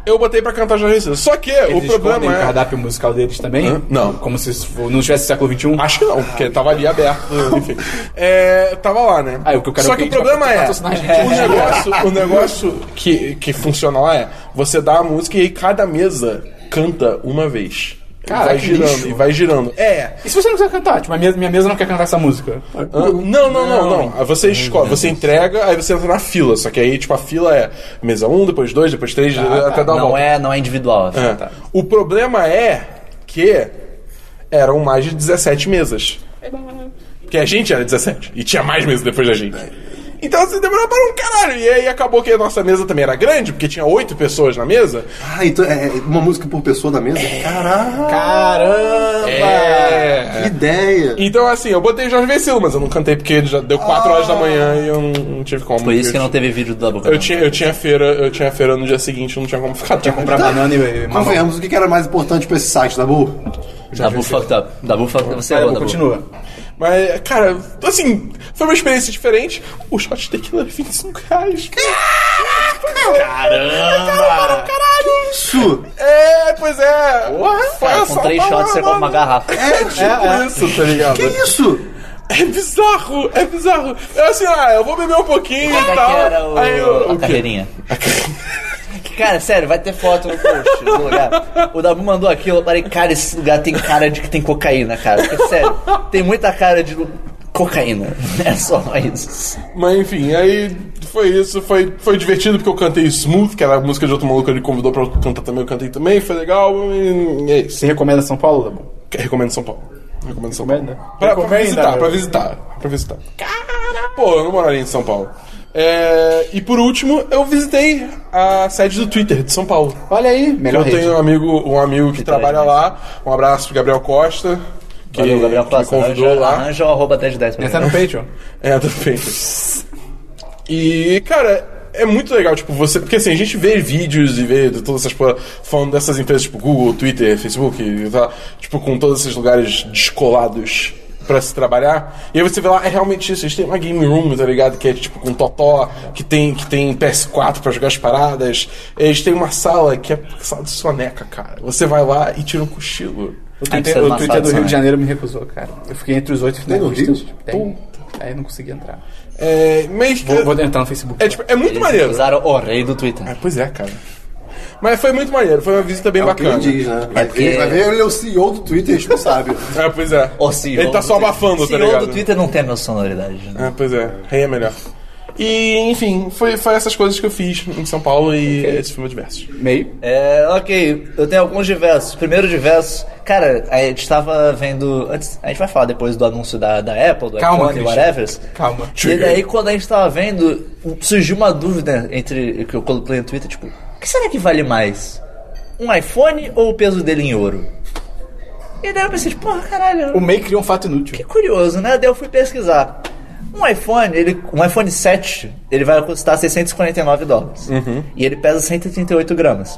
S4: eu botei pra cantar Jorge Versilo. Só que
S1: Eles
S4: o
S1: escondem
S4: problema
S1: o
S4: é...
S1: cardápio musical deles também?
S4: Hã? Não.
S1: Como se isso for- não tivesse século um? XXI?
S4: Acho que não, porque tava ali aberto. Enfim. É, tava lá, né?
S1: Ah, o que eu quero
S4: Só
S1: é
S4: que o
S1: que a gente
S4: problema
S1: vai
S4: é.
S1: patrocinar a gente.
S4: O negócio, o negócio que, que funciona lá é você dá a música e aí cada mesa canta uma vez.
S1: Cara,
S4: vai
S1: que
S4: girando
S1: lixo.
S4: e vai girando. É.
S1: E se você não quiser cantar? Tipo, a minha, minha mesa não quer cantar essa música.
S4: Hã? Não, não, não, não. Aí Você escolhe, você entrega, aí você entra na fila. Só que aí, tipo, a fila é mesa 1, depois 2, depois 3, até dar a
S3: Não
S4: volta.
S3: é, não é individual.
S4: tá É. O problema é que eram mais de 17 mesas. Porque a gente era 17 e tinha mais mesas depois da gente. Então assim, demorou para um caralho. E aí acabou que a nossa mesa também era grande, porque tinha oito pessoas na mesa.
S2: Ah, então é uma música por pessoa da mesa? Caraca,
S1: Caramba!
S2: que ideia!
S4: É. Então, assim, eu botei Jorge Vecilo, mas eu não cantei porque ele já deu 4 horas da manhã e eu não, não tive como.
S3: Por isso que
S4: eu
S3: não teve vídeo do Double
S4: Eu
S3: Canal.
S4: tinha, eu tinha feira, eu tinha feira no dia seguinte, eu não tinha como ficar. Tinha
S1: Comprar banana e mamão.
S2: Convenhamos, o que que era mais importante pra esse site, tá Dabu?
S3: Dabu fucked up. Dabu fucked up. Você
S1: Vai,
S3: errou,
S1: Dabu,
S3: Dabu.
S1: continua.
S4: Mas, cara, assim, foi uma experiência diferente. O shot de tequila era 25 reais.
S3: Caramba!
S2: Isso!
S4: É, pois é. Foi
S3: Cara, com
S4: só
S3: três
S4: pra lá,
S3: shots você compra uma
S4: mano.
S3: garrafa.
S2: É, tipo,
S4: É isso, tá ligado?
S2: que isso?
S4: É bizarro, é bizarro. Eu assim, ah, eu vou beber um pouquinho
S3: Como
S4: e
S3: é
S4: tal.
S3: que era o,
S4: Aí eu-
S3: a
S4: o quê?
S3: carreirinha? Cara, sério, vai ter foto no post do lugar. O Dabu mandou aquilo, eu falei, cara, esse lugar tem cara de que tem cocaína, cara. Porque, sério, tem muita cara de cocaína. É só isso.
S4: Mas enfim, aí foi isso, foi, foi divertido porque eu cantei Smooth, que era a música de outro maluco que ele convidou pra eu cantar também, eu cantei também, foi legal, e, e é isso.
S1: Você recomenda São Paulo, tá Dabu?
S4: Recomendo São Paulo. Recomendo São Paulo.
S1: Recomenda?
S4: Pra, pra
S1: Recomenda,
S4: visitar,
S1: meu.
S4: pra visitar, pra visitar. Pô, eu não moraria em São Paulo. É, e por último, eu visitei a sede do Twitter de São Paulo.
S1: Olha aí, melhor
S4: Eu
S1: rede.
S4: tenho um amigo, um amigo que trabalha lá. Um abraço pro Gabriel Costa, que,
S3: Valeu, Gabriel
S4: que
S3: Costa. né?
S4: me convidou
S3: arranja,
S4: lá.
S3: Arranja o arroba 10 de 10 pra
S1: Entra
S3: mim.
S1: no Patreon.
S4: É, do Painters. E, cara, é muito legal, tipo, você. Porque assim, a gente vê vídeos e vê de todas essas porra falando dessas empresas, tipo, Google, Twitter, Facebook, e tá, tipo, com todos esses lugares descolados. Pra se trabalhar. E aí você vê lá, é realmente isso. A gente tem uma game room, tá ligado? Que é tipo com Totó, que tem, que tem PS4 pra jogar as paradas. Eles têm uma sala que é sala de soneca, cara. Você vai lá e tira um cochilo.
S1: O
S3: Tem
S1: Twitter,
S3: que
S1: é
S3: ser
S1: o
S3: uma
S1: Twitter do
S3: sala,
S1: Rio de
S3: né?
S1: Janeiro me recusou, cara. Eu fiquei entre os oito
S2: no
S1: finalistas.
S2: Rio?
S1: Tem. Aí eu não consegui entrar.
S4: É, mas.
S1: Vou, vou entrar no Facebook.
S4: é, tipo, é muito
S3: Eles
S4: maneiro.
S3: Usaram o rei do Twitter.
S4: Ah, pois é, cara. Mas foi muito maneiro, foi uma visita bem
S2: É o que
S4: bacana.
S2: ele diz, né? Vai
S3: porque-
S2: ver, vai ver, ele é o CEO do Twitter, a gente não sabe.
S4: É, pois é.
S3: O CEO
S4: ele tá
S3: do
S4: só
S3: Twitter.
S4: abafando, tá
S3: CEO
S4: ligado?
S3: do Twitter não tem a minha sonoridade. né?
S4: É, pois é. Rei é melhor. E, enfim, foi, foi essas coisas que eu fiz em São Paulo e esse filme diverso.
S1: Meio.
S3: É, ok, eu tenho alguns diversos. Primeiro diverso, cara, a gente tava vendo. Antes, a gente vai falar depois do anúncio da, da Apple, do
S1: Calma,
S3: iPhone,
S1: Christian.
S3: whatever.
S1: Calma.
S3: E daí, quando a gente tava vendo, surgiu uma dúvida entre que eu coloquei no Twitter, tipo, o que será que vale mais? Um iPhone ou o peso dele em ouro? E daí eu pensei, tipo, porra, caralho.
S1: O Meio criou um fato inútil.
S3: Que curioso, né? Daí eu fui pesquisar. Um iPhone, ele, um iPhone 7, ele vai custar 649 dólares.
S4: Uhum.
S3: E ele pesa 138 gramas.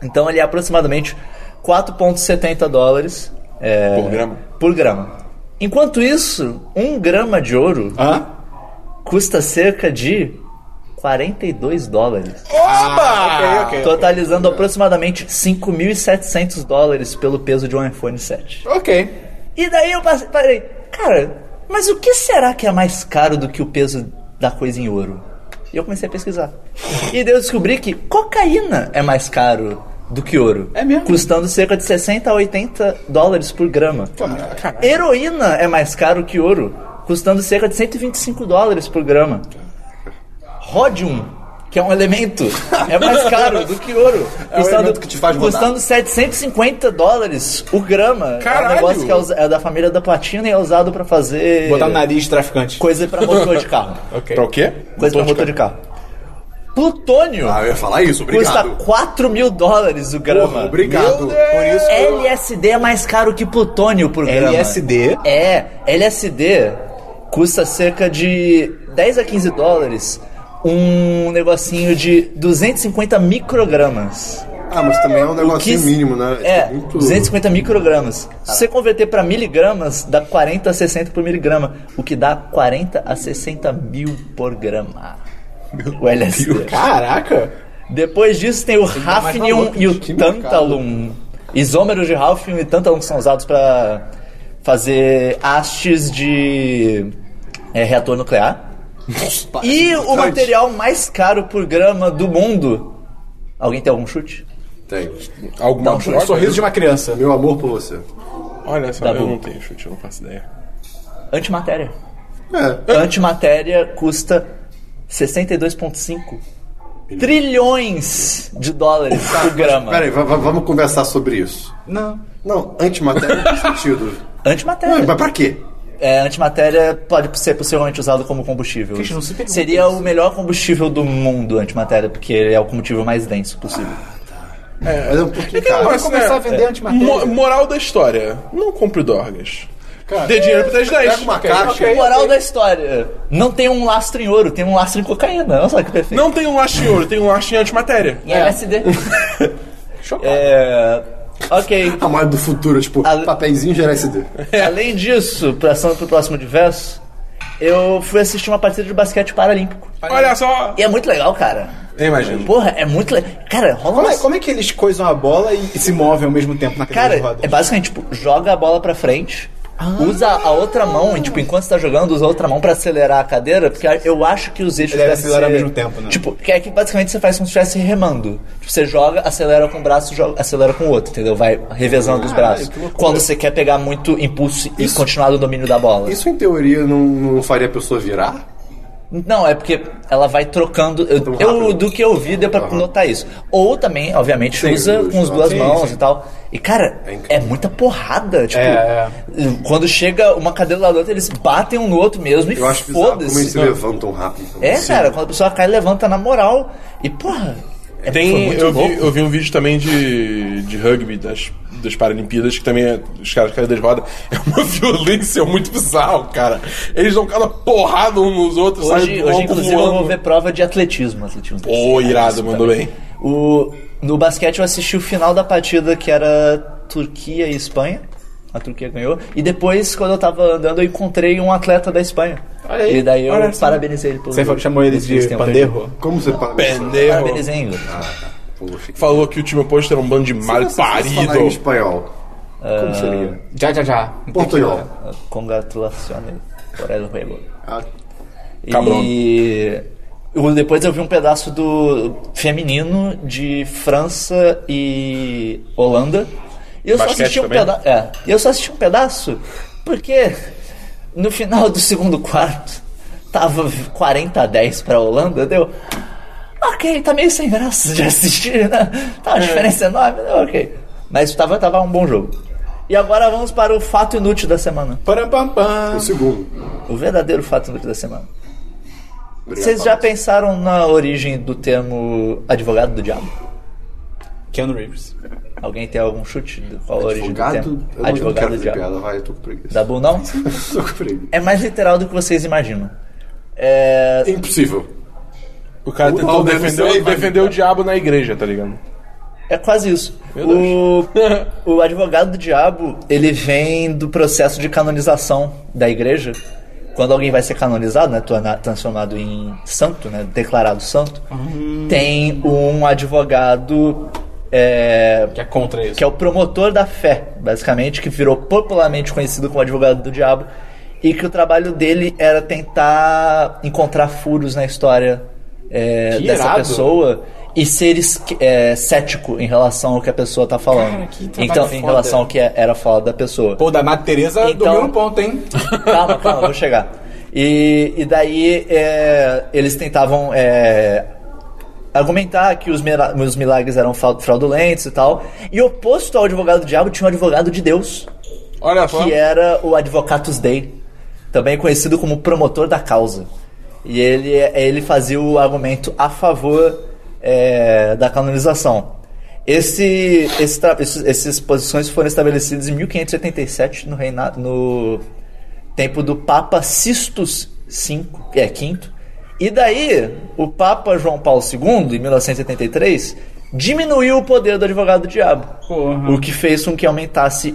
S3: Então ele é aproximadamente 4,70 dólares é,
S4: Por grama.
S3: por grama. Enquanto isso, um grama de ouro
S1: Hã?
S3: custa cerca de 42 dólares.
S4: Oba!
S1: Ah, ok,
S3: totalizando aproximadamente 5.700 dólares pelo peso de um iPhone 7.
S1: Ok.
S3: E daí eu passei, parei, cara, mas o que será que é mais caro do que o peso da coisa em ouro? E eu comecei a pesquisar. E daí eu descobri que cocaína é mais caro do que ouro.
S1: É mesmo?
S3: Custando cerca de 60 a 80 dólares por grama. Heroína é mais caro que ouro, custando cerca de 125 dólares por grama. Ródium, que é um elemento, é mais caro do que ouro.
S2: É um elemento que te faz rodar.
S3: Custando 750 dólares o grama. É
S4: Caralho!
S3: um negócio que é, usa- é da família da platina e é usado pra fazer
S1: Botar no nariz de traficante.
S3: coisa pra motor de carro.
S1: Ok.
S4: Pra o quê?
S3: Coisa pra motor de carro. Plutônio
S2: Ah, eu ia falar isso,
S3: custa
S2: obrigado.
S3: 4 mil dólares o grama.
S2: Porra, obrigado. Por
S4: Meu Deus.
S2: isso que eu-
S3: LSD é mais caro que plutônio por grama.
S1: LSD.
S3: É, LSD custa cerca de 10 a 15 dólares um negocinho de 250 microgramas.
S2: Ah, mas também é um negocinho mínimo, né?
S3: É,
S2: Tipo, muito-
S3: 250 microgramas. Se você converter pra miligramas, dá 40 a 60 por miligrama, o que dá 40 a 60 mil por grama. o LSD.
S1: Caraca.
S3: Depois disso tem o
S2: tá
S1: dá mais
S3: Hafnium
S1: valor pro
S3: e o
S2: time, cara.
S3: Tantalum. Isômeros de Hafnium e Tantalum que são usados pra fazer hastes de é, reator nuclear. E o
S2: bastante.
S3: material mais caro por grama do mundo. Alguém tem algum chute?
S2: Tem.
S4: Alguma
S3: Não,
S4: droga?
S1: Sorriso de uma criança.
S2: Meu amor por você.
S4: Olha só,
S3: Tá
S4: eu
S3: bom.
S4: não tenho chute, eu não faço ideia.
S3: Antimatéria.
S2: É.
S3: Antimatéria custa 62,5 trilhões de dólares por grama.
S2: Peraí, va- va- vamos conversar sobre isso.
S1: Não.
S2: Não, antimatéria não tem sentido.
S3: Antimatéria.
S2: Não, mas pra quê?
S3: é, antimatéria pode ser possivelmente usado como combustível.
S1: Christian, não se pergunta
S3: Seria
S1: isso.
S3: o melhor combustível do mundo, antimatéria, porque ele é o combustível mais denso possível.
S2: Mas é um pouquinho caro.
S1: Vai começar a vender antimatéria.
S4: né? É. Mo- moral da história: não compre Dorgas. Dê dinheiro pra 10
S2: Pega uma caixa.
S1: ok.
S3: Moral da história: não tem um lastro em ouro, tem um lastro em cocaína. Olha só que perfeito.
S4: Não tem um laço em ouro, tem um laço em antimatéria.
S3: Em LSD. É, ok.
S2: A moeda do futuro, tipo,
S3: A-
S2: papeizinho de LSD.
S3: Além disso, passando pro próximo diverso, eu fui assistir uma partida de basquete paralímpico.
S4: Olha só.
S3: E é muito legal, cara.
S4: Eu imagino.
S3: Porra, é muito legal. Cara, rola
S1: Como é,
S3: umas...
S1: como é que eles coisam a bola e, e se movem ao mesmo tempo na cadeira
S3: Cara,
S1: de rodas?
S3: é basicamente, tipo, joga a bola pra frente,
S1: Ah.
S3: usa a outra mão, e, tipo, enquanto você tá jogando, usa a outra mão pra acelerar a cadeira, porque eu acho que os eixos...
S1: Ele deve
S3: devem
S1: acelerar ao
S3: ser-
S1: mesmo tempo, né?
S3: Tipo, que é que basicamente você faz como se estivesse remando. Tipo, você joga, acelera com um braço, joga, acelera com o outro, entendeu? Vai revezando os braços. Quando você quer pegar muito impulso e continuar no domínio da bola.
S2: Isso, em teoria, não, não faria a pessoa virar?
S3: Não, é porque ela vai trocando. Eu,
S2: Tão rápido.
S3: eu- do que eu vi, deu pra notar isso. Ou também, obviamente,
S2: Sim,
S3: usa
S2: os
S3: com as
S2: dois,
S3: duas
S2: sim,
S3: mãos
S2: sim.
S3: e tal. E, cara,
S2: É incrível.
S3: é, muita porrada. Tipo,
S1: É,
S3: quando chega uma cadeira lá do outro, eles batem um no outro mesmo e
S2: Eu acho bizarro como eles
S3: foda-se.
S2: se levantam rápido. também.
S3: É, cara, quando a pessoa cai, levanta na moral. E, porra. É, foi
S4: Tem,
S3: muito
S4: eu,
S3: louco.
S4: vi, eu vi um vídeo também de, de rugby das, das Paralimpíadas, que também é, os caras caem das rodas. É uma violência muito bizarro, cara. Eles dão cada porrada uns nos outros, saem
S3: Hoje,
S4: do
S3: hoje,
S4: alto
S3: inclusive, eu
S4: voando.
S3: vou ver é prova de atletismo. atletismo
S4: Ô, irado, mandou bem.
S3: O, no basquete eu assisti o final da partida que era Turquia e Espanha. A Turquia ganhou. E depois, quando eu tava andando, eu encontrei um atleta da Espanha.
S1: Olha aí,
S3: e daí eu
S1: olha só.
S3: parabenizei ele pelo
S1: Você falou- chamou eles
S3: eles
S1: de
S3: têm um
S1: panderro?
S2: Como você paga?
S4: Pendejo.
S3: Parabenizei em inglês.
S2: Poxa, que
S4: Falou que o time oposto era um bando de mal
S2: falar em
S4: parido.
S2: espanhol. Como seria?
S1: Já, já, já.
S2: Portunhol.
S3: Congratulaciones por el juego.
S2: Ah,
S4: Cabrão.
S3: E eu- depois eu vi um pedaço do feminino de França e Holanda. E eu
S4: Basquete
S3: só assisti um
S4: também?
S3: pedaço. É, e eu só assisti um pedaço porque no final do segundo quarto tava 40 a 10 pra Holanda, deu. Ok, tá meio sem graça de assistir, né? Tá
S4: É.
S3: uma diferença enorme, né? ok. Mas tava, tava um bom jogo. E agora vamos para o fato inútil da semana.
S1: Param, pam, pam.
S2: o segundo.
S3: O verdadeiro fato inútil da semana.
S2: Obrigado,
S3: Vocês já
S2: Paulo.
S3: pensaram na origem do termo advogado do diabo?
S1: Keanu Reeves.
S3: Alguém tem algum chute? de Qual a origem do
S2: Advogado?
S3: termo?
S2: Eu não- eu não
S3: advogado
S2: quero
S3: do
S2: fazer
S3: diabo.
S2: piada, vai, eu tô com preguiça.
S3: Dabu não?
S2: tô com preguiça.
S3: É mais literal do que vocês imaginam. É...
S2: Impossível.
S4: O cara
S2: O
S4: tentou
S2: Aldo não sei,
S4: defender,
S2: mas-
S4: defender o diabo na igreja, tá ligado?
S3: É quase isso.
S4: Meu Deus.
S3: O, o advogado do diabo, ele vem do processo de canonização da igreja. Quando alguém vai ser canonizado, né, torna- transformado em santo, né, declarado santo,
S2: Hum.
S3: tem um advogado é,
S1: Que é contra isso.
S3: que é o promotor da fé, basicamente, que virou popularmente conhecido como advogado do diabo, e que o trabalho dele era tentar encontrar furos na história é,
S1: Que
S3: dessa
S1: irado.
S3: pessoa e ser esque- é, cético em relação ao que a pessoa tá falando.
S1: Cara, que trabalho
S3: então, em
S1: foda.
S3: relação ao que é- era falado da pessoa.
S1: Pô, da Madre Teresa
S3: Então-
S1: dormiu no ponto, hein?
S3: Calma, calma, vou chegar. E, e daí é, eles tentavam é, argumentar que os, mira- os milagres eram fa- fraudulentos e tal. E oposto ao advogado do diabo tinha um advogado de Deus,
S4: Olha só.
S3: que era o Advocatus Dei, também conhecido como promotor da causa. E ele, ele fazia o argumento a favor é, da canonização. Esse, esse tra- esses- essas posições foram estabelecidas em 1587 no, reinado, no tempo do Papa Sistus V, é, quinto. E daí, o Papa João Paulo II, em 1973, diminuiu o poder do advogado do diabo.
S1: Porra.
S3: O que fez com que aumentasse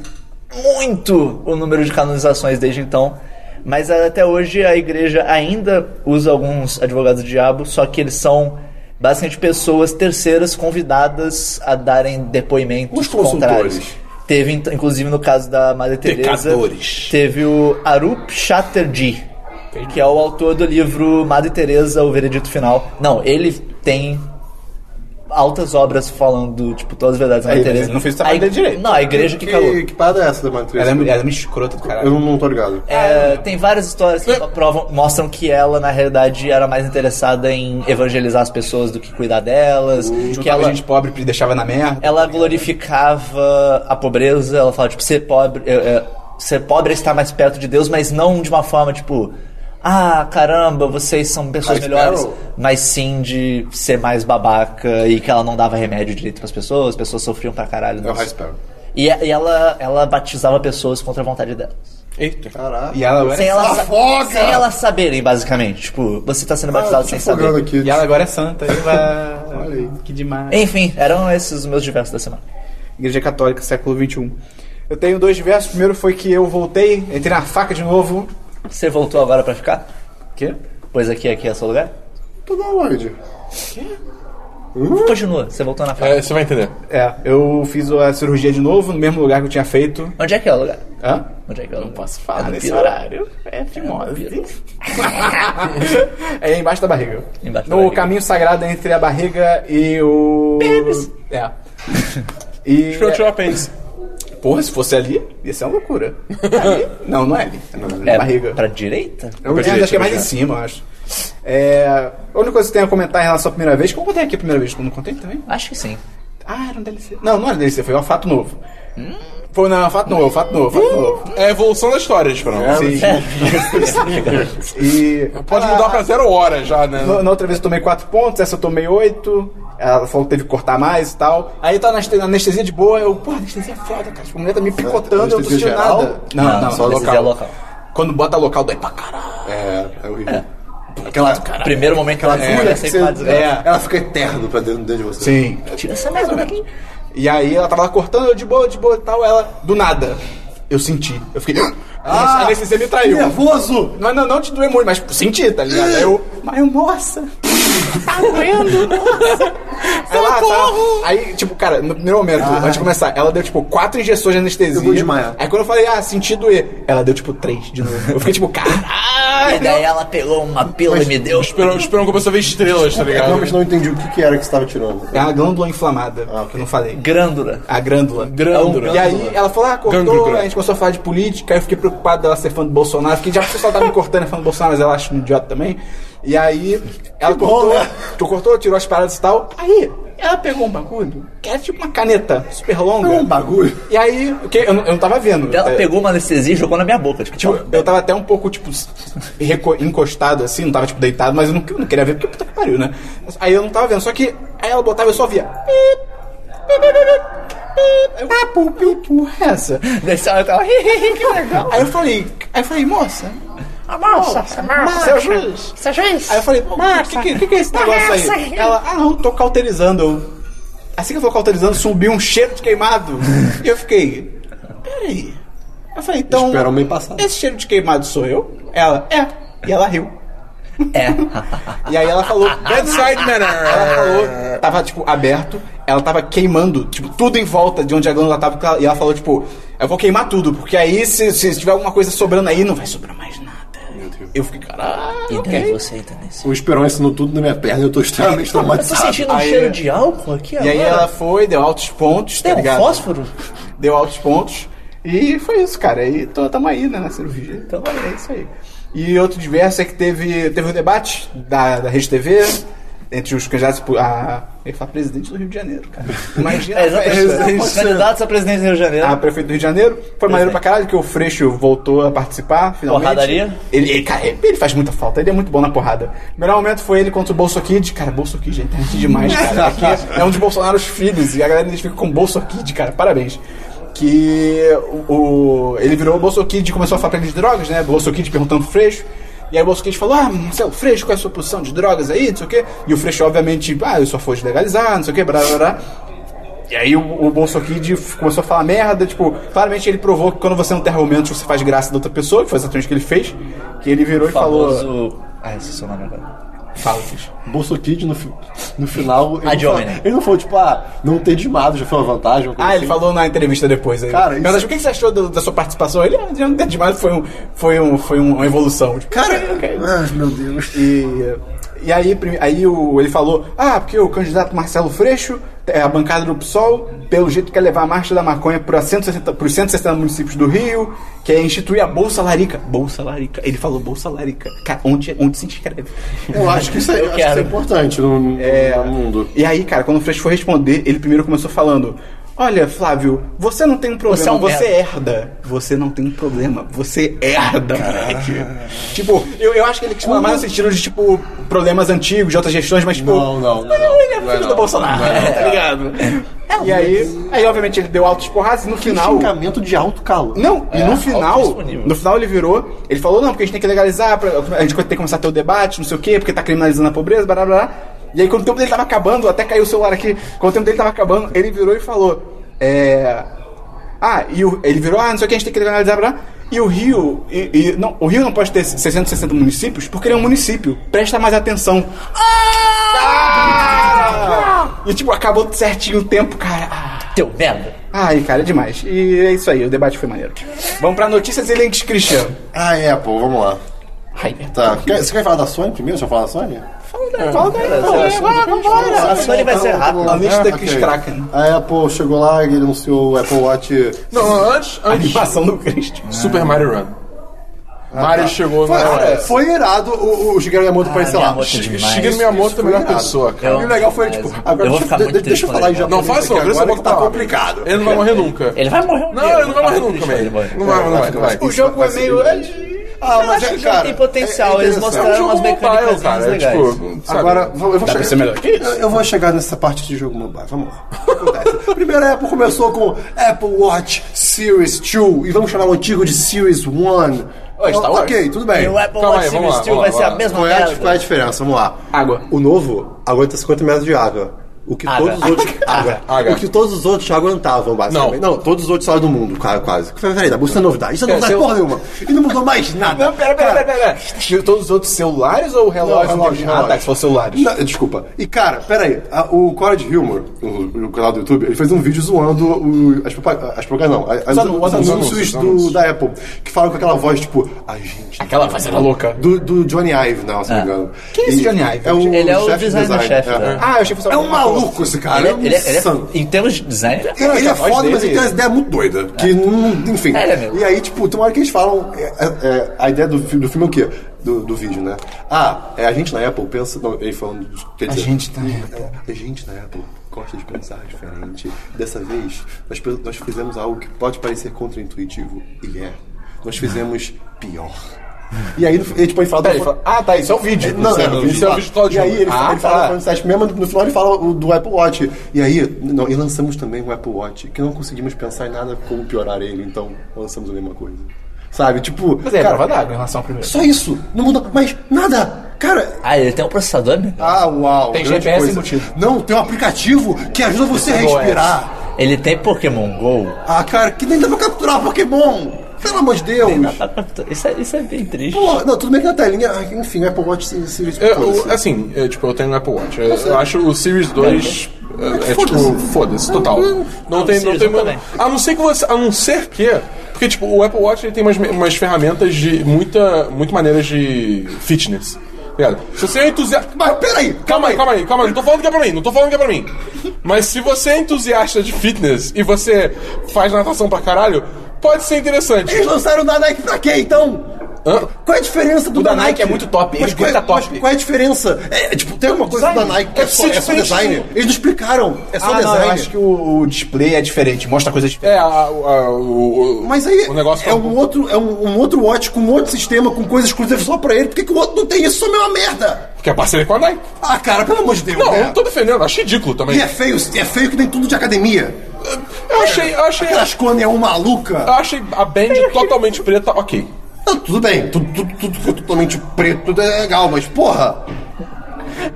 S3: muito o número de canonizações desde então. Mas eh, até hoje a igreja ainda usa alguns advogados do diabo, só que eles são basicamente pessoas terceiras convidadas a darem depoimentos
S2: Os consultores.
S3: contrários. Teve, int- inclusive, no caso da Madre Teresa,
S4: Pecadores.
S3: teve o Arup Chatterjee, que é o autor do livro Madre Teresa, o veredito final. Não, ele tem altas obras falando, tipo, todas as verdades da
S1: Aí,
S3: Madre
S1: mas
S3: Teresa.
S1: ele não fez o trabalho
S3: A ig-
S1: dele direito.
S3: Não, a igreja que, cagou.
S2: Que parada é essa da matriz?
S1: Ela é, ela é uma escrota do
S2: Eu
S1: caralho.
S2: não, não tô ligado.
S3: É, tem várias histórias
S1: É.
S3: que provam, mostram que ela, na realidade, era mais interessada em evangelizar as pessoas do que cuidar delas. que
S1: Juntava
S3: ela,
S1: gente pobre e deixava na merda.
S3: ela glorificava a pobreza, ela fala, tipo, ser pobre. é, é, ser pobre é estar mais perto de Deus, mas não de uma forma tipo. Ah, caramba, vocês são pessoas
S4: Mas,
S3: melhores.
S4: Carol-
S3: Mas sim de ser mais babaca e que ela não dava remédio direito pras pessoas, as pessoas sofriam pra caralho.
S2: É o
S3: Nossa.
S2: High Sparrow.
S3: E, e ela, ela batizava pessoas contra a vontade delas.
S4: Eita.
S2: Caraca.
S1: E ela, agora
S3: Sem
S1: é,
S3: elas,
S2: Afoga!
S3: sem elas saberem, basicamente. Tipo, você tá
S1: Ah,
S3: sendo batizado sem
S2: Fogando
S3: saber.
S2: aqui.
S1: e ela agora é santa. Eba,
S2: Olha aí.
S1: que demais.
S3: Enfim, eram esses os meus diversos da semana.
S1: Igreja Católica, século um. XXI. Eu tenho dois versos. O primeiro foi que eu voltei, entrei na faca de novo.
S3: Você voltou agora pra ficar?
S1: Quê?
S3: Pois aqui, aqui é seu lugar?
S2: Tu dá onde?
S3: Continua, você voltou na faca.
S4: É, você vai entender.
S1: É, eu fiz a cirurgia de novo, no mesmo lugar que eu tinha feito.
S3: Onde é que é o lugar?
S1: Hã?
S3: Onde é que é o lugar?
S1: Posso
S3: É
S1: falar
S3: no
S1: Ah, nesse
S3: piro.
S1: horário? É fimose. é embaixo da barriga.
S3: Embaixo da
S1: no
S3: barriga.
S1: caminho sagrado entre a barriga e o. Pênis. É. E. é,
S4: Deixa eu tirar o apêndice.
S1: Porra, se fosse ali, ia ser uma loucura. Ali? Não, não é ali. É na
S3: É,
S1: barriga.
S3: pra direita?
S1: Eu
S4: Pra
S1: acho que é mais em
S4: direita,
S1: cima, eu acho. É, a única coisa que eu tenho a comentar em relação à primeira vez, que eu contei aqui a primeira vez, que eu não contei também?
S3: Acho que sim.
S1: Ah, era um DLC. Não, não era DLC, foi um fato novo. Foi, não, fato novo, fato novo, fato novo.
S4: É a evolução da história, tipo.
S1: Sim. e.
S4: Pode mudar pra zero hora já, né?
S1: No- Na outra vez eu tomei 4 pontos, essa eu tomei 8. Ela falou que teve que cortar mais e tal. Aí tá na este- na anestesia de boa, eu, pô, anestesia é foda, cara. Tipo, a mulher tá me picotando, eu não tô
S2: Anestesia
S1: sentindo
S2: geral?
S1: nada. Não, não, anestesia
S2: só
S3: anestesia
S1: local. Quando bota local, dói pra caralho.
S2: É, é horrível. Aquela.
S3: Primeiro momento que ela fura,
S2: Olha,
S3: é, sem
S2: você-
S3: quadros.
S1: é.
S2: Ela fica eterna pra dentro, dentro de você.
S1: Sim.
S3: Tira essa merda daqui.
S1: E aí ela tava lá cortando, eu de boa, de boa e tal. Ela, do nada, eu senti. Eu fiquei. Ah, a anestesia me traiu.
S2: Nervoso!
S1: Não, não, não te doer muito, mas tipo, senti, tá ligado? Aí eu. Mas eu, nossa! Tá doendo! nossa. Ela tá. Aí, tipo, cara, no primeiro momento, antes de começar, ela deu tipo quatro injeções de anestesia.
S2: Eu vou desmaiar.
S1: Aí quando eu falei, ah, senti doer, ela deu tipo três de novo. Eu fiquei tipo, caralho!
S3: E daí ela pegou uma pílula e me deu.
S4: Esperando, esperando começar um a ver estrelas, tá
S2: Eu
S4: ligado?
S2: realmente não entendi o É que, que era que você tava tirando.
S1: É a glândula inflamada, que eu não falei.
S3: Grândula.
S1: Ah, A grândula.
S4: Grândula.
S1: E aí
S2: né?
S1: ela falou, ah, cortou,
S4: Gângrula.
S1: a gente começou a falar de política, aí eu fiquei preocupado dela ser fã do Bolsonaro, fiquei, já que o pessoal tava me cortando falando do Bolsonaro, mas ela acha um idiota também. E aí, ela cortou,
S2: né?
S1: tu cortou, tirou as paradas e tal. Aí, ela pegou um bagulho, que era tipo uma caneta super longa.
S2: um bagulho.
S1: E aí, o que eu, não- eu não tava vendo.
S3: Ela
S1: É,
S3: pegou uma anestesia e jogou na minha boca. Tipo,
S1: Tipo, eu tava até um pouco, tipo, reco- encostado assim, não tava, tipo, deitado, mas eu não, eu não queria ver, porque puta que pariu, né? Aí eu não tava vendo, só que aí ela botava e eu só via. Pip, pip, pip, pip, pip. Aí eu, Ah, pô, que porra é essa?
S3: Desse hora eu tava. que legal.
S1: Aí eu falei, aí eu falei, moça,
S5: Nossa,
S1: Ah, Marcia,
S5: Marcia, Ah, seu juiz.
S1: Aí eu falei, pô, o que,
S5: Marcia.
S1: que, que que é esse negócio aí? Ela, ah não, tô cauterizando. Eu, assim que eu tô cauterizando, subiu um cheiro de queimado. e eu fiquei, peraí. Eu falei, então.
S2: Espera o um meio passar.
S1: Esse cheiro de queimado sou eu? Ela, é. E ela riu.
S3: É.
S1: E aí ela falou,
S4: Bedside
S1: Ela
S4: Manor.
S1: falou, tava, tipo, aberto, ela tava queimando, tipo, tudo em volta de onde a glândula tava, porque ela- e ela falou, tipo, eu vou queimar tudo, porque aí se, se tiver alguma coisa sobrando aí, não vai sobrar mais nada. Eu fiquei, caralho,
S3: E daí
S1: ok.
S3: você entra nesse.
S2: O Esperão ensinou tudo na minha perna e eu tô extremamente
S3: Eu tô
S2: traumatizado.
S3: sentindo um
S1: Ah, Aí- é-
S3: cheiro de álcool aqui
S1: E
S3: agora.
S1: aí ela foi, deu altos pontos,
S3: Tem
S1: tá
S3: um
S1: ligado?
S3: fósforo?
S1: Deu altos pontos. E foi isso, cara. E tô, tamo aí, né, na cirurgia. Então é isso aí. E outro diverso é que teve, teve um debate da, da Rede TV entre os candidatos a. Ele fala presidente do Rio de Janeiro, cara. Imagina.
S3: É,
S1: a festa.
S3: exatamente. Os Candidatos à presidência do Rio de Janeiro. é.
S1: a prefeito do Rio de Janeiro. Foi maneiro pra caralho que o Freixo voltou a participar, finalmente.
S3: Porradaria?
S1: Ele, ele, cara, ele faz muita falta, ele é muito bom na porrada. O melhor momento foi ele contra o Bolso Kid. Cara, Bolso Kid é interessante demais, cara. Aqui é- é um dos Bolsonaros filhos e a galera identifica com Bolso Kid, cara, parabéns. Que o, o- ele virou o Bolso Kid e começou a falar pra ele de drogas, né? Bolso Kid perguntando pro Freixo. E aí o Bolso Kid falou, ah, Marcelo Freixo, qual é a sua posição de drogas aí, não sei o quê. E o Freixo, obviamente, ah, eu só fui legalizar, não sei o quê, blá, blá, blá. E aí o, o Bolso Kid f- começou a falar merda, tipo, claramente ele provou que quando você não tem argumentos, você faz graça da outra pessoa, que foi exatamente o que ele fez, que ele virou
S3: O
S1: e falou.
S3: famoso. Ah, esse é o seu nome agora.
S1: Fala, Fiz.
S2: Bolso Kid no, fi- no final. Ele,
S3: Adiome,
S2: não falou,
S3: né?
S2: ele não falou, tipo, ah, não ter desmado já foi uma vantagem. uma coisa
S1: Ah, ele
S2: assim.
S1: falou na entrevista depois aí.
S2: Cara, isso- é-
S1: Mas o que que você achou do- da sua participação? Ele ah, não tem demais, foi, um, foi, um, foi um- uma evolução. Tipo,
S2: Cara,
S1: ok.
S2: ai meu Deus.
S1: E, e aí, prime- aí o, ele falou: Ah, porque o candidato Marcelo Freixo, é, a bancada do PSOL, pelo jeito quer levar a marcha da maconha para 160, pros 160 municípios do Rio, quer instituir a Bolsa Larica. Bolsa Larica. Ele falou Bolsa Larica. Cara, onde, onde se inscreve?
S2: Eu acho que isso é, eu acho que isso é
S3: quero.
S2: importante no, no mundo.
S1: E aí, cara, quando o Freixo foi responder, ele primeiro começou falando: Olha, Flávio, você não tem um problema, você,
S3: Você é um merda."
S1: herda. Você não tem um problema, você herda, moleque. Tipo, eu, eu acho que ele quis
S3: Uh.
S1: falar mais no sentido de, tipo, problemas antigos, de outras gestões, mas, tipo...
S4: Não, não, não,
S1: Mas
S4: não.
S1: ele é
S4: Não
S1: filho
S4: é
S1: do
S4: não.
S1: Bolsonaro,
S4: Não é não.
S1: tá ligado?
S3: É,
S1: E aí, aí, obviamente, ele deu altos porradas e no final...
S2: Xingamento de alto calo.
S1: Não, e no final,
S3: autodisponível.
S1: no final ele virou, ele falou, não, porque a gente tem que legalizar, pra- a gente tem que começar a ter o debate, não sei o quê, porque tá criminalizando a pobreza, blá blá blá. E aí quando o tempo dele tava acabando, até caiu o celular aqui, quando o tempo dele tava acabando, ele virou e falou, é... Ah, e o- ele virou, ah, não sei o que, a gente tem que legalizar, blá blá. E o Rio, e, e- não, o Rio não pode ter 660 municípios porque ele é um município. Presta mais atenção. Ah! E tipo, acabou certinho o tempo, cara. Ah.
S3: Teu merda.
S1: Ai, cara, é demais. E é isso aí, o debate foi maneiro. Vamos pra notícias e links, Cristiano.
S2: Ah, é, pô, vamos lá.
S3: Ai, merda.
S2: Tá. Quer- você quer falar da Sony primeiro? Deixa eu falar da Sony?
S1: Fala daí,
S3: Cara,
S1: fala,
S3: você acha
S1: vai,
S3: A
S1: vambora.
S3: Sony vai ser rápida.
S1: A lista
S2: Ah,
S1: que
S2: ok.
S1: escraca.
S2: A Apple chegou lá e anunciou o Apple Watch.
S4: Não, antes,
S1: A
S4: antes
S1: animação do Cristiano.
S4: Super Mario Run. Mario chegou no
S2: Foi, cara,
S4: iOS.
S2: foi irado o, o é? Shigeru Miyamoto aparecer lá.
S3: Miyamoto é demais.
S4: Shigeru Miyamoto é a melhor
S2: Foi irado.
S4: pessoa,
S2: E
S4: cara.
S2: o legal foi, tipo, agora
S3: eu vou
S2: deixa,
S3: ficar
S2: de,
S3: muito
S2: deixa eu
S3: triste
S2: falar em
S3: quando ele
S2: japonês.
S4: Não, faz
S2: aqui
S4: não,
S2: agora,
S1: é
S4: essa boca
S2: que tá
S4: tá lá.
S2: complicado.
S4: Ele não vai morrer nunca.
S3: Ele vai morrer um
S4: Não,
S3: dia.
S4: ele não vai morrer nunca,
S3: Ele vai
S4: velho.
S3: morrer.
S4: Não vai, não vai, Tipo, não vai.
S1: O jogo é meio.
S2: Ah,
S3: Eu acho que o jogo tem potencial, eles
S4: É um
S2: mostraram.
S3: mostraram-
S4: jogo
S3: umas mecânicas
S4: mobile, cara. é
S3: legais.
S4: Tipo, sabe?
S2: Agora, vou- eu vou chegar.
S1: ser melhor que isso?
S2: Eu- Eu vou chegar nessa parte de jogo mobile. Vamos lá. O que acontece? Primeiro, a Apple começou com Apple Watch Series 2 e vamos chamar o antigo de Series 1.
S1: Oi, Star Wars.
S2: ok, tudo bem.
S3: E o Apple
S4: Calma aí,
S3: Watch Series
S4: vamos lá,
S3: 2
S4: vamos
S3: vai
S4: lá,
S3: ser a
S4: vamos
S3: mesma
S2: Qual é, a, qual é a
S3: merda.
S2: diferença? Vamos lá.
S1: Água.
S6: O novo aguenta 50 metros de água. O que
S3: Água.
S6: todos os outros. água.
S4: Água.
S6: O que todos os outros já aguentavam, basicamente.
S4: Não.
S6: Não, todos os outros salários do mundo, cara, quase. Peraí, Dabu, isso é novidade. Isso é novidade,
S1: seu-
S6: porra nenhuma. E não mudou mais nada.
S1: Não, pera, pera, pera, pera. De Todos os outros celulares ou relógio?
S2: Não, relógio, relógio.
S1: Ah, tá, se for celulares.
S2: Não, desculpa. E cara, peraí, a- o Core de Humor, o, o canal do YouTube, ele fez um vídeo zoando o, as, propa- as propagandas, não, as- as-
S1: anúncios,
S2: os
S1: os
S2: anúncios,
S4: anúncios,
S2: do-
S4: os anúncios.
S2: da Apple, que falam com aquela voz tipo, ai gente.
S1: Aquela fazenda louca.
S2: Do, do Johnny Ive, não, se não me engano.
S1: Quem é esse Johnny Ive?
S2: É o
S3: Ele é o
S2: chefe de
S3: designer-chefe,
S2: design,
S3: né?
S2: É.
S1: Ah, eu achei que fosse
S2: É um maluco esse cara,
S3: Ele,
S2: é um
S3: é- ele, é- ele
S2: insano.
S3: é, em termos de design, ele é
S2: Ele, ele é
S1: a voz
S2: foda, mas
S1: dele-
S2: ele tem umas ideias muito doidas. Que não. Enfim.
S3: É, ele é mesmo.
S2: e aí, tipo, tem uma hora que eles falam. é, é, é, a ideia do, fi- do filme é o quê? Do, do vídeo, né? Ah, é a gente na Apple pensa. Não, ele falando. Quer dizer,
S1: gente na
S2: é, a gente na Apple gosta de pensar diferente. Dessa vez, nós, pe- nós fizemos algo que pode parecer contraintuitivo. E é. Nós fizemos pior. E aí, no- ele, tipo, ele fala.
S1: Pera, ele fala, Ah, tá, isso é o vídeo.
S2: Não,
S1: Isso é o
S2: não,
S1: vídeo.
S4: isso é o vídeo do Claudio
S2: E aí ele,
S1: Ah,
S2: fala- ele
S1: tá.
S2: fala do Sete mesmo, no final ele fala o do Apple Watch. E aí, não, e lançamos também o Apple Watch, que não conseguimos pensar em nada como piorar ele, então lançamos a mesma coisa. Sabe, tipo.
S1: Mas é,
S2: cara, é
S1: prova d'água em relação ao primeiro.
S2: só isso, não muda mais nada! Cara.
S3: Ah, ele tem um processador, né?
S2: Ah, uau!
S1: Tem
S2: grande
S1: GPS
S2: coisa.
S1: embutido.
S2: Não, tem um aplicativo que ajuda você a
S1: Apple
S2: respirar.
S3: Ele tem Pokémon GO.
S2: Ah, cara, que nem dá pra capturar Pokémon! Pelo amor de Deus!
S3: Isso é, isso é bem triste.
S2: Porra, não, tudo bem que na telinha, ah, enfim, Apple Watch Series
S4: Eu-
S2: foda-se.
S4: eu- assim, eu, tipo, eu tenho um Apple Watch. Eu, eu acho o Series 2 é, é, tipo,
S2: Foda-se.
S4: foda-se, total. Não tem, não
S3: Series
S4: tem
S3: eu
S4: mais-
S3: também.
S4: A não ser que você. A não ser que. Porque, tipo, o Apple Watch ele tem umas, umas ferramentas de. Muita, muito maneiras de fitness. tá ligado? Se você é entusiasta.
S2: Mas peraí,
S4: Calma aí, calma aí, calma aí. Não tô falando que é pra mim, não tô falando que é pra mim. Mas se você é entusiasta de fitness e você faz natação pra caralho, pode ser interessante.
S2: Eles lançaram o da Nike pra quê, então?
S4: Hã?
S2: Qual é a diferença do
S1: O da Nike é muito top,
S2: Mas
S1: ele
S2: qual, é,
S1: grita top.
S2: mas qual é a diferença? É, tipo, tem alguma coisa
S1: Design.
S2: da Nike que é
S4: É
S2: só, é só
S4: diferente
S2: design.
S4: do-
S2: Eles não explicaram. É só
S1: um Ah, não,
S2: design.
S1: eu acho que o, o display é diferente, mostra coisas
S4: É,
S1: diferentes.
S4: a, a- o, o-
S2: Mas aí
S4: o negócio
S2: é
S4: tá-
S2: um outro, é um, um outro watch com outro sistema, com coisa exclusiva só pra ele. Por que, que o outro não tem isso? Isso é uma merda!
S4: Porque é parceria com a Nike.
S2: Ah, cara, pelo amor de Deus,
S4: Não, eu
S2: né?
S4: não tô defendendo, acho ridículo também.
S2: E é feio, é feio que nem tudo de academia.
S4: Eu achei, eu achei,
S2: Aquelas cone é uma maluca.
S1: Ah.
S4: eu achei a band totalmente preta, ok.
S2: Não, tudo bem, tudo, tudo, tudo que é totalmente preto, tudo é legal, mas porra!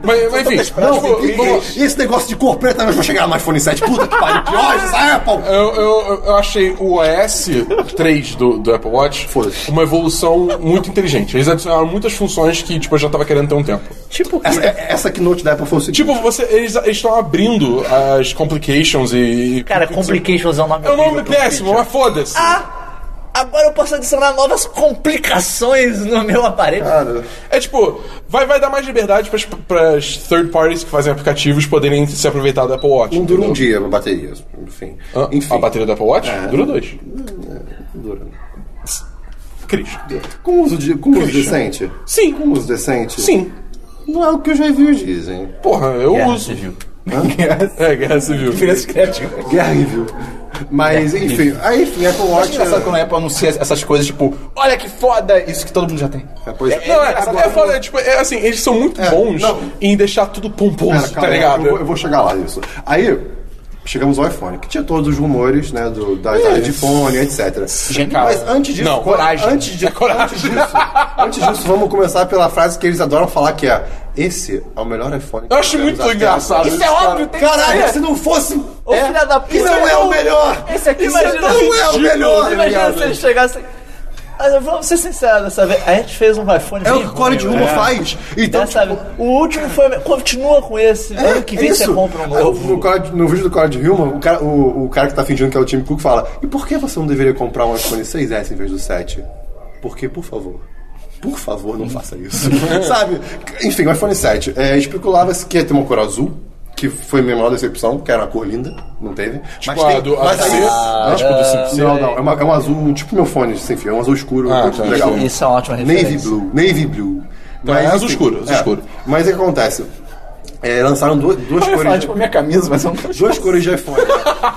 S4: Mas, mas enfim,
S2: Não,
S4: tipo,
S2: e-
S4: vamos-
S2: e, e esse negócio de cor preta nós vamos chegar no iPhone 7. Puta que pariu, que ódio essa Apple!
S4: eu, eu, eu achei o OS 3 do, do Apple Watch
S2: Foda-se.
S4: uma evolução muito inteligente. Eles adicionaram muitas funções que tipo, eu já tava querendo ter um tempo.
S3: Tipo,
S2: Essa, é, essa keynote da Apple foi um o seguinte.
S4: Tipo, você, eles eles estão abrindo as complications e.
S3: cara, Complications é um nome
S4: É um nome
S3: horrível pra um
S4: péssimo,
S3: feature.
S4: mas foda-se.
S3: Ah, agora eu posso adicionar novas complicações no meu aparelho.
S2: cara,
S4: É tipo, vai, vai dar mais liberdade pras, pras third parties que fazem aplicativos poderem se aproveitar do Apple Watch.
S2: não dura um
S4: entendeu?
S2: dia a bateria. Enfim.
S4: Ah,
S2: Enfim.
S4: A bateria do Apple Watch dura dois.
S2: Dura.
S4: Cris.
S2: Com uso, de, com uso
S4: Christian.
S2: decente?
S4: Sim.
S2: Com uso decente?
S4: Sim.
S2: Não é o que os reviews dizem.
S4: Porra, eu
S3: Guerra
S4: uso.
S3: Civil.
S4: É, guerra civil.
S1: Diferenças criativas.
S2: Guerra Review. Mas,
S4: É.
S2: enfim, aí, enfim, Apple
S1: Eu acho
S2: Watch.
S1: É
S2: é-
S1: engraçado quando a Apple anuncia essas coisas, tipo, olha que foda, isso que todo mundo já tem.
S2: É, pois é.
S4: Não, é, é foda, é, tipo, é assim, eles são muito bons
S2: não.
S4: em deixar tudo pomposo,
S2: Cara, calma,
S4: tá ligado?
S2: Eu, vou- eu vou chegar lá nisso. Aí, chegamos ao iPhone, que tinha todos os rumores, né, do, da idade de fone, etc.
S1: Genial.
S2: Mas antes disso,
S4: Não,
S2: co-
S1: coragem.
S2: Antes, de,
S4: É coragem.
S2: antes disso, antes disso, vamos começar pela frase que eles adoram falar, que é esse é o melhor iPhone. que
S4: Eu acho
S2: tivemos
S4: muito
S2: até
S4: engraçado.
S1: Isso é óbvio, tem
S2: Caralho,
S1: que
S2: se
S1: ser.
S2: não fosse.
S3: Ô, filha da puta!
S2: Isso não é o melhor!
S3: Esse aqui
S2: Isso
S3: imagina- assim,
S2: não é o melhor!
S3: Imagina
S2: Obrigado.
S3: se ele chegasse. Mas eu vou ser sincero dessa vez. A gente fez um iPhone.
S2: É o
S3: bem
S2: que o Core de
S3: ruim,
S2: Rumo
S3: né?
S2: faz. Então,
S3: Dessa
S2: tipo, É,
S3: vez. O último foi. Continua com esse. ano que vem você
S2: isso.
S3: compra um
S2: No,
S3: novo.
S2: Cod- no vídeo do Cod Human, o cara, o, o cara que tá fingindo que é o Tim Cook fala: E por que você não deveria comprar um iPhone 6S em vez do 7? Porque, por favor. Por favor, não faça isso. Sabe? Enfim, o iPhone 7. É, especulava-se que ia ter uma cor azul, que foi minha maior decepção, que era uma cor linda, não teve.
S4: Tipo, a do- a do C, né? Tipo, do 5C.
S2: Não, não. É, uma- é um azul, tipo meu fone, sem fio. É um azul escuro.
S4: Ah,
S2: muito
S4: tá.
S2: legal.
S3: Isso é uma ótima
S2: Navy
S3: referência.
S2: Blue. Navy Blue.
S4: é azul
S2: enfim,
S4: escuro, azul
S2: é.
S4: escuro.
S2: Mas o que acontece? É, lançaram duas, duas
S1: Eu ia falar,
S2: cores.
S1: tipo, minha camisa, mas eu não
S2: Duas cores de iPhone.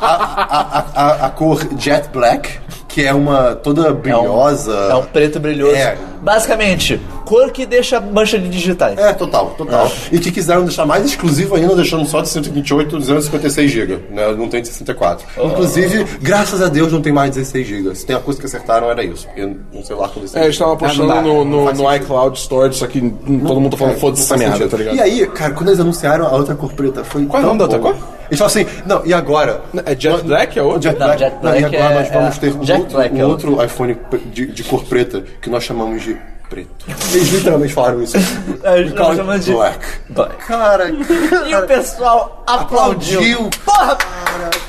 S2: A, a- a- a- a cor Jet Black, que é uma toda brilhosa.
S3: É um preto brilhoso.
S2: É.
S3: Basicamente, cor que deixa mancha de digitais.
S2: É, total, total. E que quiseram deixar mais exclusivo ainda, deixando só de 128, 256 GB. Né? Não tem de 64. Inclusive, graças a Deus, não tem mais 16 GB. Se tem uma coisa que acertaram, era isso. Porque um celular com 16
S4: É, eles estavam apostando
S1: Ah, não dá,
S4: no, no-
S2: faz
S4: no
S2: sentido.
S4: iCloud Storage, só que todo mundo tá falando
S2: É,
S4: foda-se essa
S2: faz
S4: merda,
S2: sentido.
S4: tá ligado?
S2: E aí, cara, quando eles anunciaram a outra cor preta, foi.
S1: Qual é o
S2: tão
S1: nome da outra
S2: bom.
S1: cor?
S2: Eles falam assim, não, e agora?
S4: É Jet
S2: Nós-
S4: Black, é outro?
S2: Jet
S3: Não,
S2: Black.
S3: Jet
S2: Não, e
S3: Black
S2: agora
S3: é-
S2: nós vamos
S3: é-
S2: ter um
S3: Jet
S2: outro,
S3: Black
S2: um
S3: é
S2: outro iPhone pre- de, de cor preta, que nós chamamos de preto. Eles literalmente falaram isso.
S3: É, nós
S2: Call it
S3: chamamos de-
S2: Black.
S3: Black.
S2: Cara,
S3: E o pessoal aplaudiu.
S2: Aplaudiu.
S3: Porra!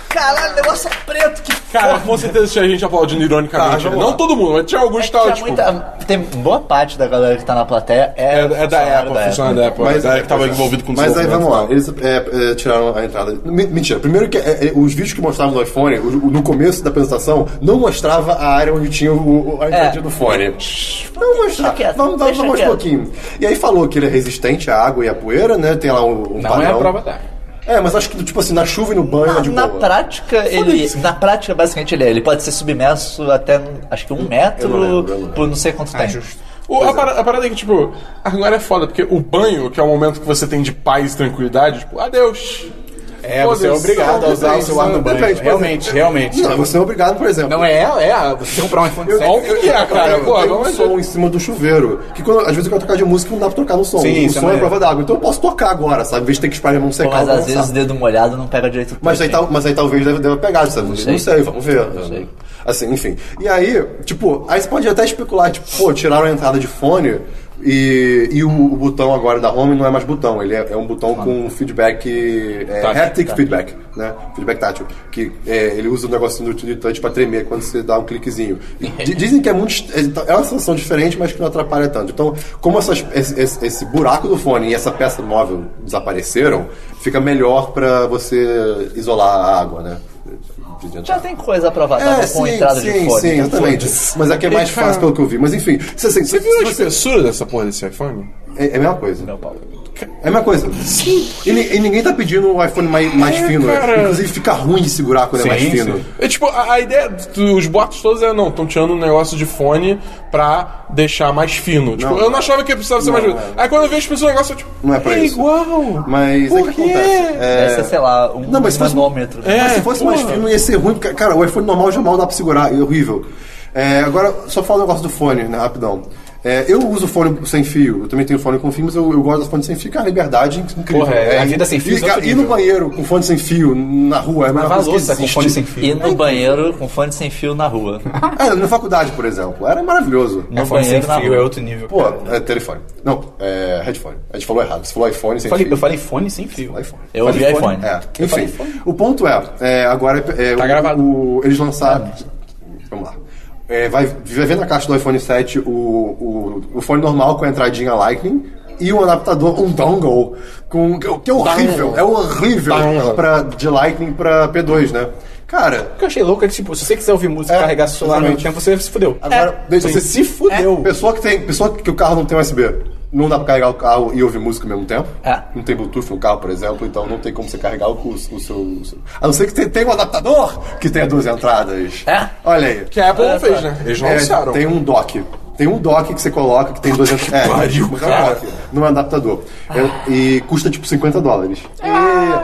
S3: Caralho, o negócio é preto, que
S4: Cara, com certeza tinha gente aplaudindo ironicamente.
S2: Tá, vamos
S4: não
S2: lá.
S4: todo mundo, mas tinha alguns que
S3: É que
S4: estavam,
S3: tinha
S4: tipo...
S3: muita- tem boa parte da galera que tá na plateia é,
S4: É, é da Apple, funciona da Apple.
S2: Mas-
S4: Mas, é, que tava envolvido com
S2: Mas aí
S4: desenvolvimento
S2: vamos
S4: e
S2: lá,
S4: tal.
S2: eles é, é, tiraram a entrada. Me- Mentira, primeiro que é, é, os vídeos que mostravam do iPhone, o- o- no começo da apresentação, não mostrava a área onde tinha o, o- a entradinha do fone. Não mostrava.
S3: É. quieto,
S2: Vamos dar
S3: deixa
S2: mais um
S3: quieto.
S2: pouquinho. E aí falou que ele é resistente à água e à poeira, né? Tem lá um, um
S1: Não
S2: padrão.
S1: é a prova d'água.
S2: É, mas acho que tipo assim, na chuva e no banho é de
S3: Na
S2: boa.
S3: prática, ele. Na prática, basicamente, ele é. Ele pode ser submerso até acho que um metro
S2: não lembro, eu não lembro. Ah,
S3: por não sei quanto tempo.
S4: O- a, parada, a parada é que, tipo, agora é foda, porque o banho, que é o momento que você tem de paz e tranquilidade, tipo, adeus.
S1: É, você é
S4: Foda-se,
S1: obrigado a
S4: sabe,
S1: usar o seu ar no
S2: Depende,
S1: banho.
S2: por exemplo.
S1: Realmente, realmente.
S2: Não, você é obrigado, por exemplo.
S1: Não é ela, é a- você comprar um iPhone 7.
S4: Óbvio que é, cara.
S2: eu
S4: Pô,
S2: tenho um
S4: vamos
S2: som em cima do chuveiro. Que quando, às vezes quando eu tocar de música não dá pra tocar no som.
S1: Sim,
S2: o
S1: isso é
S2: som é,
S1: maneiro.
S2: prova d'água. Então eu posso tocar agora, sabe? Em vez de ter que esperar a mão
S3: Pô,
S2: secar. eu
S3: mas
S2: vou
S3: às
S2: lançar.
S3: vezes o dedo molhado não pega direito o
S2: Mas, aí,
S3: peixe.
S2: tal, mas aí talvez deve, deve pegar, sabe? Não sei,
S3: sei.
S2: vamos ver.
S3: sei.
S2: Assim, enfim. E aí, tipo, aí você pode até especular, tipo, pô, tiraram a entrada de fone e, e o, o botão agora da home não é mais botão, ele é, é um botão com feedback. É, haptic feedback, né? Feedback tátil. Que é, ele usa o negocinho do touch pra tremer quando você dá um cliquezinho. E di- dizem que é muito. est- É uma sensação diferente, mas que não atrapalha tanto. Então, como essas- esse, esse- esse buraco do fone e essa peça móvel desapareceram, fica melhor pra você isolar a água, né? Dizem-
S3: Já tem coisa aprovada com entrada de
S2: então- É, sim,
S3: fone.
S2: sim,
S3: então
S2: exatamente.
S3: foda-se.
S2: Mas é que é mais
S4: E, cara,
S2: fácil pelo que eu vi. Mas enfim, se, assim, se-
S4: Você viu a
S2: se você-
S4: espessura dessa porra desse iPhone?
S2: é, é a mesma coisa. É a mesma coisa. Sim. E, ni- e ninguém tá pedindo um iPhone mais, mais
S4: É,
S2: fino. né?
S4: cara.
S2: Inclusive fica ruim de segurar quando é mais
S1: Sim,
S2: fino.
S1: sim.
S4: É tipo, a, a ideia dos boatos todos é, não, estão tirando um negócio de fone pra deixar mais fino. Tipo,
S2: Não,
S4: eu não achava que precisava ser mais
S2: não,
S4: fino. Aí quando eu vejo as pessoas, o negócio é tipo,
S2: Não é pra
S4: é
S2: isso.
S4: igual.
S2: Mas
S4: Por
S2: é que
S4: quê?
S2: acontece. É,
S3: Deve ser, sei lá, um
S2: Não, mas se fosse- é.
S3: manômetro.
S1: é
S2: mas se fosse mais
S4: porra.
S2: fino ia ser ruim, porque, cara, o iPhone normal já mal dá pra segurar, é horrível. É, agora, só falar o negócio do fone, né, rapidão. É, eu uso fone sem fio, eu também tenho fone com fio, mas eu, eu gosto do fone sem fio, cara, liberdade incrível.
S1: Porra, é, a vida sem fio
S2: E,
S1: é
S2: cara,
S1: outro
S2: e no
S1: nível.
S2: banheiro, com fone sem fio, na rua, é a melhor
S1: Lavar a
S2: coisa que
S1: louça com
S2: existe.
S1: fone sem fio.
S3: E no banheiro com fone sem fio na rua.
S2: É, na faculdade, por exemplo, era maravilhoso.
S3: No
S1: iPhone sem
S3: banheiro na
S1: fio é
S3: rua.
S1: outro nível.
S2: Pô, é telefone. Não, é headphone. A gente falou errado. Você falou iPhone sem
S1: eu, falei,
S2: fio.
S1: eu falei fone sem fio.
S2: iPhone.
S3: Eu ouvi
S2: Falei
S3: iPhone.
S2: É.
S1: Eu falei
S2: Enfim, o ponto é, é, agora é,
S4: Tá
S2: o-
S4: gravado.
S2: o- eles lançaram. Vamos lá. É, vai, vai ver na caixa do iPhone 7 o, o, o fone normal com a entradinha Lightning e um adaptador, um dongle, com, que que é horrível, é horrível
S4: Dongle.
S2: pra, de Lightning pra P2, né? Cara,
S1: O que eu achei louco é que, tipo, se você quiser ouvir música e
S2: É,
S1: carregar seu celular ao mesmo
S2: exatamente.
S3: É.
S1: tempo, você se fudeu.
S2: agora.
S1: Você se fudeu.
S2: Pessoa que tem. Pessoa que o carro não tem USB. Não dá pra carregar o carro e ouvir música ao mesmo tempo.
S3: É.
S2: Não tem Bluetooth no carro, por exemplo, então não tem como você carregar o, o, o seu. o seu- A não ser que te- tenha um adaptador que tenha duas entradas.
S3: É.
S2: Olha aí.
S4: Que a Apple não fez, né? Eles não
S2: É,
S4: anunciaram.
S2: tem um dock. Tem um dock que você coloca que tem duas entradas. É,
S4: pariu,
S2: mas é um
S4: cara.
S2: dock, não é um adaptador. É- e custa tipo 50 dólares.
S3: Ah.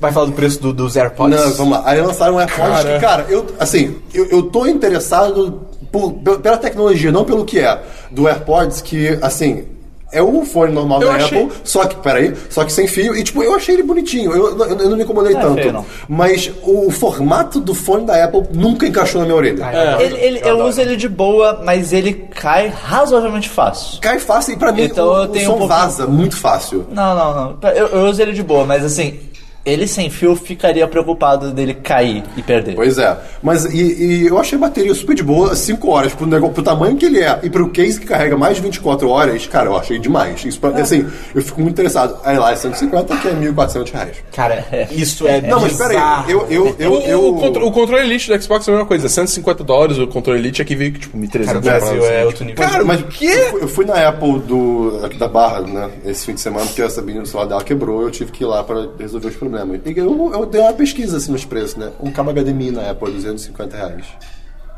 S1: Vai falar do preço do, dos AirPods?
S2: Não, vamos lá. Aí lançaram um AirPods
S4: Cara.
S2: que, cara, eu, assim, eu, eu tô interessado por- pe- pela tecnologia, não pelo que é. Do AirPods que, assim, é um fone normal
S4: Eu
S2: da
S4: achei.
S2: Apple, só que, peraí, só que sem fio. E, tipo, eu achei ele bonitinho, eu, eu- eu não me incomodei
S3: Não é
S2: tanto.
S3: feio, não.
S2: Mas o formato do fone da Apple nunca encaixou na minha orelha.
S3: Ele- ele- eu uso ele de boa, mas ele cai razoavelmente fácil.
S2: Cai fácil e pra mim
S3: Então
S2: o,
S3: eu
S2: o
S3: tenho
S2: som
S3: um pouco-
S2: vaza muito fácil.
S3: Não, não, não. Eu, eu uso ele de boa, mas assim, ele sem fio eu ficaria preocupado dele cair e perder.
S2: Pois é. Mas e, e eu achei a bateria super de boa, 5 horas, pro, negócio, pro tamanho que ele é e pro case que carrega mais de 24 horas, cara, eu achei demais. Isso pra, assim, eu fico muito interessado. Aí lá é 150, que é 1.400 reais.
S1: Cara, isso é
S2: Não, mas peraí,
S1: bizarro.
S2: eu. eu, eu,
S4: O,
S2: eu-
S4: o contro- o controle Elite do Xbox é a mesma coisa, 150 dólares, o controle Elite aqui veio que tipo 1.300
S1: Cara, o
S4: dólares,
S1: Brasil
S4: assim,
S1: é
S4: tipo,
S1: outro nível.
S2: Cara, mas
S4: que?
S2: Eu, fui, eu fui na Apple do, aqui da Barra, né? Esse fim de semana, porque essa menina do celular dela quebrou, eu tive que ir lá pra resolver os problemas. E eu, eu dei uma pesquisa assim nos preços, né? Um cabo HDMI na Apple, 250 reais.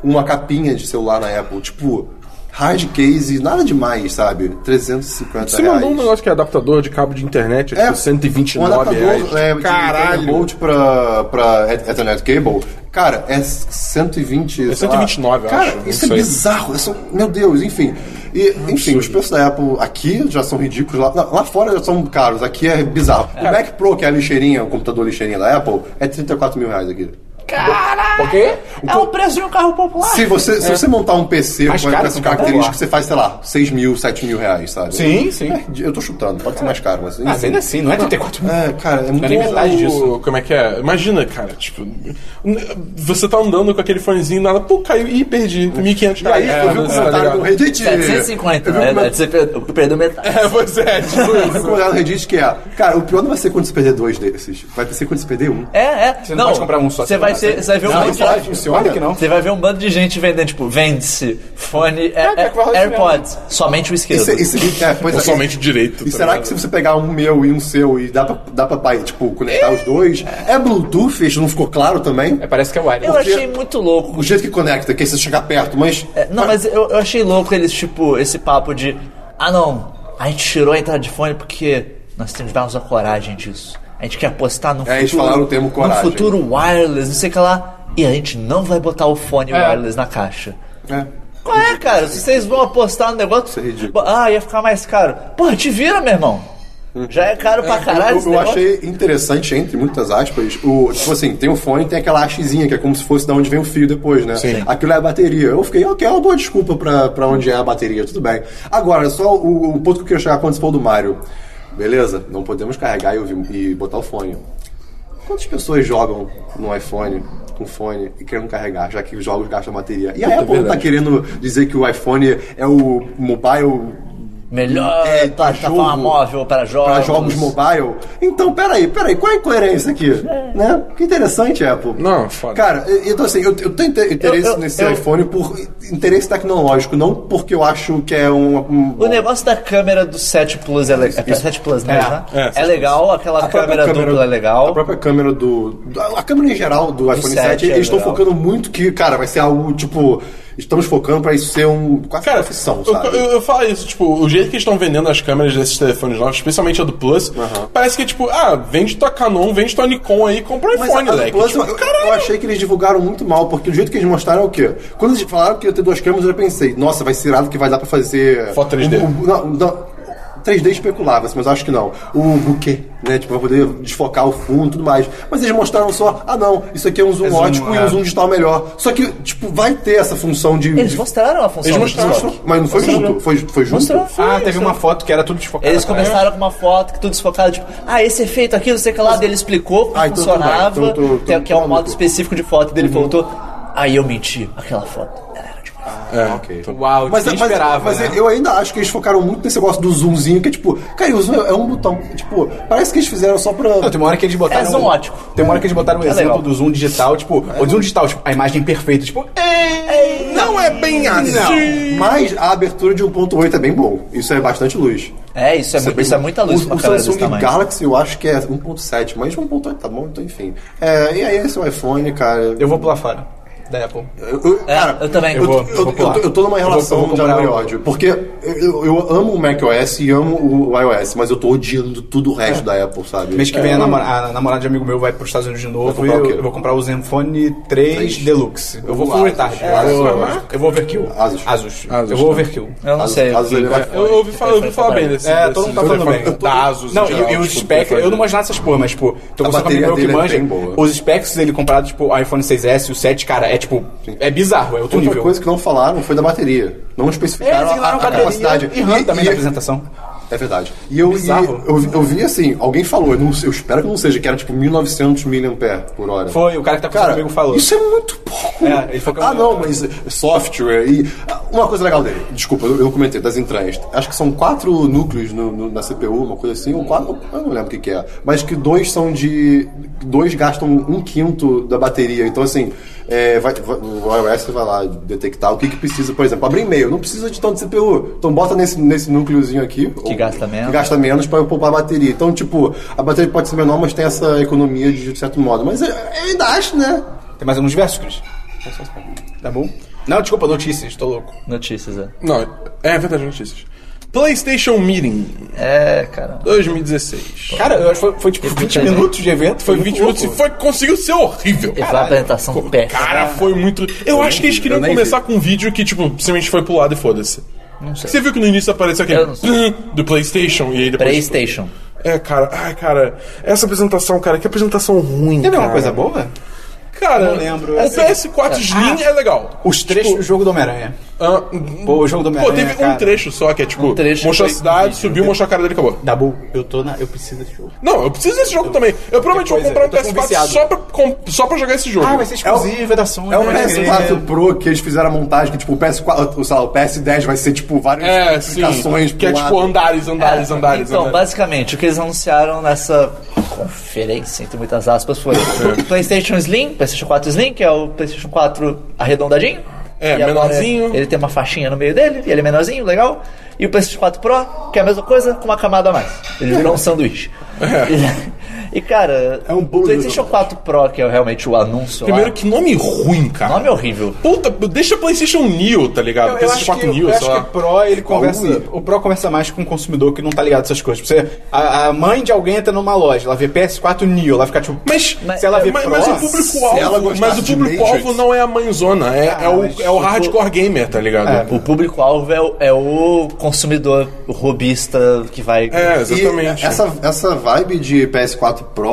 S2: Uma capinha de celular na Apple, tipo, hard case, nada demais, sabe? 350
S4: Você
S2: reais.
S4: mandou um negócio que é adaptador de cabo de internet, é, tipo 129
S2: um adaptador,
S4: reais.
S2: É, de
S1: Caralho.
S2: 30 volt pra, pra et- Ethernet cable. Cara, é 120.
S4: É
S2: sei lá.
S4: 129, eu
S2: Cara,
S4: acho, não
S2: isso é
S4: sei.
S2: bizarro. Isso, meu Deus, enfim. E, enfim, os preços da Apple aqui já são ridículos. Lá, lá- lá fora já são caros. Aqui é bizarro. O Mac Pro, que é a lixeirinha, o computador lixeirinha da Apple, é 34 mil reais aqui.
S4: O quê?
S3: É o preço de um carro popular.
S2: Se você, se você montar um PC
S1: Mais
S2: com
S1: caro
S2: essas
S1: que um carro
S2: características,
S1: popular.
S2: você faz, sei lá, 6 mil, 7 mil reais, sabe?
S1: Sim, sim.
S2: É, eu tô chutando, pode ser mais caro, mas.
S1: Mas ainda assim, não é 34 mil.
S2: É, cara, é muito
S1: nem metade disso.
S4: O- Como é que é? Imagina, cara, tipo, n- você tá andando com aquele fonezinho e nada, pô, caiu e perdi 1.500
S2: E aí,
S4: reais.
S2: eu vi um
S4: tá
S2: comentário
S4: ligado?
S2: no Reddit.
S3: 750,
S2: eu vi um
S3: né?
S2: comentário-
S3: Você perdeu, perdeu metade.
S4: É, pois é, tipo
S2: eu vi um
S4: isso.
S2: comentário no Reddit que é, cara, o pior não vai ser quando você perder dois desses, vai ser quando você perder um.
S3: É, é.
S1: Você não pode comprar um só,
S3: Você
S1: você
S3: vai,
S1: não
S3: ser,
S1: consegue.
S3: você vai ver um
S1: Não,
S3: bando
S1: isso
S3: de-
S1: pode,
S2: funciona.
S1: Claro que não.
S3: Você vai ver um bando de gente vendendo, tipo, vende-se, fone, é,
S1: é que vai rolar isso
S3: AirPods, somente o esquerdo.
S2: Isso, é- isso, é, pois é.
S4: Ou somente direito.
S2: E
S4: tá
S2: será
S4: ligado?
S2: que se você pegar um meu e um seu e dá pra, dá pra pai, tipo, conectar os dois? É Bluetooth? Isso não ficou claro também?
S1: É, parece que é wireless.
S3: eu
S2: porque-
S3: achei muito louco.
S2: O jeito que conecta, que é você chegar perto, mas.
S3: É, Não, mas eu, eu achei louco eles, tipo, esse papo de. Ah, não, a gente tirou a entrada de fone porque nós temos que darmos a coragem disso. A gente quer apostar no
S2: É, eles falaram o termo coragem.
S3: No futuro wireless, não sei o que lá. E a gente não vai botar o fone wireless na caixa.
S2: É.
S3: Qual é, cara? Se vocês vão apostar no negócio.
S2: é ridículo.
S3: Ah, ia ficar mais caro. Porra, te vira, meu irmão. Já é caro pra caralho esse
S2: Eu, eu
S3: negócio.
S2: achei interessante, entre muitas aspas, o, tipo assim, tem o fone tem aquela hastezinha que é como se fosse da onde vem o fio depois, né?
S4: Sim.
S2: Aquilo é a bateria. Eu fiquei, ok, é uma boa desculpa pra, pra onde é a bateria, tudo bem. Agora, só o, o ponto que eu queria chegar quando você falou do Mario. Beleza, não podemos carregar e, ouvir- e botar o fone. Quantas pessoas jogam no iPhone com fone e querendo carregar, já que os jogos gastam bateria? E a Apple não tá
S4: É verdade.
S2: querendo dizer que o iPhone é o mobile
S3: Melhor
S2: É,
S3: plataforma
S2: jogo
S3: móvel para jogos.
S2: para jogos mobile. Então, peraí, peraí, qual é a incoerência aqui?
S3: É.
S2: Né? Que interessante, Apple.
S4: Não, foda.
S2: Cara, e- então assim, eu, eu tenho inter- interesse
S3: Eu- eu-
S2: nesse
S3: eu-
S2: iPhone por interesse tecnológico, não porque eu acho que é um. um-
S3: O negócio da câmera do 7 Plus é legal. É 7 Plus, né?
S1: É,
S3: né?
S4: é,
S3: É,
S4: 7
S3: legal, aquela
S2: a própria
S3: câmera, dupla é
S2: A
S3: legal.
S2: própria câmera do. do- A câmera em geral do iPhone 7,
S3: 7 é
S2: eles estão
S3: legal.
S2: focando muito que, cara, vai ser algo tipo. Estamos focando pra isso ser um. Quase
S4: Cara,
S2: uma profissão,
S4: eu,
S2: sabe?
S4: eu, eu falo isso, tipo, o jeito que eles estão vendendo as câmeras desses telefones novos, especialmente a do Plus, parece que é tipo, ah, vende tua Canon, vende tua Nikon aí, compra um
S2: Mas é
S4: iPhone,
S2: a- a
S4: leque.
S2: Plus,
S4: Tipo,
S2: eu, eu achei que eles divulgaram muito mal, porque o jeito que eles mostraram é o quê? Quando eles falaram que ia ter duas câmeras, eu pensei, nossa, vai ser irado que vai dar pra fazer.
S4: Foto 3D.
S2: Um, um- não, não, 3D especulava, assim, mas acho que não. O buquê, né? Tipo, pra poder desfocar o fundo e tudo mais. Mas eles mostraram só, ah não, isso aqui é um zoom,
S1: zoom,
S2: ótico e
S1: é.
S2: um zoom digital melhor. Só que, tipo, vai ter essa função de.
S3: Eles
S2: de-
S3: mostraram a função
S4: Eles
S3: do
S4: mostraram.
S3: desfoque.
S2: mas não foi junto? Foi, foi junto?
S3: Mostraram.
S1: Ah, teve uma foto que era tudo desfocado.
S3: Eles
S1: cara.
S3: começaram com uma foto que tudo desfocado, tipo, ah, esse efeito aqui, não sei o que lá, dele explicou como
S2: Ah, então tudo bem.
S3: funcionava,
S2: Então tô- Uhum. tô-
S3: que é- que é um
S2: tô-
S3: modo
S2: tô-
S3: específico de foto, dele voltou. Aí eu menti, aquela foto. ela era de uma-
S4: É.
S2: Ok.
S7: Uau,
S2: Mas,
S7: ninguém
S2: mas-
S7: esperava,
S2: mas
S7: né?
S2: eu ainda acho que eles focaram muito nesse negócio do zoomzinho, que é tipo, cara, o zoom é um botão. Tipo, parece que eles fizeram só pra.
S1: Não, tem uma hora que eles botaram. um-
S3: É zoom ótico. É
S1: Tem uma hora que eles botaram um exemplo
S3: legal.
S1: do zoom digital, tipo, o zoom digital, tipo, a imagem perfeita, tipo, "Ei, não é bem assim.
S2: Mas a abertura de 1.8 é bem bom. Isso é bastante luz.
S3: É, isso é, mu-
S2: bem
S3: isso é
S2: bom.
S3: muita luz
S2: O, um
S3: pra
S2: o
S3: câmera desse
S2: Samsung
S3: tamanho.
S2: Galaxy eu acho que é 1.7, mas 1.8 tá bom, então enfim. É, e aí esse é o iPhone, cara.
S1: Eu vou pular fora da Apple.
S2: Eu- eu-
S3: É,
S2: cara,
S3: eu também.
S2: Eu,
S1: Eu vou-
S2: tô-
S1: eu vou
S2: eu tô-
S1: pular.
S2: eu tô numa
S1: Eu vou-
S2: relação
S1: eu vou
S2: de
S1: comprar
S2: amor e
S1: o-
S2: ódio. Porque eu, eu- eu amo o macOS e amo o iOS, mas eu tô odiando tudo o resto da Apple, sabe? É.
S1: Mês que vem é a, namora- a namorada de amigo meu vai pros Estados Unidos de novo
S2: Vai
S1: e
S2: comprar o
S1: eu,
S2: quê?
S1: eu vou comprar o Zenfone 3,
S2: Três.
S1: Deluxe. Eu vou
S2: O
S1: full
S2: Asus.
S1: retard.
S2: É,
S1: eu,
S2: Asus,
S1: vou,
S2: né?
S1: eu vou overkill.
S2: Asus.
S1: Asus.
S4: Asus,
S1: Eu vou
S4: né?
S1: overkill.
S3: Eu não sei.
S2: Caso ele vai-
S4: Eu ouvi falar, eu ouvi falar bem desse.
S1: É, todo
S4: desse
S1: mundo tá falando
S4: telefone.
S1: bem.
S4: Da Asus,
S1: Não,
S4: em
S1: e,
S4: geral,
S1: e os
S4: tipo,
S1: specs,
S4: telefone.
S1: eu não manjo nada dessas porra, mas, tipo, tô conversando com um
S2: bateria
S1: amigo meu que
S2: dele é
S1: manja.
S2: bem boa.
S1: os specs dele comparado, tipo, o iPhone 6S e o 7, cara, é tipo, é bizarro, é outro
S2: Outra
S1: nível.
S2: coisa que não falaram foi da bateria. Não
S1: é, eles
S2: especificaram a,
S1: ignoram
S2: a
S1: bateria
S2: capacidade.
S1: E RAM também
S2: e-
S1: na apresentação.
S2: É verdade. E eu, e
S1: Bizarro.
S2: eu, vi- eu vi assim, alguém falou, eu, não sei, eu espero que não seja, que era tipo 1900 mAh por hora.
S1: Foi, o cara que tá conversando
S2: Cara,
S1: comigo falou.
S2: isso é muito pouco.
S1: É, ele falou que é
S2: ah,
S1: um-
S2: não, mas software e... ah, Uma coisa legal dele, desculpa, eu, eu comentei, das entranhas. Acho que são quatro núcleos no- no- na CPU, uma coisa assim, ou quatro, eu não lembro o que que é. Mas que dois são de... Dois gastam um quinto da bateria. Então, assim, é, vai, vai- o iOS vai lá detectar o que que precisa, por exemplo, abrir e-mail. Não precisa de tanto CPU. Então, bota nesse, nesse núcleozinho aqui. ou-
S3: gasta menos.
S2: Que gasta menos para poupar a bateria. Então, tipo, a bateria pode ser menor, mas tem essa economia de, de certo modo. Mas eu, eu ainda acho, né?
S1: Tem mais alguns versos, Cris? Tá bom? Não, desculpa, notícias, tô louco.
S3: Notícias, é.
S4: Não, é verdade, notícias. PlayStation Meeting
S3: É, cara.
S4: 2016.
S1: Cara, eu acho que foi, foi, tipo 20
S3: também.
S1: minutos de evento,
S4: Foi 20 minutos e foi, conseguiu ser horrível.
S1: É.
S3: E foi uma apresentação péssima.
S4: Cara, foi muito. Eu, acho que eles queriam
S2: eu nem
S4: começar
S2: vi.
S4: com um vídeo que, tipo, simplesmente foi pro lado e foda-se.
S3: Não sei.
S4: Você viu que no início apareceu aquele "Hum",
S3: Eu não sei.
S4: do PlayStation e aí depois. tipo,
S3: PlayStation.
S4: É, cara, ai, cara, essa apresentação, cara, que apresentação ruim.
S1: Teve
S4: cara.
S1: alguma coisa boa?
S4: Cara,
S1: Eu não lembro.
S4: O
S1: Assim,
S4: PS4 Slim é legal.
S1: Os trechos do jogo do Homem-Aranha.
S4: Ah,
S1: Pô, o jogo do
S4: pô,
S1: Homem-Aranha.
S4: teve um
S1: cara.
S4: trecho só que é tipo,
S3: Um trecho
S4: mostrou a
S3: foi-
S4: cidade, subiu, mostrou a cara dele e acabou.
S1: Dabu, eu tô na. Eu preciso desse jogo.
S4: Não, eu preciso desse jogo também. Eu provavelmente vou
S1: coisa,
S4: comprar um
S1: eu tô com
S4: PS4
S1: viciado.
S4: só pra, com- só pra jogar esse jogo.
S1: Ah, vai ser exclusivo, é da Sony.
S2: É um
S1: pode crer.
S2: PS4 Pro que eles fizeram a montagem, que tipo, o PS4, sei lá, o PS10 vai ser tipo várias
S4: É, sim.
S2: aplicações
S4: Que é
S2: pro
S4: tipo
S2: lado.
S4: andares, andares, andares.
S3: Então,
S4: andares.
S3: basicamente, o que eles anunciaram nessa conferência, entre muitas aspas, foi
S4: É.
S3: PlayStation Slim, PlayStation 4 Slim, que é o PlayStation 4 arredondadinho.
S4: É,
S3: E agora
S4: menorzinho.
S3: Ele tem uma faixinha no meio dele, e ele é menorzinho, legal. E o PlayStation 4 Pro, que é a mesma coisa, com uma camada a mais. Ele virou um sanduíche. E, e, cara,
S2: É um bolo
S3: o PlayStation 4 Pro, que é realmente o anúncio
S4: Primeiro
S3: lá,
S4: que nome ruim, cara.
S3: nome é horrível.
S4: Puta, deixa PlayStation Neo, tá ligado?
S1: Eu, eu acho
S4: PlayStation
S1: que,
S4: 4 Neo,
S1: eu
S4: sei
S1: acho que
S4: lá.
S1: o Pro, ele conversa.
S2: Ui.
S1: O Pro conversa mais com o consumidor que não tá ligado a essas coisas. Você, a, a mãe de alguém entra numa loja, ela vê PS4 Neo, ela fica tipo.
S4: Mas,
S3: Mas-
S1: se ela vê
S4: mas,
S1: Pro,
S4: mas o
S2: se ela
S4: público-alvo
S2: gostasse
S4: mas o
S2: de
S4: público-alvo
S2: Matrix. Ah,
S4: não é a mãezona, é, é,
S1: mas-
S4: o, é o hardcore gamer, tá ligado?
S3: O público-alvo é, o- é o consumidor, o robista que vai...
S4: É,
S2: E
S4: exatamente.
S2: Essa, essa vibe de PS4 Pro,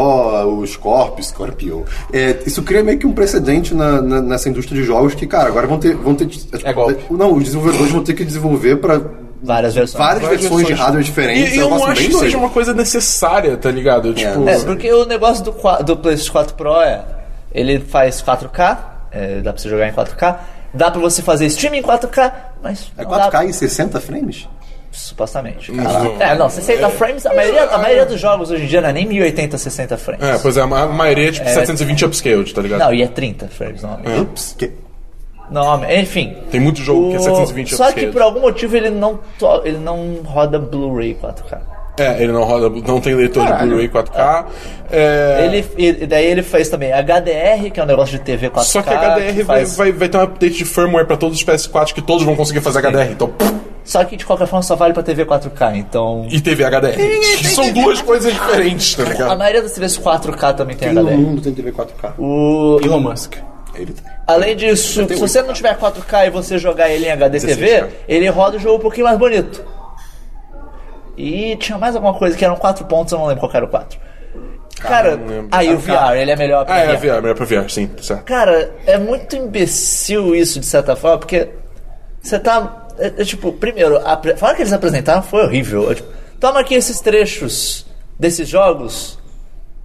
S2: o Scorpio, Scorpio, é, isso cria meio que um precedente na- na- nessa indústria de jogos que, cara, agora vão ter. Vão ter
S1: É golpe.
S2: Não, os desenvolvedores vão ter que desenvolver pra
S3: Várias versões.
S2: várias,
S4: Várias
S2: versões de
S4: versões.
S2: hardware diferentes.
S4: E,
S2: é
S4: e
S2: um
S4: eu não
S2: negócio
S4: acho
S2: bem
S4: que seja
S2: doido.
S4: uma coisa necessária, tá ligado? Tipo,
S3: É, porque o negócio do, qua- do PlayStation 4 Pro é. Ele faz 4K, é, dá pra você jogar em 4k, dá pra você fazer streaming em 4K, mas.
S2: É
S3: não dá-
S2: 4K em 60 frames?
S3: supostamente. É, não, 60 frames, a maioria, a maioria dos jogos hoje em dia não é nem 1080 60 frames.
S4: é, pois é, a ma- a maioria é tipo 720 upscaled, tá ligado?
S3: Não, e é 30 frames, normalmente.
S2: Ups, que-
S3: Não, enfim.
S4: É. Tem muito jogo que é
S3: O-
S4: 720
S3: Só que
S4: upscaled.
S3: por algum motivo ele não, to- ele não roda Blu-ray 4K.
S4: É, ele não roda, não tem leitor de Blu-ray 4K. é,
S3: Ele, e e daí ele fez também HDR, que é um negócio de TV 4K.
S4: Só que a HDR vai,
S3: faz-
S4: vai, vai ter um update de firmware pra todos os PS4 que todos vão conseguir fazer HDR. Então, pff,
S3: Só que de qualquer forma só vale pra TV 4K, então.
S4: e TV HDR. Que são duas coisas diferentes, tá
S3: A
S4: ligado?
S3: maioria das TVs 4K também tem
S2: Quem no
S4: um-
S3: HDR.
S2: mundo tem TV 4K?
S3: O-
S1: Elon Musk.
S2: Ele tem.
S3: Além disso, se você não tiver 4K e você jogar ele em HD TV,
S4: 16K.
S3: ele roda o jogo um pouquinho mais bonito. E tinha mais alguma coisa que eram 4 pontos, eu não lembro qual que era o 4. Cara,
S4: não lembro.
S3: aí o VR, ele é melhor pra
S4: Ah, é,
S3: VR.
S4: VR, melhor pra VR, sim, tá certo.
S3: Cara, é muito imbecil isso, de certa forma, porque você tá. é- é tipo, primeiro, a apre- a forma que eles apresentaram foi horrível. É tipo, toma aqui esses trechos desses jogos,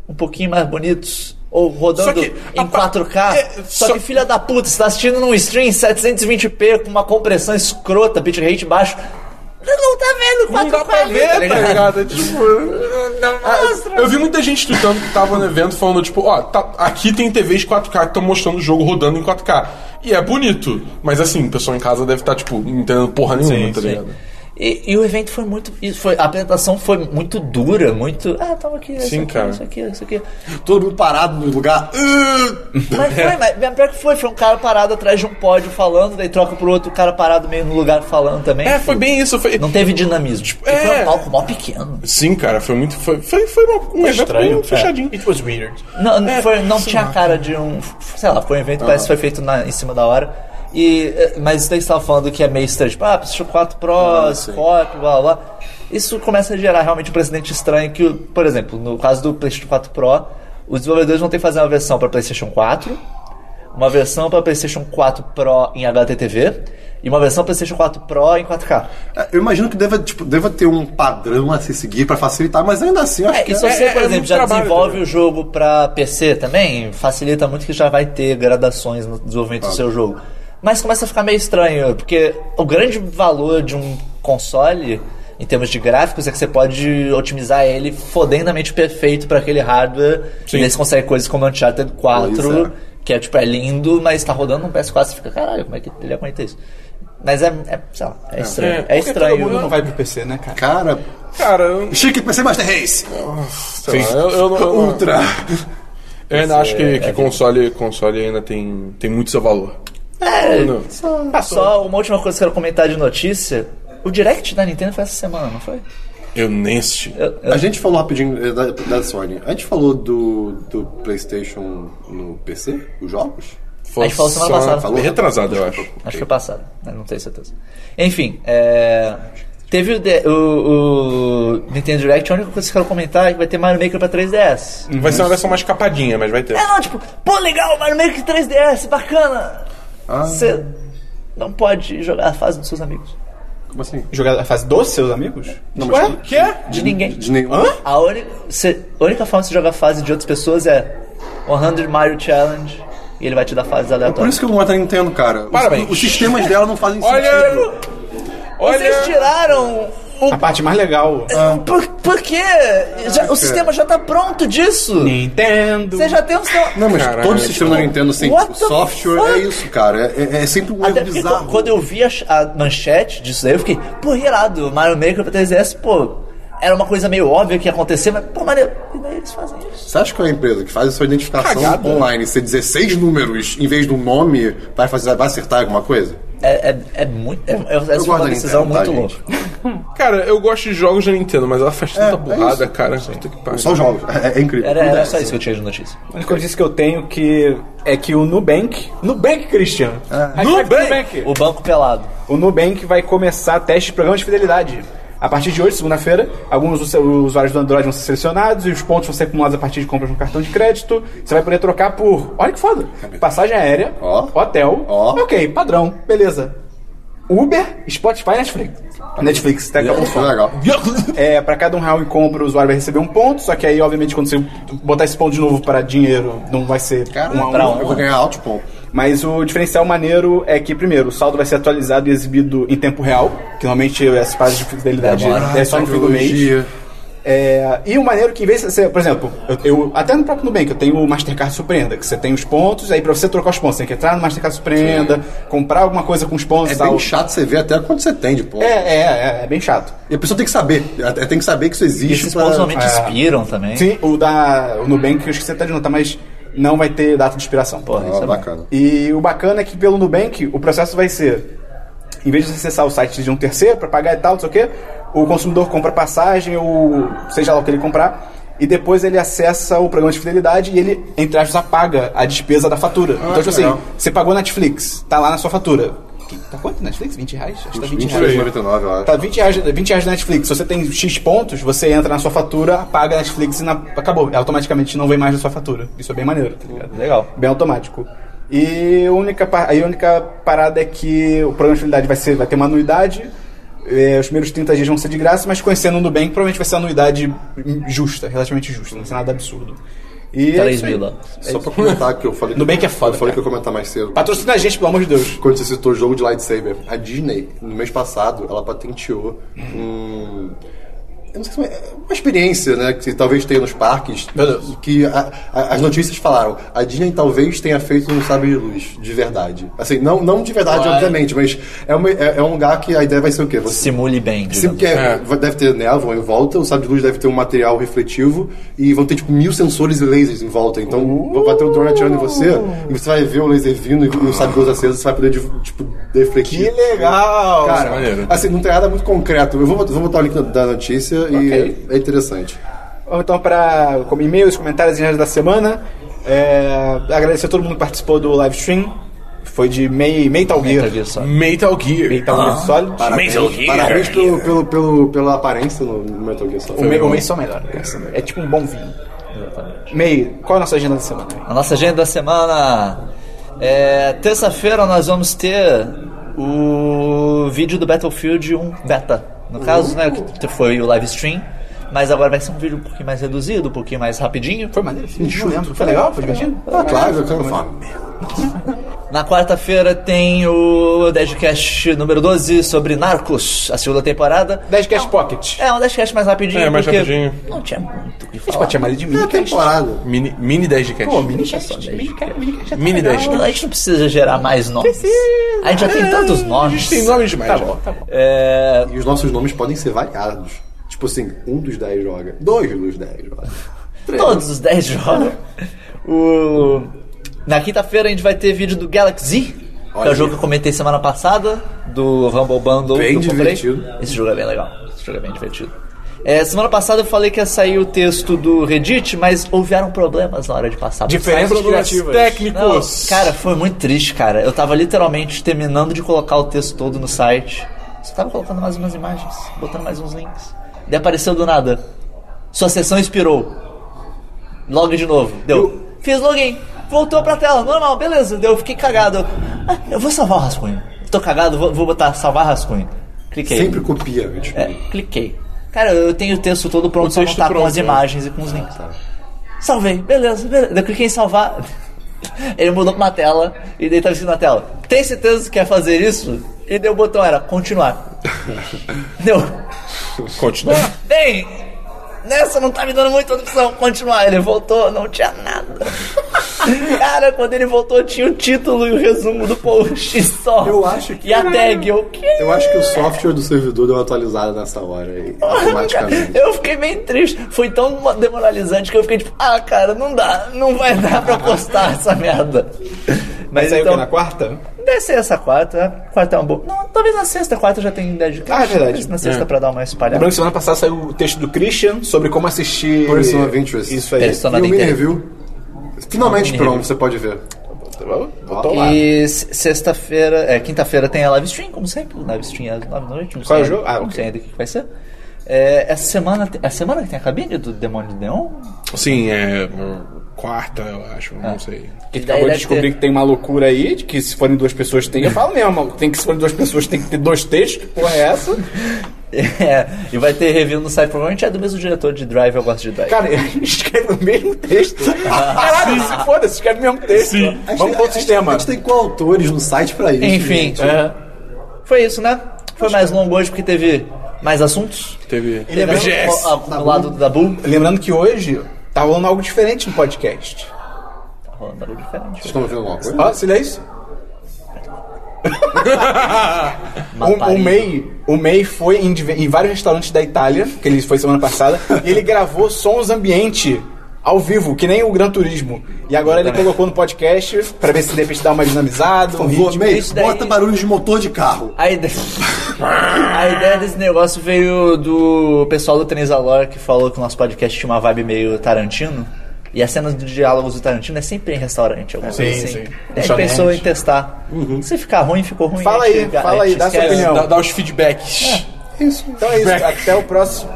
S3: um pouquinho mais bonitos, ou rodando
S4: Só que a
S3: em
S4: pa-
S3: 4K.
S4: é,
S3: só,
S4: só-
S3: que, filha da puta, você tá assistindo num stream 720p com uma compressão escrota, bitrate baixo. Não tá vendo 4K
S4: Não dá pra
S3: ali,
S4: ver,
S3: tá
S4: tá
S3: ligado?
S4: ligado? É Tipo, Ah, eu vi muita gente tweetando que tava no evento falando, tipo, ó, tá- aqui tem TVs 4K que estão mostrando o jogo rodando em 4K. E é bonito, mas assim, o pessoal em casa deve estar, tipo, não entendendo porra nenhuma, tá ligado?
S3: é. E, e o evento foi muito. isso Foi, a apresentação foi muito dura, muito. Ah, tava aqui, isso
S4: Sim,
S3: aqui,
S4: cara.
S3: isso aqui, isso aqui.
S2: Todo mundo parado no lugar. "Ah!"
S3: Mas foi, mas mas pior que foi, foi um cara parado atrás de um pódio falando, daí troca pro outro cara parado meio no lugar falando também. Tipo,
S4: É, foi bem isso, foi.
S3: Não teve dinamismo. Tipo,
S4: é.
S3: Foi um palco mó pequeno.
S4: Sim, cara, foi muito. Foi, foi, foi uma- um evento
S1: Estranho.
S4: bem fechadinho.
S1: It was weird.
S3: Não, não foi, não tinha cara de um. Sei lá, foi um evento, parece que foi feito na- em cima da hora. E, eh, mas daí você tava falando que é meio estranho, tipo, ah, PlayStation 4 Pro, Scorpio, blá blá blá. Isso começa a gerar realmente um precedente estranho que, o- por exemplo, no caso do PlayStation 4 Pro, os desenvolvedores vão ter que fazer uma versão para PlayStation 4, uma versão para PlayStation 4 Pro em HDTV e uma versão PlayStation 4 Pro em 4K.
S2: Eu imagino que deva, tipo, deva ter um padrão a se seguir pra facilitar, mas ainda assim eu acho
S3: É,
S2: que.
S3: e se você,
S4: é-
S3: por
S4: é
S3: exemplo,
S4: muito
S3: já
S4: trabalho,
S3: desenvolve
S4: entendeu?
S3: o jogo pra PC também, facilita muito que já vai ter gradações no desenvolvimento do seu jogo. Mas começa a ficar meio estranho, porque o grande valor de um console, em termos de gráficos, é que você pode otimizar ele fodendamente perfeito pra aquele hardware. E
S4: Sim.
S3: daí você consegue coisas como Uncharted 4,
S2: Pois é.
S3: que é tipo, é lindo, mas tá rodando um PS4, você fica, caralho, como é que ele aguenta isso? Mas é, é sei lá, é
S4: É,
S3: estranho. É,
S4: porque
S1: Todo
S3: estranho.
S1: mundo não vai pro PC, né, cara?
S2: Cara.
S4: Cara, eu,
S2: Chique PC Master Race!
S4: É. sei Tá lá, eu, eu não- eu não-
S2: Ultra!
S4: eu ainda acho que, que console, console ainda tem, tem muito seu valor. É,
S3: Só uma última coisa que eu quero comentar de notícia. O Direct da Nintendo foi essa semana, não foi?
S4: eu nem assisti.
S3: Eu- eu-
S2: A gente falou rapidinho eh, da, da Sony. A gente falou do, do PlayStation no PC? Os jogos?
S4: Foi
S3: a gente falou semana passada.
S4: Foi retrasado, eu acho.
S3: Acho que foi passado, né? não tenho certeza. Enfim, é, teve o, de- o- o Nintendo Direct, a única coisa que eu quero comentar é que vai ter Mario Maker pra 3DS.
S4: Vai ser uma versão mais capadinha, mas vai ter.
S3: É, não, tipo, pô, legal, Mario Maker 3DS, bacana.
S2: Ah.
S3: Você não pode jogar a fase dos seus amigos.
S2: Como assim?
S1: Jogar a fase dos seus amigos?
S2: Não, mas
S1: Ué, que é?
S3: De ninguém.
S2: De nenhum.
S3: A, uni- cê- a única forma de você jogar a fase de outras pessoas é 100 Mario Challenge e ele vai te dar fases
S2: É Por
S3: aleatórias.
S2: isso que eu não gosto da Nintendo, cara. Os-
S4: Parabéns.
S2: Os, sistemas dela não fazem sentido.
S4: Olha!
S3: Vocês
S4: Olha!
S3: tiraram
S1: A
S2: Ah.
S3: o.
S1: parte mais legal.
S3: Por, por quê? Já- o sistema já tá pronto disso.
S1: Nintendo.
S3: Você já tem um sistema.
S2: Não, mas
S4: Caralho.
S2: todo o sistema da Nintendo sem
S3: What the
S2: software
S3: fuck?
S2: é isso, cara. É, é- é sempre um erro
S3: Até porque
S2: bizarro.
S3: quando eu vi a, ch- a manchete disso daí, eu fiquei, pô, irado, Mario Maker pra 3DS, pô, era uma coisa meio óbvia que ia acontecer, mas, pô, maneiro, e daí eles fazem isso.
S2: Você acha que uma empresa que faz a sua identificação
S4: Cagada.
S2: online ser 16 números em vez de um nome vai, fazer, vai acertar alguma coisa?
S3: É, é, é muito. É, é- essa foi
S2: gosto
S3: uma
S2: da
S3: decisão
S2: Nintendo, tá,
S3: muito
S2: gente?
S3: louca.
S4: Cara, eu gosto de jogos da Nintendo, mas ela faz tanta burrada, cara. Puta que pariu.
S2: Só jogos. É, é incrível.
S3: Era, era só isso que eu tinha de notícia.
S1: A única notícia que eu tenho que é que o Nubank. É. Nubank, Christian! Hashtag
S4: Nubank!
S3: O banco pelado.
S1: O Nubank vai começar teste de programa de fidelidade. A partir de hoje, segunda-feira, alguns usu- usuários do Android vão ser selecionados e os pontos vão ser acumulados a partir de compras no cartão de crédito. Você vai poder trocar por. Olha que foda! Passagem aérea,
S2: Ó.
S1: hotel.
S2: Ó.
S1: Ok, padrão, beleza. Uber, Spotify e Netflix. Netflix, até acabou
S2: Foi legal.
S1: é, um pra cada um real em compra, o usuário vai receber um ponto, só que aí, obviamente, quando você botar esse ponto de novo para dinheiro, não vai ser
S2: Cara,
S1: um a um.
S2: pra um, eu vou ganhar alto ponto.
S1: Mas o diferencial maneiro é que, primeiro, o saldo vai ser atualizado e exibido em tempo real, que normalmente as fases de fidelidade
S3: Demora.
S1: é só no fim do mês.
S2: Tecnologia.
S1: É, e o maneiro que, em vez de você, por exemplo, eu, eu- até no próprio Nubank, eu tenho o Mastercard Surpreenda, que você tem os pontos, aí pra você trocar os pontos, você tem que entrar no Mastercard Surpreenda, comprar alguma coisa com os pontos
S2: É
S1: e tal.
S2: bem chato você ver até quanto você tem de ponto.
S1: É, é, é, é bem chato.
S2: E a pessoa tem que saber. Ela Tem que saber que isso
S3: E
S2: existe.
S3: esses pontos normalmente
S1: é.
S3: inspiram também.
S1: Sim, o da o Nubank, eu esqueci até de notar, mas não vai ter data de expiração.
S3: Porra,
S2: Ah,
S3: isso é bacana.
S2: bacana.
S1: E o bacana é que pelo Nubank, o processo vai ser: em vez de você acessar o site de um terceiro para pagar e tal, não sei o quê, o consumidor compra passagem ou seja lá o que ele comprar. E depois ele acessa o programa de fidelidade e ele, entre aspas, apaga a despesa da fatura. então, tipo assim,
S2: Ah, legal.
S1: você pagou Netflix, tá lá na sua fatura. Que- Tá quanto Netflix? 20 reais? Acho que tá 20 reais.
S2: 23,99, eu acho.
S1: Tá 20 reais, 20 reais da Netflix. Se você tem X pontos, você entra na sua fatura, apaga a Netflix e na- acabou. Ela automaticamente não vem mais na sua fatura. Isso é bem maneiro, tá ligado?
S3: Legal.
S1: Bem automático. E a única, par- aí a única parada é que o programa de fidelidade vai, ser, vai ter uma anuidade. é, os primeiros 30 dias vão ser de graça, mas conhecendo o Nubank, provavelmente vai ser uma anuidade justa, relativamente justa, não vai ser nada absurdo. E é
S3: 3
S1: isso aí.
S3: mil lá.
S2: Só pra comentar que eu falei.
S1: Nubank
S2: que,
S1: é foda,
S2: Eu falei
S1: cara.
S2: que eu ia comentar mais cedo.
S1: Patrocina a gente, pelo amor de Deus.
S2: Quando você citou jogo de lightsaber, a Disney, no mês passado, ela patenteou um. Eu não sei se é uma experiência, né? Que talvez tenha nos parques.
S1: Meu Deus.
S2: Que a- a- as notícias falaram. A Disney talvez tenha feito um sabre de luz, de verdade. Assim, não, não de verdade, obviamente, mas é, uma- é- é um lugar que a ideia vai ser o quê? Você
S3: Simule bem.
S2: Sim,
S3: digamos.
S2: porque
S4: É.
S2: vai- deve ter névoa em volta, o sabre de luz deve ter um material refletivo e vão ter tipo mil sensores e lasers em volta. Então vai ter um drone atirando em você e você vai ver o laser vindo e o sabre de luz aceso, você vai poder tipo,
S1: Que
S2: defletir.
S1: legal!
S2: Cara,
S4: Maneiro.
S2: assim, não tem nada muito concreto. Eu vou, bot- vou botar o link da- da notícia
S1: Ok.
S2: e é interessante.
S1: Vamos então para como e-mails, comentários e redes da semana. É, agradecer a todo mundo que participou do live stream. Foi de May, Metal Gear.
S3: Metal Gear Solid.
S4: Metal Gear.
S1: Metal Gear Solid.
S2: Parabéns pelo, pelo, pelo- pela aparência no no Metal Gear
S1: O
S2: Solid.
S1: May, o May só melhor. É tipo um bom vinho. May, qual é a nossa agenda da semana?
S3: A nossa agenda da semana. É, Terça-feira nós vamos ter o vídeo do Battlefield 1 Beta. No caso, né? Que foi o live stream. Mas agora vai ser um vídeo um pouquinho mais reduzido, um pouquinho mais rapidinho.
S1: Foi maneiro? esse vídeo? Não lembro. Foi legal? Foi divertido?
S2: Ah, claro, eu quero falar.
S3: Na quarta-feira tem o Deadcast número 12 sobre Narcos, a segunda temporada.
S1: 10 Cash Pocket.
S3: É um Deadcast mais rapidinho.
S4: É, mais
S3: porque
S4: rapidinho.
S3: Não tinha muito o que
S1: A gente pode
S3: falar.
S1: chamar ele de
S2: É a
S1: mini cast.
S2: temporada.
S4: Mini, mini 10 de cast.
S1: Pô, mini cast. Mini cast. mini cast é
S4: Mini
S1: legal.
S4: 10.
S3: A gente não precisa gerar mais nomes. A gente já tem tantos
S4: É, a
S3: nomes.
S4: gente tem nomes demais.
S1: Tá
S4: já.
S1: bom, tá bom.
S3: É,
S2: E os nossos nomes podem ser variados. Tipo assim, um dos 10 joga, dois dos 10 joga.
S3: Todos os 10 jogos. O... Na quinta-feira a gente vai ter vídeo do Galaxy, que é
S2: Olha.
S3: o jogo que eu comentei semana passada, do Rumble Bundle.
S2: Bem
S3: que eu comprei.
S2: divertido.
S3: Esse jogo é bem legal. Esse jogo é bem divertido. É, semana passada eu falei que ia sair o texto do Reddit, mas houveram problemas na hora de passar. pro
S1: Diferenças
S3: site.
S4: Problemas
S1: criativas.
S3: Não,
S4: técnicos.
S3: cara, foi muito triste, cara. Eu tava literalmente terminando de colocar o texto todo no site. Só tava colocando mais umas imagens, botando mais uns links. Daí apareceu do nada. Sua sessão expirou. Login de novo. Deu. Fiz login. Voltou pra tela. Normal, beleza. Deu. Fiquei cagado. Eu, "Ah, eu vou salvar o rascunho. Tô cagado, vou, vou botar salvar rascunho. Cliquei.
S2: Sempre copia, tipo.
S3: É, cliquei. Cara, eu tenho o texto todo pronto, só não
S4: texto
S3: tá com
S4: pronto,
S3: as
S4: né?
S3: imagens e com os links. Salvei, beleza, beleza. Eu cliquei em salvar. Ele mudou pra uma tela e daí tava escrito na tela. Tem certeza que quer fazer isso? E deu o botão, era continuar. deu.
S4: Continua.
S3: Bem, nessa não tá me dando muita opção. Continuar. Ele voltou, não tinha nada. Cara, quando ele voltou, tinha o título e o resumo do post só.
S2: Eu acho que-
S3: E a tag, eu. Que
S2: Eu acho que o software do servidor deu uma atualizada nessa hora aí, automaticamente.
S3: Eu fiquei bem triste. Foi tão demoralizante que eu fiquei tipo, ah, cara, não dá, não vai dar pra postar essa merda.
S1: Mas
S3: Mas
S1: saiu é o que
S3: então,
S1: na quarta?
S3: deve ser essa quarta. né? Quarta é uma boa. Não, talvez na sexta, quarta já tem ideia de
S1: Ah, é verdade.
S3: Talvez Na sexta pra dar uma espalhada.
S1: Lembrando que semana passada saiu o texto do Christian sobre como assistir.
S2: Person of Interest.
S1: Isso aí.
S3: Person-
S2: E o
S3: Nada
S2: mini
S3: inteiro.
S2: review. Finalmente
S3: Mini
S2: pronto,
S3: review.
S2: você pode ver.
S1: Tá Botou lá.
S3: E se- sexta-feira, é, quinta-feira tem a live stream, como sempre. Live stream às nove da noite. Não
S1: Qual é o
S3: sei,
S1: jogo? Ah,
S3: não
S1: ok.
S3: sei ainda o que vai ser. É, essa semana, te- é a semana que tem a cabine do Demônio de Neon?
S4: Sim, é. Quarta, eu acho, não sei.
S3: Que
S1: Acabou de descobrir que tem uma loucura aí, de que se forem duas pessoas tem. Eu falo mesmo, tem que se forem duas pessoas tem que ter dois textos, que porra é essa?
S3: É, e vai ter review no site, provavelmente é do mesmo diretor de Drive, eu gosto de Drive.
S1: Cara, escreve o mesmo texto. Caralho, se foda-se, escreve o mesmo texto. Vamos pro outro
S2: A
S1: sistema.
S2: gente tem coautores no site pra isso.
S3: Enfim,
S2: gente.
S3: é. foi isso, né? Foi mais longo hoje porque teve mais assuntos.
S4: Teve.
S1: é. Ele é Tá
S3: Teve
S1: BGS.
S3: o- o- o- o lado do Dabu.
S1: Lembrando que hoje tá rolando algo diferente no podcast.
S3: Tá rolando barulho diferente.
S2: Estão vendo alguma coisa?
S1: Ó, silêncio. O, o
S3: Matarina.
S1: May, o May foi em, diver- em vários restaurantes da Itália, que ele foi semana passada, e ele gravou sons ambiente ao vivo, que nem o Gran Turismo. E agora ele colocou no podcast pra ver se de repente dá uma dinamizada, um
S2: Por favor,
S1: ritmo.
S2: May,
S3: isso daí-
S2: bota barulho de motor de carro.
S3: A ideia, a ideia desse negócio veio do pessoal do Transalor que falou que o nosso podcast tinha uma vibe meio Tarantino. E as cenas de diálogos do Tarantino é sempre em restaurante, alguma
S1: Sim,
S3: coisa
S1: sim.
S3: assim. Daí A gente
S1: Restaurante.
S3: pensou em testar. Se ficar ruim, ficou ruim.
S1: Fala
S3: a gente
S1: aí,
S3: ga-
S1: fala
S3: a gente
S1: aí, dá sua
S3: esquece.
S1: opinião.
S4: Dá, dá os feedbacks.
S1: Então é isso, até o próximo.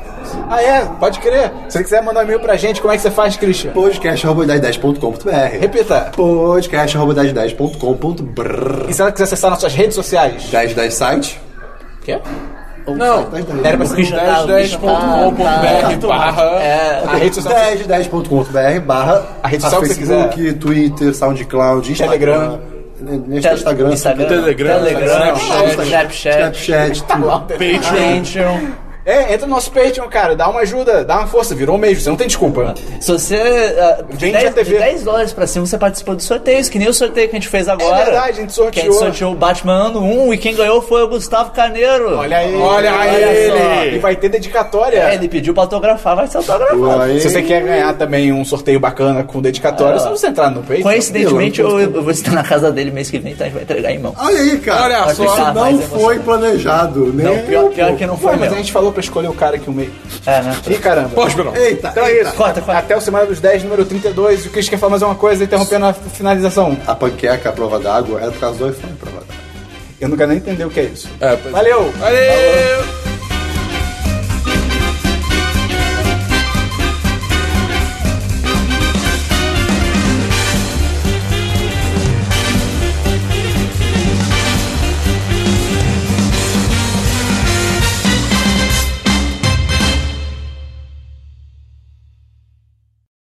S1: Ah, é, pode crer. Se você quiser mandar um e-mail pra gente, como é que você faz, Christian?
S2: podcast.com.br
S1: Repita.
S2: podcast.com.br
S1: E se ela quiser acessar nossas redes sociais?
S2: 1010 site.
S1: Quê?
S4: Não,
S1: Era pra ser
S3: Richard Allen, Richard Allen,
S1: É.
S4: dez10.com.br
S3: É,
S4: barra.
S6: 1010.com.br barra
S1: a rede social. A rede social que você
S2: Facebook, Twitter, SoundCloud, Instagram.
S1: Telegram.
S2: Neste Instagram.
S3: Instagram,
S4: Telegram,
S3: Telegram,
S4: Snapchat,
S3: Snapchat,
S2: Snapchat, tudo.
S4: Patreon.
S3: Patreon.
S1: É, entra no nosso Patreon, cara. Dá uma ajuda, dá uma força. Virou um mês, você não tem desculpa.
S3: Se você. ah, de
S1: Vende
S3: 10,
S1: a TV.
S3: de 10 dólares pra cima, você participou dos sorteios, que nem o sorteio que a gente fez agora.
S1: É verdade, a gente sorteou.
S3: Que a gente sorteou o Batman ano 1 e quem ganhou foi o Gustavo Carneiro.
S1: Olha aí.
S4: Olha ele.
S1: só. E vai ter dedicatória.
S3: É, ele pediu pra autografar, vai ser autografado.
S2: Aí,
S1: Se você quer ganhar também um sorteio bacana com dedicatória, é só você entrar no Patreon.
S3: Coincidentemente, eu, eu vou estar na casa dele mês que vem, então a gente vai entregar em mão.
S2: Olha aí, cara.
S4: Olha
S2: Isso
S4: só.
S3: Mais
S2: não
S3: emocionante.
S2: foi planejado, né?
S3: Não, pior, pior que não
S1: Pô,
S3: foi,
S1: mas
S3: meu.
S1: a gente falou pra escolher o cara que o meio.
S3: É, né?
S1: Ih, caramba.
S4: Pô, Esperão.
S2: Eita,
S1: Então é
S2: eita.
S1: isso.
S3: Corta, corta.
S1: Até o Semana dos 10, número 32. O Chris quer falar mais uma coisa, interrompendo a finalização.
S2: A panqueca, a prova d'água, é por causa do iPhone, a prova d'água.
S1: Eu não quero nem entender o que é isso.
S4: É, pois-
S1: Valeu!
S4: Valeu!